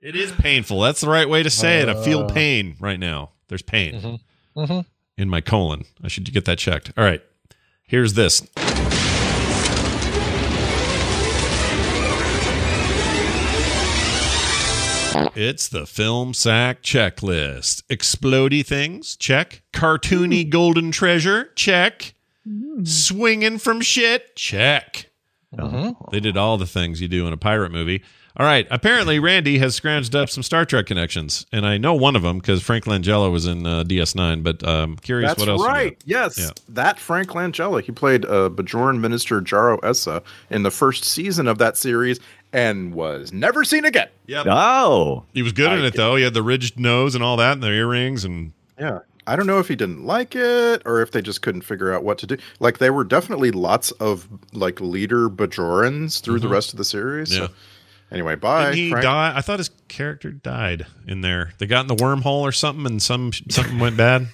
S6: It is painful. That's the right way to say it. I
S13: Uh.
S6: feel pain right now. There's pain
S13: Mm-hmm.
S8: Mhm.
S6: in my colon. I should get that checked. All right. Here's this. It's the film sack checklist. Explody things, check. Cartoony
S9: Hmm.
S6: golden treasure, check. Swinging from shit, check. They did all the things you do in a pirate movie. All right. Apparently, Randy has scrounged up some Star Trek connections, and I know one of them because Frank Langella was in uh, DS9. But um, curious
S9: That's
S6: what else? you
S9: right. Yes,
S6: Yeah.
S9: that Frank Langella. He played uh, Bajoran Minister Jaro Essa in the first season of that series and was never seen again.
S6: Yep.
S7: Oh,
S6: He was good in it though. He had the ridged nose and all that, and the earrings, and
S9: Yeah. I don't know if he didn't like it or if they just couldn't figure out what to do. Like there were definitely lots of like leader Bajorans through the
S6: Mhm.
S9: rest of the series.
S6: Yeah.
S9: So anyway, bye.
S6: Didn't he
S9: Frank.
S6: die? I thought his character died in there. They got in the wormhole or something, and some something went bad.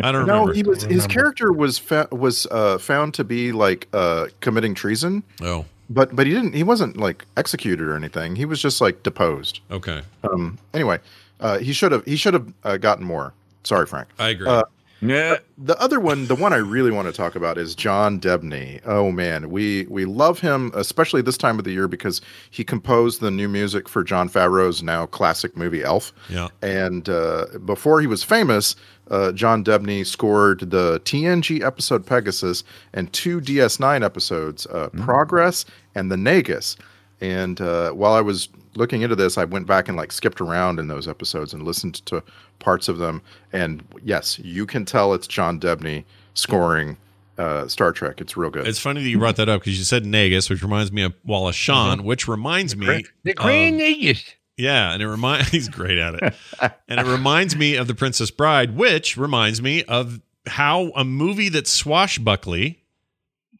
S6: I don't
S9: [laughs] No,
S6: remember.
S9: he was his character was fa- was uh, found to be like uh, committing treason.
S6: Oh.
S9: But but he didn't he wasn't like executed or anything. He was just like deposed.
S6: Okay.
S9: Um anyway, uh, he should have he should have uh, gotten more. Sorry, Frank.
S6: I agree.
S9: Uh,
S7: yeah.
S9: The other one, the one I really want to talk about is John Debney. Oh man, we we love him, especially this time of the year because he composed the new music for John Favreau's now classic movie Elf.
S6: Yeah.
S9: And uh, before he was famous, uh, John Debney scored the TNG episode Pegasus and two DS9 episodes, uh, Progress and The Nagus. And uh, while I was looking into this, I went back and like skipped around in those episodes and listened to parts of them. And yes, you can tell it's John Debney scoring uh, Star Trek. It's real good.
S6: It's funny that you brought that up because you said Nagus, which reminds me of Wallace
S9: Mm-hmm.
S6: Shawn, which reminds me
S8: The Green
S6: Nagus. Yeah, and it reminds [laughs] he's great at it, and it reminds me of the Princess Bride, which reminds me of how a movie that's swashbuckly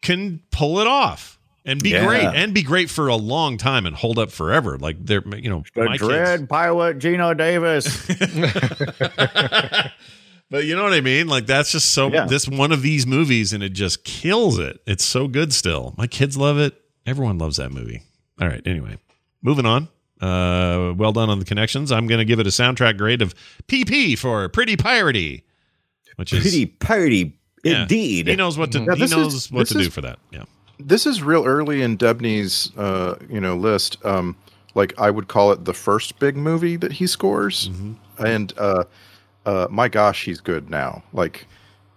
S6: can pull it off and be
S7: Yeah.
S6: great and be great for a long time and hold up forever. Like they're you know
S7: The
S6: my kids-
S7: dread pilot
S6: [laughs]
S7: Gino Davis.
S6: But you know what I mean? Like that's just so
S7: Yeah.
S6: this one of these movies and it just kills it. It's so good still. My kids love it. Everyone loves that movie. All right, anyway. Moving on. Uh well done on the connections. I'm going to give it a soundtrack grade of PP for Pretty Piratey, which is
S7: Pretty party,
S6: Yeah.
S7: indeed.
S6: He knows what to
S9: Yeah,
S6: he
S9: this is-
S6: knows what
S9: this
S6: to do
S9: is-
S6: for that. Yeah.
S9: this is real early in Debney's uh, you know list. Um, like I would call it the first big movie that he scores,
S6: Mm-hmm.
S9: and uh, uh, my gosh, he's good now. Like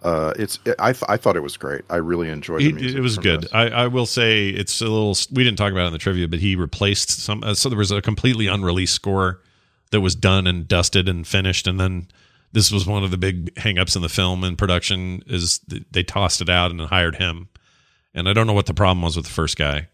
S9: uh, it's I th- I thought it was great. I really enjoyed the
S6: He-
S9: music.
S6: it was
S9: from
S6: good.
S9: this.
S6: I, I will say it's a little. We didn't talk about it in the trivia, but he replaced some. Uh, so there was a completely unreleased score that was done and dusted and finished, and then this was one of the big hangups in the film and production is th- they tossed it out and hired him. And I don't know what the problem was with the first guy,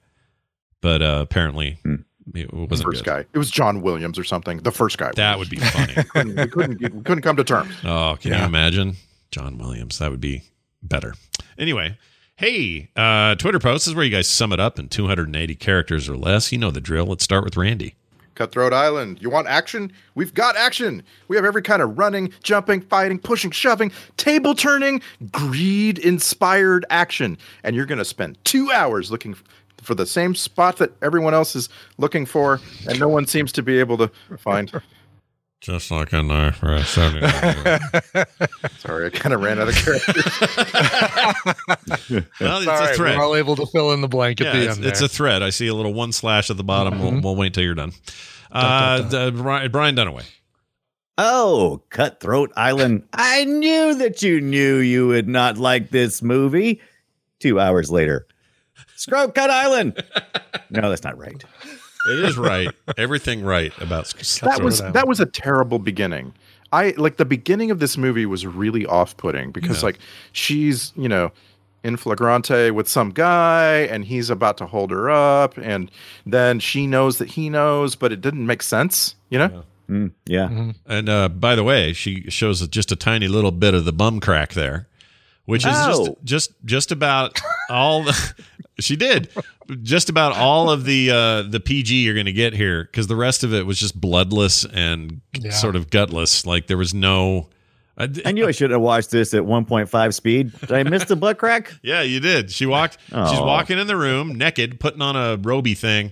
S6: but uh, apparently it
S9: The
S6: wasn't
S9: Hmm.
S6: good.
S9: first guy. It was John Williams or something. The first guy.
S6: That would be funny.
S9: we couldn't we couldn't, get- we couldn't come to terms.
S6: Oh, can you
S9: Yeah.
S6: imagine? John Williams. That would be better. Anyway, hey, uh, Twitter posts is where you guys sum it up in 280 characters or less. You know the drill. Let's start with Randy.
S9: Cutthroat Island. You want action? We've got action. We have every kind of running, jumping, fighting, pushing, shoving, table turning, greed inspired action. And you're going to spend two hours looking f- for the same spot that everyone else is looking for, and no one seems to be able to find.
S6: Just like a knife or a
S9: Sorry, I kind of ran out of characters.
S6: [laughs] Well, it's
S8: All
S6: a
S8: right,
S6: thread.
S8: We're all able to fill in the blank at
S6: Yeah,
S8: the
S6: it's,
S8: end.
S6: it's
S8: there.
S6: a thread. I see a little one slash at the bottom. We'll, we'll wait till you're done. Uh, the- Brian, Brian Dunaway.
S7: Oh, Cutthroat Island. I knew that you knew you would not like this movie. Two hours later, Scrub
S6: [laughs]
S7: Cut Island. no, that's not right.
S6: It is right. Everything right about
S9: that was that was a terrible beginning. I like the beginning of this movie was really off-putting because
S6: Yeah.
S9: like she's you know in flagrante with some guy and he's about to hold her up and then she knows that he knows but it didn't make sense you know
S7: Mm, yeah.
S6: And uh, by the way, she shows just a tiny little bit of the bum crack there, which is
S7: Oh.
S6: just just just about all. The, [laughs] she did just about all of the uh, the PG you're going to get here because the rest of it was just bloodless and
S7: Yeah.
S6: sort of gutless. Like there was no. uh, I,
S7: knew I should have watched this at 1.5 speed. Did I miss the
S6: [laughs]
S7: butt crack?
S6: Yeah, you did. She walked. She's
S7: Oh.
S6: walking in the room naked, putting on a roby thing,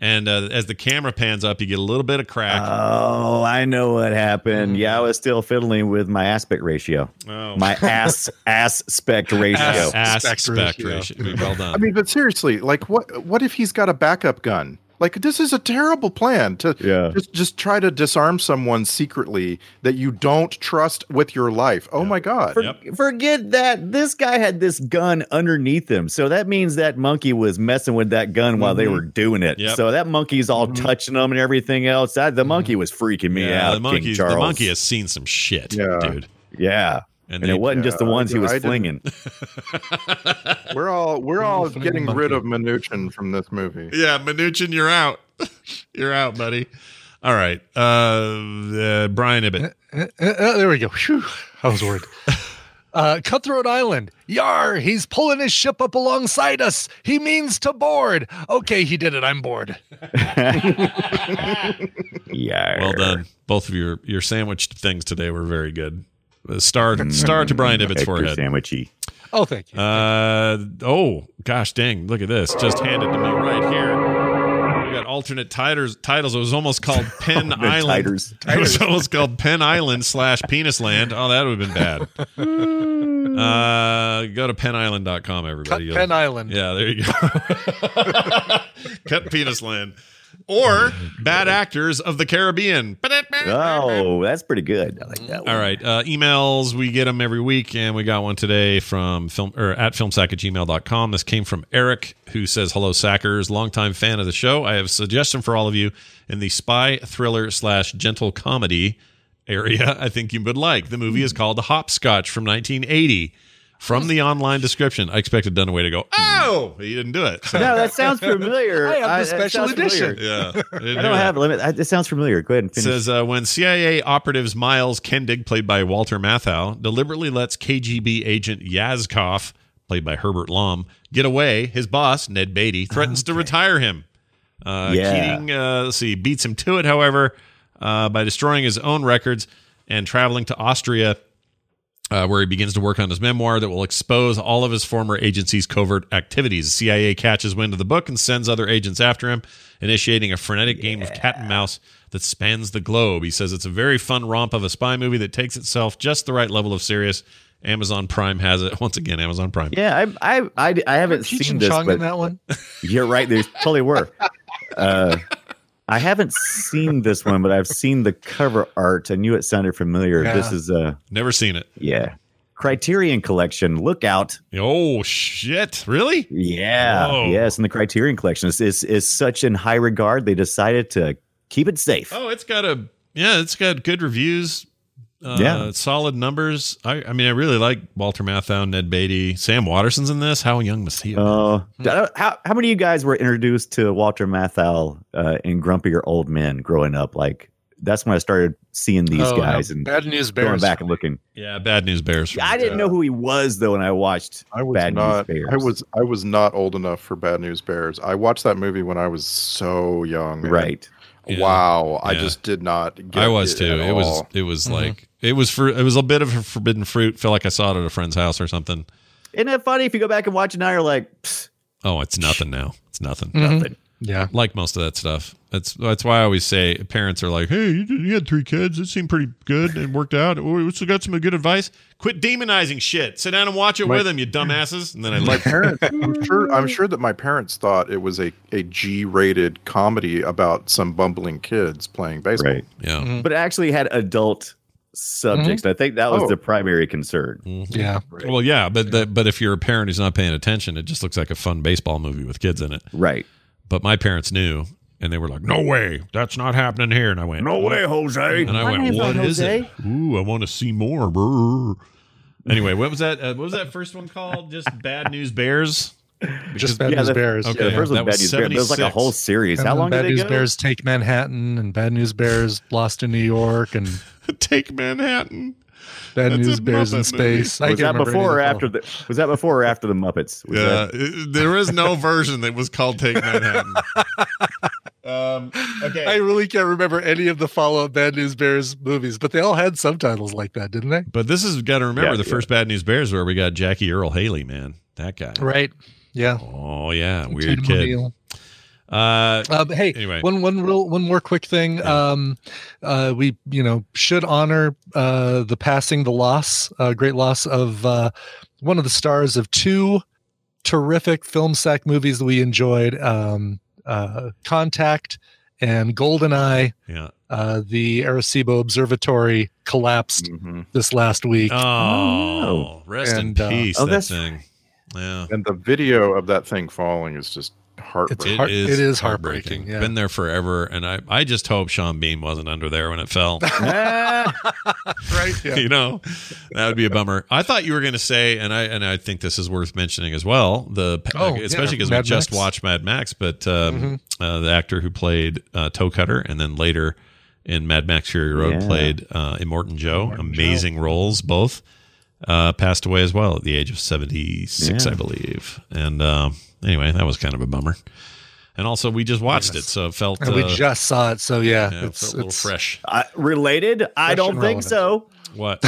S6: and uh, as the camera pans up, you get a little bit of crack.
S7: Oh, I know what happened. Yeah, I was still fiddling with my aspect ratio.
S6: Mm-hmm. Oh. [laughs]
S7: My ass aspect ratio.
S6: Ass- aspect ratio. Well done.
S9: i mean but seriously like what what if he's got a backup gun like this is a terrible plan to just just try to disarm someone secretly that you don't trust with your life oh my god
S7: For- Forget that. This guy had this gun underneath him. So that means that monkey was messing with that gun while they
S6: Mhm.
S7: were doing it.
S6: Yep. Mm-hmm.
S7: So that monkey's all touching them and everything else. That, the monkey was freaking me
S6: Yeah,
S7: out.
S6: the monkey,
S7: King
S6: the
S7: Charles.
S6: monkey has seen some shit, dude.
S7: Yeah.
S6: And
S7: And,
S6: they-
S7: it wasn't just the
S6: Yeah,
S7: ones he
S6: yeah,
S7: was
S6: I didn't-
S7: flinging.
S9: we're all we're all
S6: Funny
S9: getting
S6: monkey.
S9: rid of Minuchin from this movie
S6: Yeah, Minuchin, you're out. [laughs] you're out, buddy. All right, uh, uh Brian Ibbett.
S8: Uh, uh, uh, there we go. Phew. I was
S6: [laughs]
S8: worried. Uh, Cutthroat Island. Yar, he's pulling his ship up alongside us. He means to board. Okay, he did it. I'm bored.
S7: Yeah.
S6: [laughs] Well done. Both of your your sandwich things today were very good. Uh, Star star to Brian Ibbett's
S7: Hector
S6: forehead.
S7: Sandwichy.
S8: Oh, thank you.
S6: Uh, oh, gosh dang. Look at this. Just handed to me right here. We got alternate titers, titles. It was almost
S7: [laughs]
S6: called Penn
S7: Alternate
S6: Island.
S7: titers.
S6: [laughs] It was
S7: Titers.
S6: almost called Penn Island slash Penis Land. Oh, that would have been bad.
S8: [laughs]
S6: uh, go to pennisland.com, everybody. You'll-
S8: Penn Island.
S6: Uh, Yeah, there you go. [laughs] Cut Penis Land. Or Bad Actors of the
S8: [laughs]
S6: Caribbean.
S8: Uh-huh. Ah.
S7: Oh, that's pretty good. I like
S8: Mm-hmm.
S7: that one.
S6: All right. Uh, emails, we get them every week, and we got one today from film or at filmsack at gmail.com. This came from Eric, who says, Hello, Sackers, longtime fan of the show. I have a suggestion for all of you in the spy thriller slash gentle comedy area I think you would like. The movie is called Hopscotch from 1980. From the online description, I expected Dunaway to go, Oh, he didn't do
S7: [laughs]
S6: it. So-
S7: No, that sounds
S8: [laughs]
S7: familiar.
S8: I have the
S7: that
S8: special
S7: sounds familiar.
S8: edition.
S6: Yeah. I didn't
S7: I
S6: do
S7: don't
S6: that.
S7: have limit. I, it sounds familiar. Go ahead and
S6: It
S7: finish.
S6: says uh, when CIA operatives Miles Kendig, played by Walter Matthau, deliberately lets KGB agent Yazkov, played by Herbert Lom, get away, his boss Ned Beatty threatens to retire him. Uh,
S7: Yeah.
S6: Keating, uh, let's see, beats him to it, however, uh, by destroying his own records and traveling to Austria uh, where he begins to work on his memoir that will expose all of his former agency's covert activities. The CIA catches wind of the book and sends other agents after him, initiating a frenetic game of cat and mouse that spans the globe. He says it's a very fun romp of a spy movie that takes itself just the right level of serious. Amazon Prime has it. [laughs] Once again, Amazon Prime.
S7: yeah, I, I, I, I haven't
S8: Cheech
S7: seen
S8: and
S7: this,
S8: Chong
S7: but
S8: in that one.
S7: you're
S8: [laughs]
S7: right. There totally were. Uh, I haven't seen this one, but I've seen the cover art. I knew it sounded familiar.
S6: Yeah.
S7: This is uh,
S6: Never seen it.
S7: yeah, Criterion Collection. Look out!
S6: Oh, shit. Really?
S7: Yeah,
S6: Whoa.
S7: yes, and the Criterion Collection is, is is such in high regard. They decided to keep it safe.
S6: Oh, it's got a yeah, it's got good reviews. Uh,
S7: Yeah.
S6: solid numbers. I, I mean, I really like Walter Matthau, Ned Beatty, Sam Watterson's in this. How young was he?
S7: Oh, I don't- how how many of you guys were introduced to Walter Matthau uh, in Grumpier Old Men growing up? Like that's when I started seeing these
S8: Oh,
S7: guys
S8: yeah.
S7: and
S8: Bad News
S7: going
S8: Bears.
S7: back and looking.
S6: yeah, Bad News Bears.
S7: I didn't know who he was though when I watched
S9: I was
S7: Bad
S9: not.
S7: News Bears.
S9: I was. I was not old enough for Bad News Bears. I watched that movie when I was so young. and
S7: right.
S9: Wow. I
S6: Yeah.
S9: just did not. Get
S6: I was
S9: it
S6: too.
S9: at
S6: It was [laughs]
S9: all.
S6: it was like it was for it was a bit of a forbidden fruit. Feel like I saw it at a friend's house or something.
S7: Isn't that funny? If you go back and watch it now, you're like, "Psst,
S6: Oh, it's nothing now. It's nothing.
S7: nothing.
S8: Yeah.
S6: Like most of that stuff. That's that's why I always say parents are like, "Hey, you, you had three kids. It seemed pretty good and worked out. We still got some good advice. Quit demonizing shit. Sit down and watch it
S9: My-
S6: with them, you dumbasses." And then I
S9: My
S6: like,
S9: parents. I'm sure. I'm sure that my parents thought it was a a G-rated comedy about some bumbling kids playing baseball.
S7: Right.
S6: [laughs] yeah.
S7: But it actually had adult subjects. I think that was
S9: Oh.
S7: the primary concern.
S8: Yeah.
S6: Well, yeah, but the, but if you're a parent who's not paying attention, it just looks like a fun baseball movie with kids in it.
S7: Right.
S6: But my parents knew, and they were like, "No way, that's not happening here." And I went, "No way, Jose." And I
S7: My
S6: went,
S7: name's
S6: "What
S7: not
S6: is it? Ooh, I want to see more." Brr. Anyway, what was that? Uh, what was that first one called? Just Bad News Bears.
S8: Just Bad News
S6: the-
S8: Bears.
S6: Okay, that was
S8: '76.
S6: 76.
S8: And then Bad News Bears take Manhattan, and Bad News Bears lost in New York,
S6: [laughs]
S8: and
S6: [laughs] take Manhattan.
S8: Bad News Bears in space. I
S7: was
S8: can't
S7: that
S8: remember
S7: before or
S8: any of
S7: after
S8: them.
S7: the? Was that before or after the Muppets? Was
S6: Yeah,
S7: that-
S6: it- there is no version that was called Take Manhattan. um, okay.
S8: I really can't remember any of the follow-up Bad News Bears movies, but they all had subtitles like that, didn't they?
S6: [laughs] But this is got to remember
S8: Yeah,
S6: the
S8: yeah.
S6: first Bad News Bears where we got Jackie Earl Haley, man, that guy.
S8: Right. Yeah.
S6: Oh yeah,
S8: Tatum
S6: weird kid.
S8: O'Neal.
S6: Uh,
S8: Uh, but hey,
S6: anyway,
S8: one one real one more quick thing. Um, uh, we you know should honor uh, the passing, the loss, uh, great loss of uh, one of the stars of two terrific film sack movies that we enjoyed: um, uh, Contact and Goldeneye.
S6: Yeah.
S8: Uh, the Arecibo Observatory collapsed
S9: Hmm.
S7: Mm-hmm.
S8: this last
S6: [laughs]
S8: week.
S6: Oh, rest
S8: And,
S6: in
S8: uh,
S6: peace.
S8: oh,
S6: that
S8: that's
S6: thing. Yeah.
S9: And the video of that thing falling is just heartbreaking.
S6: It is heartbreaking.
S9: yeah.
S6: Been there forever, and I, I just hope Sean Bean wasn't under there when it fell.
S8: right. Yeah.
S6: [laughs] you know, that would be a bummer. I thought you were going to say, and I and I think this is worth mentioning as well. The
S8: Oh, yeah.
S6: especially because we
S8: Mad
S6: just
S8: Max.
S6: watched Mad Max, but
S8: Mhm.
S6: um, uh, the actor who played uh, Toe Cutter and then later in Mad Max Fury Road
S8: Yeah.
S6: played uh, Immortan Joe. Amazing roles, both. Uh, passed away as well at the age of seventy six,
S5: Yeah.
S6: I believe. And um, anyway, that was kind of a bummer. And also, we just watched it, so it felt
S8: And we
S6: uh,
S8: just saw it, so yeah,
S6: yeah, it
S8: it's,
S6: felt a little
S8: it's
S6: fresh.
S7: I- Uh, related? I
S8: Fresh
S7: don't
S8: and
S7: think
S8: relevant.
S7: [laughs] so.
S6: What?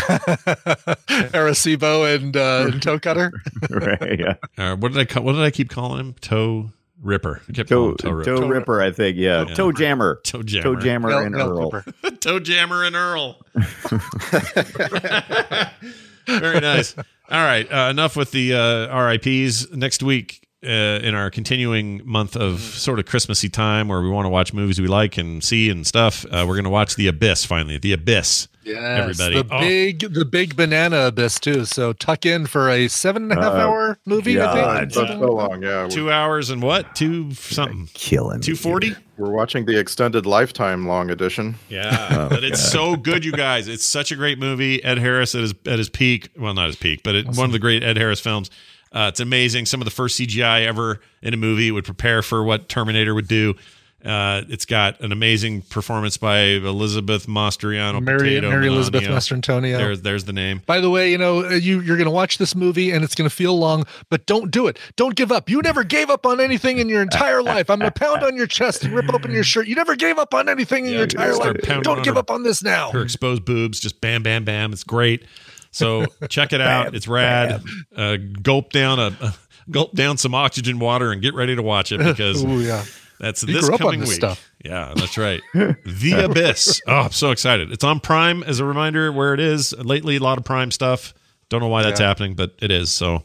S8: Arecibo and, uh, and Toe Cutter.
S7: right. Yeah.
S6: Uh, what did I ca- what did I keep calling him? Toe Ripper. I kept calling
S7: Toe,
S6: him Toe Ripper.
S7: toe Ripper, I think. Yeah.
S6: Yeah.
S7: Toe Jammer.
S6: [laughs] Toe Jammer.
S7: Toe Jammer
S6: Mel-
S7: and
S6: Mel
S7: Earl.
S6: [laughs] Toe Jammer and
S7: [laughs]
S6: Earl. [laughs] Very nice. All right. Uh, enough with the uh, RIPS. Next week, uh, in our continuing month of sort of Christmassy time where we want to watch movies we like and see and stuff, uh, we're going to watch The Abyss finally. The Abyss.
S8: Yes,
S6: Everybody.
S8: The
S6: Oh.
S8: big, the big banana abyss too. So tuck in for a seven and a half
S6: Uh,
S8: hour movie. I think.
S9: It's not so long, yeah.
S6: Two hours and what? Two something.
S7: Killing.
S6: 240?
S9: We're watching the extended lifetime long edition.
S8: [laughs] Oh,
S6: Yeah, but it's so good, you guys. It's such a great movie. Ed Harris at his at his peak. Well, not his peak, but it, one of the great Ed Harris films. Uh, it's amazing. Some of the first CGI ever in a movie It would prepare for what Terminator would do. Uh, it's got an amazing performance by Elizabeth Mastriano.
S8: Mary-
S6: Potato
S8: Mary Elizabeth
S6: Manonio.
S8: Mastrantonio.
S6: There's there's the name.
S8: By the way, you know uh, you you're gonna watch this movie and it's gonna feel long, but don't do it. Don't give up. You never gave up on anything in your entire life. I'm gonna pound on your chest and rip open your shirt. You never gave up on anything in your entire
S6: start
S8: life.
S6: pounding
S8: Don't
S6: on
S8: give
S6: her-
S8: up on this now.
S6: Her exposed boobs, just bam, bam, bam. It's great.
S8: [laughs]
S6: So check it out. it's rad. Uh, gulp down a [laughs] gulp down some oxygen water and get ready to watch it because
S8: Ooh, yeah.
S6: that's
S8: He
S6: this
S8: grew up on
S6: coming
S8: this
S6: week.
S8: stuff.
S6: Yeah, that's right. the
S8: [laughs]
S6: Abyss. Oh, I'm so excited. It's on Prime as a reminder where it is. Lately, a lot of Prime stuff. Don't know why that's
S5: Yeah.
S6: happening, but it is. So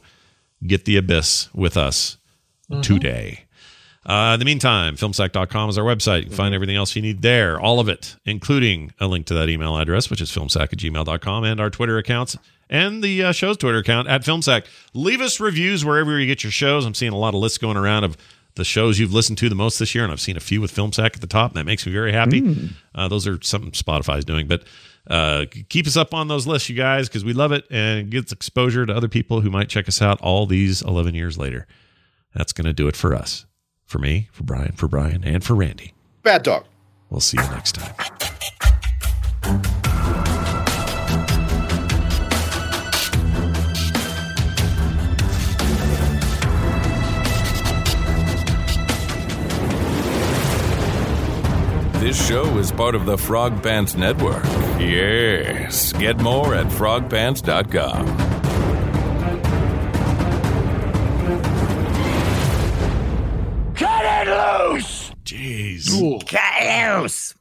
S6: get the Abyss with us
S8: Mm-hmm.
S6: today. Uh, in the meantime, filmsack.com is our website. You can find everything else you need there, all of it, including a link to that email address, which is filmsack at gmail.com, and our Twitter accounts and the uh, show's Twitter account at filmsack. Leave us reviews wherever you get your shows. I'm seeing a lot of lists going around of the shows you've listened to the most this year, and I've seen a few with Filmsack at the top, and that makes me very happy. Uh, those are something Spotify's doing, but uh, keep us up on those lists, you guys, because we love it and it gets exposure to other people who might check us out all these 11 years later. That's going to do it for us. For me, for Brian, for Brian, and for Randy.
S9: Bad dog.
S6: We'll see you next time.
S5: This show is part of the Frog Pants Network. Yes. Get more at frogpants.com.
S14: Cut it loose!
S6: Jeez.
S14: Cut it loose!